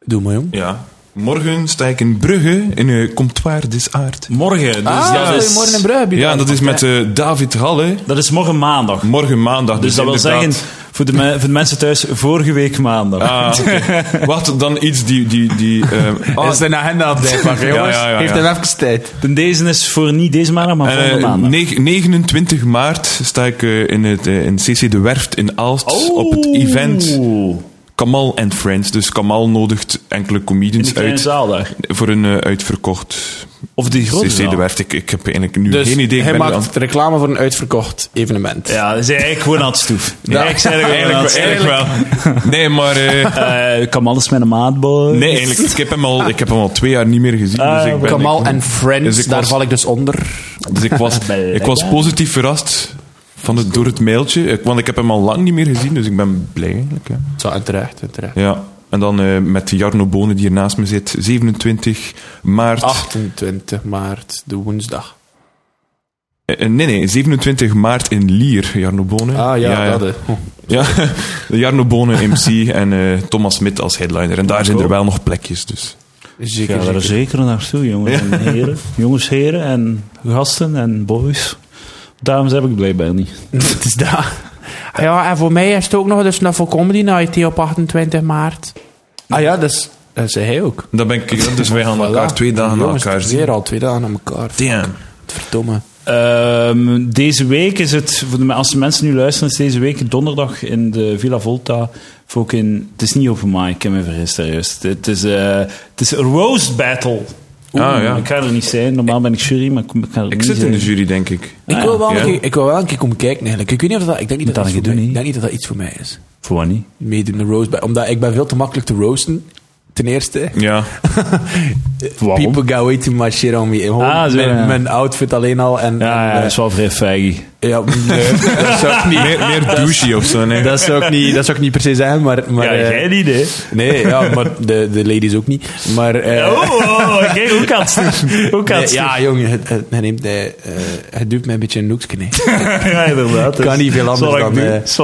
Speaker 1: Doe maar, jong.
Speaker 2: ja. Morgen sta ik in Brugge, in eh Comptoir des Aard.
Speaker 3: Morgen. Dus
Speaker 1: Ah,
Speaker 3: dat, is,
Speaker 1: Goedemorgen in Brugge.
Speaker 2: Ja, Ah, en dat is met eh, David Halle.
Speaker 3: dat is morgen maandag.
Speaker 2: Morgen maandag.
Speaker 3: Dus dat wil
Speaker 2: inderdaad-
Speaker 3: zeggen, voor de, me- voor de mensen thuis, vorige week maandag.
Speaker 2: Ah, oké. Wacht, dan iets die... die, die eh, ah,
Speaker 1: Is zijn agenda aan het bijpakken,
Speaker 2: Ja,
Speaker 1: jongens?
Speaker 2: ja, ja,
Speaker 1: Heeft
Speaker 2: ja.
Speaker 1: hem even tijd.
Speaker 3: De Deze is voor niet deze maandag, maar volgende
Speaker 2: eh,
Speaker 3: maandag.
Speaker 2: neg- 29 maart sta ik eh, in, het, eh, in CC De Werft in Aalst
Speaker 3: Oh!
Speaker 2: op het event
Speaker 3: Oeh.
Speaker 2: Kamal and Friends. Dus Kamal nodigt enkele
Speaker 3: In de
Speaker 2: comedians
Speaker 3: kleine
Speaker 2: uit
Speaker 3: zaal daar.
Speaker 2: voor een eh, uitverkocht
Speaker 3: Of die grote
Speaker 2: CC De
Speaker 3: zaal.
Speaker 2: Werft. Ik, ik heb eigenlijk nu
Speaker 1: Dus
Speaker 2: geen idee. Ik
Speaker 1: hij
Speaker 2: ben er aan-
Speaker 1: maakt reclame voor een uitverkocht evenement.
Speaker 3: Ja, dat is eigenlijk gewoon aan het stoef.
Speaker 2: Ja.
Speaker 3: Ja, ik zei er gewoon aan het
Speaker 2: eigenlijk,
Speaker 3: stoef.
Speaker 2: eigenlijk wel. Nee, maar... eh,
Speaker 3: Eh, ik kan alles met een maatboy.
Speaker 2: nee, eigenlijk, ik heb, hem al, ik heb hem al twee jaar niet meer gezien.
Speaker 3: Ah,
Speaker 2: dus ik ben,
Speaker 1: Kamal
Speaker 2: ik-
Speaker 1: en Friends,
Speaker 2: Dus ik
Speaker 1: daar
Speaker 2: was-
Speaker 1: val ik dus onder.
Speaker 2: Dus ik was, ik was positief verrast van het, door het mailtje. Ik- Want ik heb hem al lang niet meer gezien, dus ik ben blij eigenlijk. Ja,
Speaker 1: Zo, en terecht, en terecht.
Speaker 2: ja. en dan eh, met Jarno Bonen die hier naast me zit. 27 maart.
Speaker 1: 28 maart, de woensdag.
Speaker 2: Eh, eh, nee, nee, 27 maart in Lier, Jarno Bonen.
Speaker 1: Ah ja, dat
Speaker 2: ja.
Speaker 1: eh. Hm.
Speaker 2: Ja, Jarno Bonen, MC en eh, Thomas Smit als headliner. En daar zijn er wel nog plekjes, dus.
Speaker 1: Zeker,
Speaker 3: Ja, daar
Speaker 1: zeker.
Speaker 3: is zeker naartoe, jongens en heren. Jongens, heren en gasten en boys. Dames heb ik blijkbaar niet.
Speaker 1: Het is daar. Ja, en voor mij is het ook nog dus voor Comedy Night op 28 maart. Ah ja, dat, is, dat zei hij ook.
Speaker 2: Dat ben ik, dus wij gaan elkaar
Speaker 1: Voilà.
Speaker 2: twee dagen aan
Speaker 1: Jongens,
Speaker 2: elkaar
Speaker 1: Weer
Speaker 2: zien.
Speaker 1: al twee dagen aan elkaar.
Speaker 2: Damn.
Speaker 1: Verdomme.
Speaker 3: Ehm, deze week is het, voor de- als de mensen nu luisteren, is deze week donderdag in de Villa Volta. Fucking, het is niet open mic, ik heb me vergist daar juist. Het is, eh, het is een roast battle. Oeh,
Speaker 2: Ah, ja.
Speaker 3: Ik ga er niet zijn, normaal ben ik jury, maar ik, ik ga er
Speaker 2: Ik
Speaker 3: niet
Speaker 2: zit in
Speaker 3: zijn.
Speaker 1: eh,
Speaker 2: de jury, denk ik.
Speaker 1: Ik wil, wel
Speaker 2: Ah, Ja.
Speaker 1: een keer, ik wil wel een keer komen kijken eigenlijk. Ik weet niet of dat, ik denk niet dat, dat,
Speaker 3: Moet dat
Speaker 1: iets voor
Speaker 3: een keer doen,
Speaker 1: mij,
Speaker 3: hè?
Speaker 1: ik denk niet dat dat iets voor mij is.
Speaker 3: Voor wat niet?
Speaker 1: Meedoen de roast bij, omdat ik ben veel te makkelijk te roosten. Ten eerste.
Speaker 2: Ja.
Speaker 3: Waarom?
Speaker 1: People got way too much shit on me. Gewoon
Speaker 3: Ah, zo,
Speaker 1: mijn,
Speaker 3: ja.
Speaker 1: mijn outfit alleen al. En,
Speaker 3: Ja, ja,
Speaker 1: en,
Speaker 3: dat
Speaker 1: eh,
Speaker 3: is wel vrij feige.
Speaker 1: ja, nee, dat zou ik niet,
Speaker 2: Meer, meer douchey of zo, nee.
Speaker 1: dat zou ik niet, dat zou ik niet per se zeggen, maar... maar
Speaker 3: Ja,
Speaker 1: eh,
Speaker 3: jij niet, hè?
Speaker 1: Nee, ja, maar de, de ladies ook niet. Maar... eh,
Speaker 3: Oh, oh, oh, kijk, hoe kan het? niet? Hoe kan
Speaker 1: nee,
Speaker 3: het?
Speaker 1: ja, jongen, het, het, hij neemt, eh, eh, het duwt mij een beetje in een hoekje. nee.
Speaker 3: niet? Ja, inderdaad. dus
Speaker 1: Ik kan niet veel anders dan,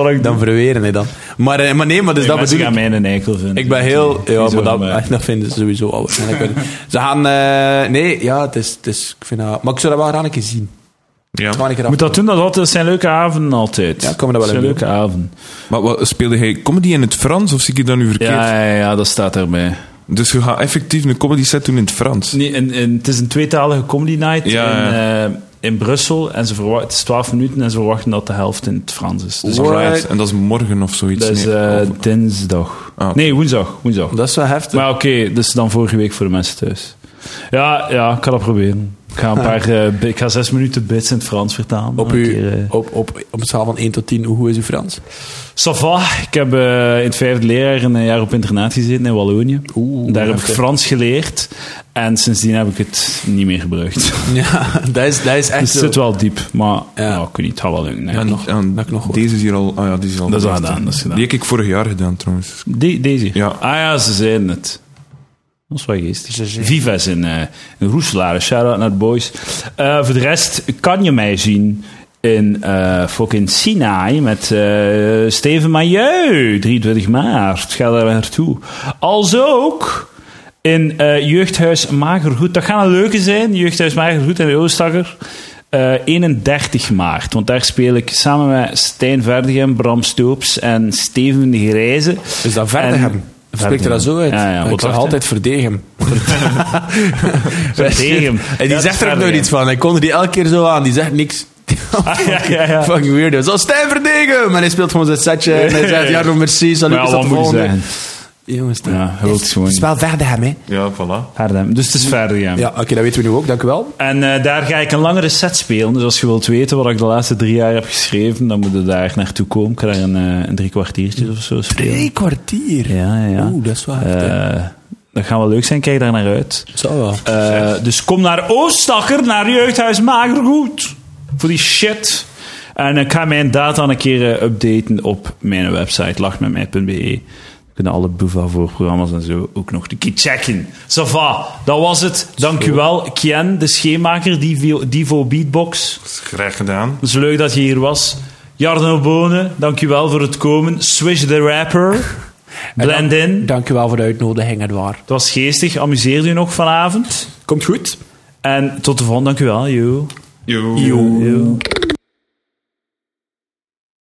Speaker 1: eh, dan verweren. hè, dan. Maar, eh, maar nee, maar dus
Speaker 3: dat
Speaker 1: dat
Speaker 3: mensen
Speaker 1: bedoel ik.
Speaker 3: gaan mij een eikel vinden.
Speaker 1: Ik ben heel... Ja,
Speaker 3: Die
Speaker 1: maar
Speaker 3: zullen mij-
Speaker 1: dat, dat vinden ze sowieso al. waarschijnlijk wel. Ze gaan... eh, nee, ja, het is... Het is ik vind dat, maar ik zou dat wel graag een keer zien.
Speaker 2: Ja.
Speaker 1: Gewoon een keer
Speaker 3: Moet dat doen, dat altijd- dat zijn leuke avonden altijd.
Speaker 1: Ja, komen we dat wel
Speaker 3: zijn
Speaker 1: in
Speaker 3: leuke avonden.
Speaker 2: Maar wat, speelde hij comedy in het Frans of zie ik het dan nu verkeerd?
Speaker 3: Ja, ja, ja, dat staat erbij.
Speaker 2: Dus je gaat effectief een comedy set doen in het Frans.
Speaker 3: Nee, en, en het is een tweetalige comedy night
Speaker 2: Ja,
Speaker 3: in,
Speaker 2: ja.
Speaker 3: eh, in Brussel. En ze verwachten, het is 12 minuten en ze verwachten dat de helft in het Frans is. Dus
Speaker 2: Alright. En dat is morgen of zoiets.
Speaker 3: dat is
Speaker 2: nee. Oh,
Speaker 3: eh,
Speaker 2: Of-
Speaker 3: dinsdag.
Speaker 2: Ah, oké.
Speaker 3: Nee, woensdag. woensdag.
Speaker 1: Dat is wel heftig.
Speaker 3: Maar oké, dus dan vorige week voor de mensen thuis. Ja, ja ik ga dat proberen. Ik ga, een paar, eh, bi- ik ga zes minuten bits in het Frans vertalen.
Speaker 1: op,
Speaker 3: Een
Speaker 1: u,
Speaker 3: keer, eh,
Speaker 1: op, op, op een schaal van 1 tot 10, hoe goed is uw Frans?
Speaker 3: Ça va. Ik heb eh, in het vijfde leerjaar een jaar op internaat gezeten in Wallonië.
Speaker 1: Oeh,
Speaker 3: Daar heb ik
Speaker 1: oké.
Speaker 3: Frans geleerd. En sindsdien heb ik het niet meer gebruikt.
Speaker 1: Ja, dat is, dat is
Speaker 3: Dus Het
Speaker 1: echt zo.
Speaker 3: zit wel diep, maar
Speaker 1: Ja.
Speaker 3: ja. ik weet niet. Het gaat wel lukken. hè.
Speaker 2: en nog, en
Speaker 1: dat ik nog hoor.
Speaker 2: deze is hier al. Ah ja, die is al.
Speaker 3: Dat is al
Speaker 2: best, hè.
Speaker 3: gedaan, dat is gedaan.
Speaker 2: Die heb ik vorig jaar gedaan trouwens.
Speaker 3: Die- deze? hier.
Speaker 2: Ja.
Speaker 3: Ah ja, ze zeiden het. Dat is wel
Speaker 1: Ze
Speaker 3: geestig.
Speaker 1: zeiden-
Speaker 3: Viva is in, eh in Roeselaar. Shout-out naar de boys. Eh, voor de rest kan je mij zien in eh, fucking Sinai met eh, Steven Mailleu. 23 maart. Ga daar naartoe. Als ook in eh, Jeugdhuis Magergoed. Dat gaat een leuke zijn. Jeugdhuis Magergoed in de Oostakker. Eh, 31 maart, want daar speel ik samen met Stijn Verdegem, Bram Stoops en Steven de Grijze.
Speaker 1: Dus dat verder
Speaker 3: En-
Speaker 1: hebben. Spreekt er
Speaker 3: Verdegem.
Speaker 1: dat zo uit?
Speaker 3: Ja, ja,
Speaker 1: ik
Speaker 3: wat
Speaker 1: zag
Speaker 3: dacht
Speaker 1: altijd verdedigen.
Speaker 3: Verdegem.
Speaker 1: En die
Speaker 3: Ja,
Speaker 1: zegt er ook nooit
Speaker 3: dat is Verdegem.
Speaker 1: iets van. Hij konde die elke keer zo aan. Die zegt niks.
Speaker 3: Ah, ja, ja, ja.
Speaker 1: Fucking weirdo. Zo, Stijn verdedigen! En hij speelt gewoon zijn setje. En hij zegt, ja, nog merci. Zal
Speaker 3: Maar
Speaker 1: ik
Speaker 3: ja,
Speaker 1: eens dat
Speaker 3: wat
Speaker 1: de
Speaker 3: moet je
Speaker 1: volgende.
Speaker 3: zeggen?
Speaker 1: Jongens, dat-
Speaker 3: Ja, hij wil het gewoon
Speaker 1: Het is
Speaker 3: niet.
Speaker 1: wel Verdegem, hè?
Speaker 2: Ja, voilà.
Speaker 3: Verdegem. Dus het is Verdegem.
Speaker 1: Ja, oké, dat weten we nu ook. Dank u wel.
Speaker 3: En eh, daar ga ik een langere set spelen. Dus als je wilt weten wat ik de laatste drie jaar heb geschreven, dan moet je daar naartoe komen. Ik ga daar een, eh, een drie kwartiertjes of zo spelen.
Speaker 1: Drie kwartier.
Speaker 3: Ja, ja, ja.
Speaker 1: Oeh, dat is wel heftig.
Speaker 3: Eh, dat gaat wel leuk zijn. Kijk daar naar uit.
Speaker 1: Zal wel.
Speaker 3: Eh, dus kom naar Oostakker, naar Jeugdhuis Magergoed. Voor die shit. En ik ga mijn data een keer eh, updaten op mijn website, lachmetmij.be. We kunnen alle Boeva voorprogramma's en zo ook nog een keer checken. Ça va, dat was het. Dank u wel, Kien, de scheenmaker, Divo, Divo Beatbox.
Speaker 2: Dat is graag gedaan.
Speaker 3: Het is leuk dat je hier was. Jarno Bonen, dank u wel voor het komen. Swish the Rapper. Blend in.
Speaker 1: Dank u wel voor de uitnodiging, Edouard.
Speaker 3: Het was geestig. Amuseerde u nog vanavond?
Speaker 1: Komt goed.
Speaker 3: En tot de volgende. Dank u wel. Yo.
Speaker 2: Yo.
Speaker 3: Yo.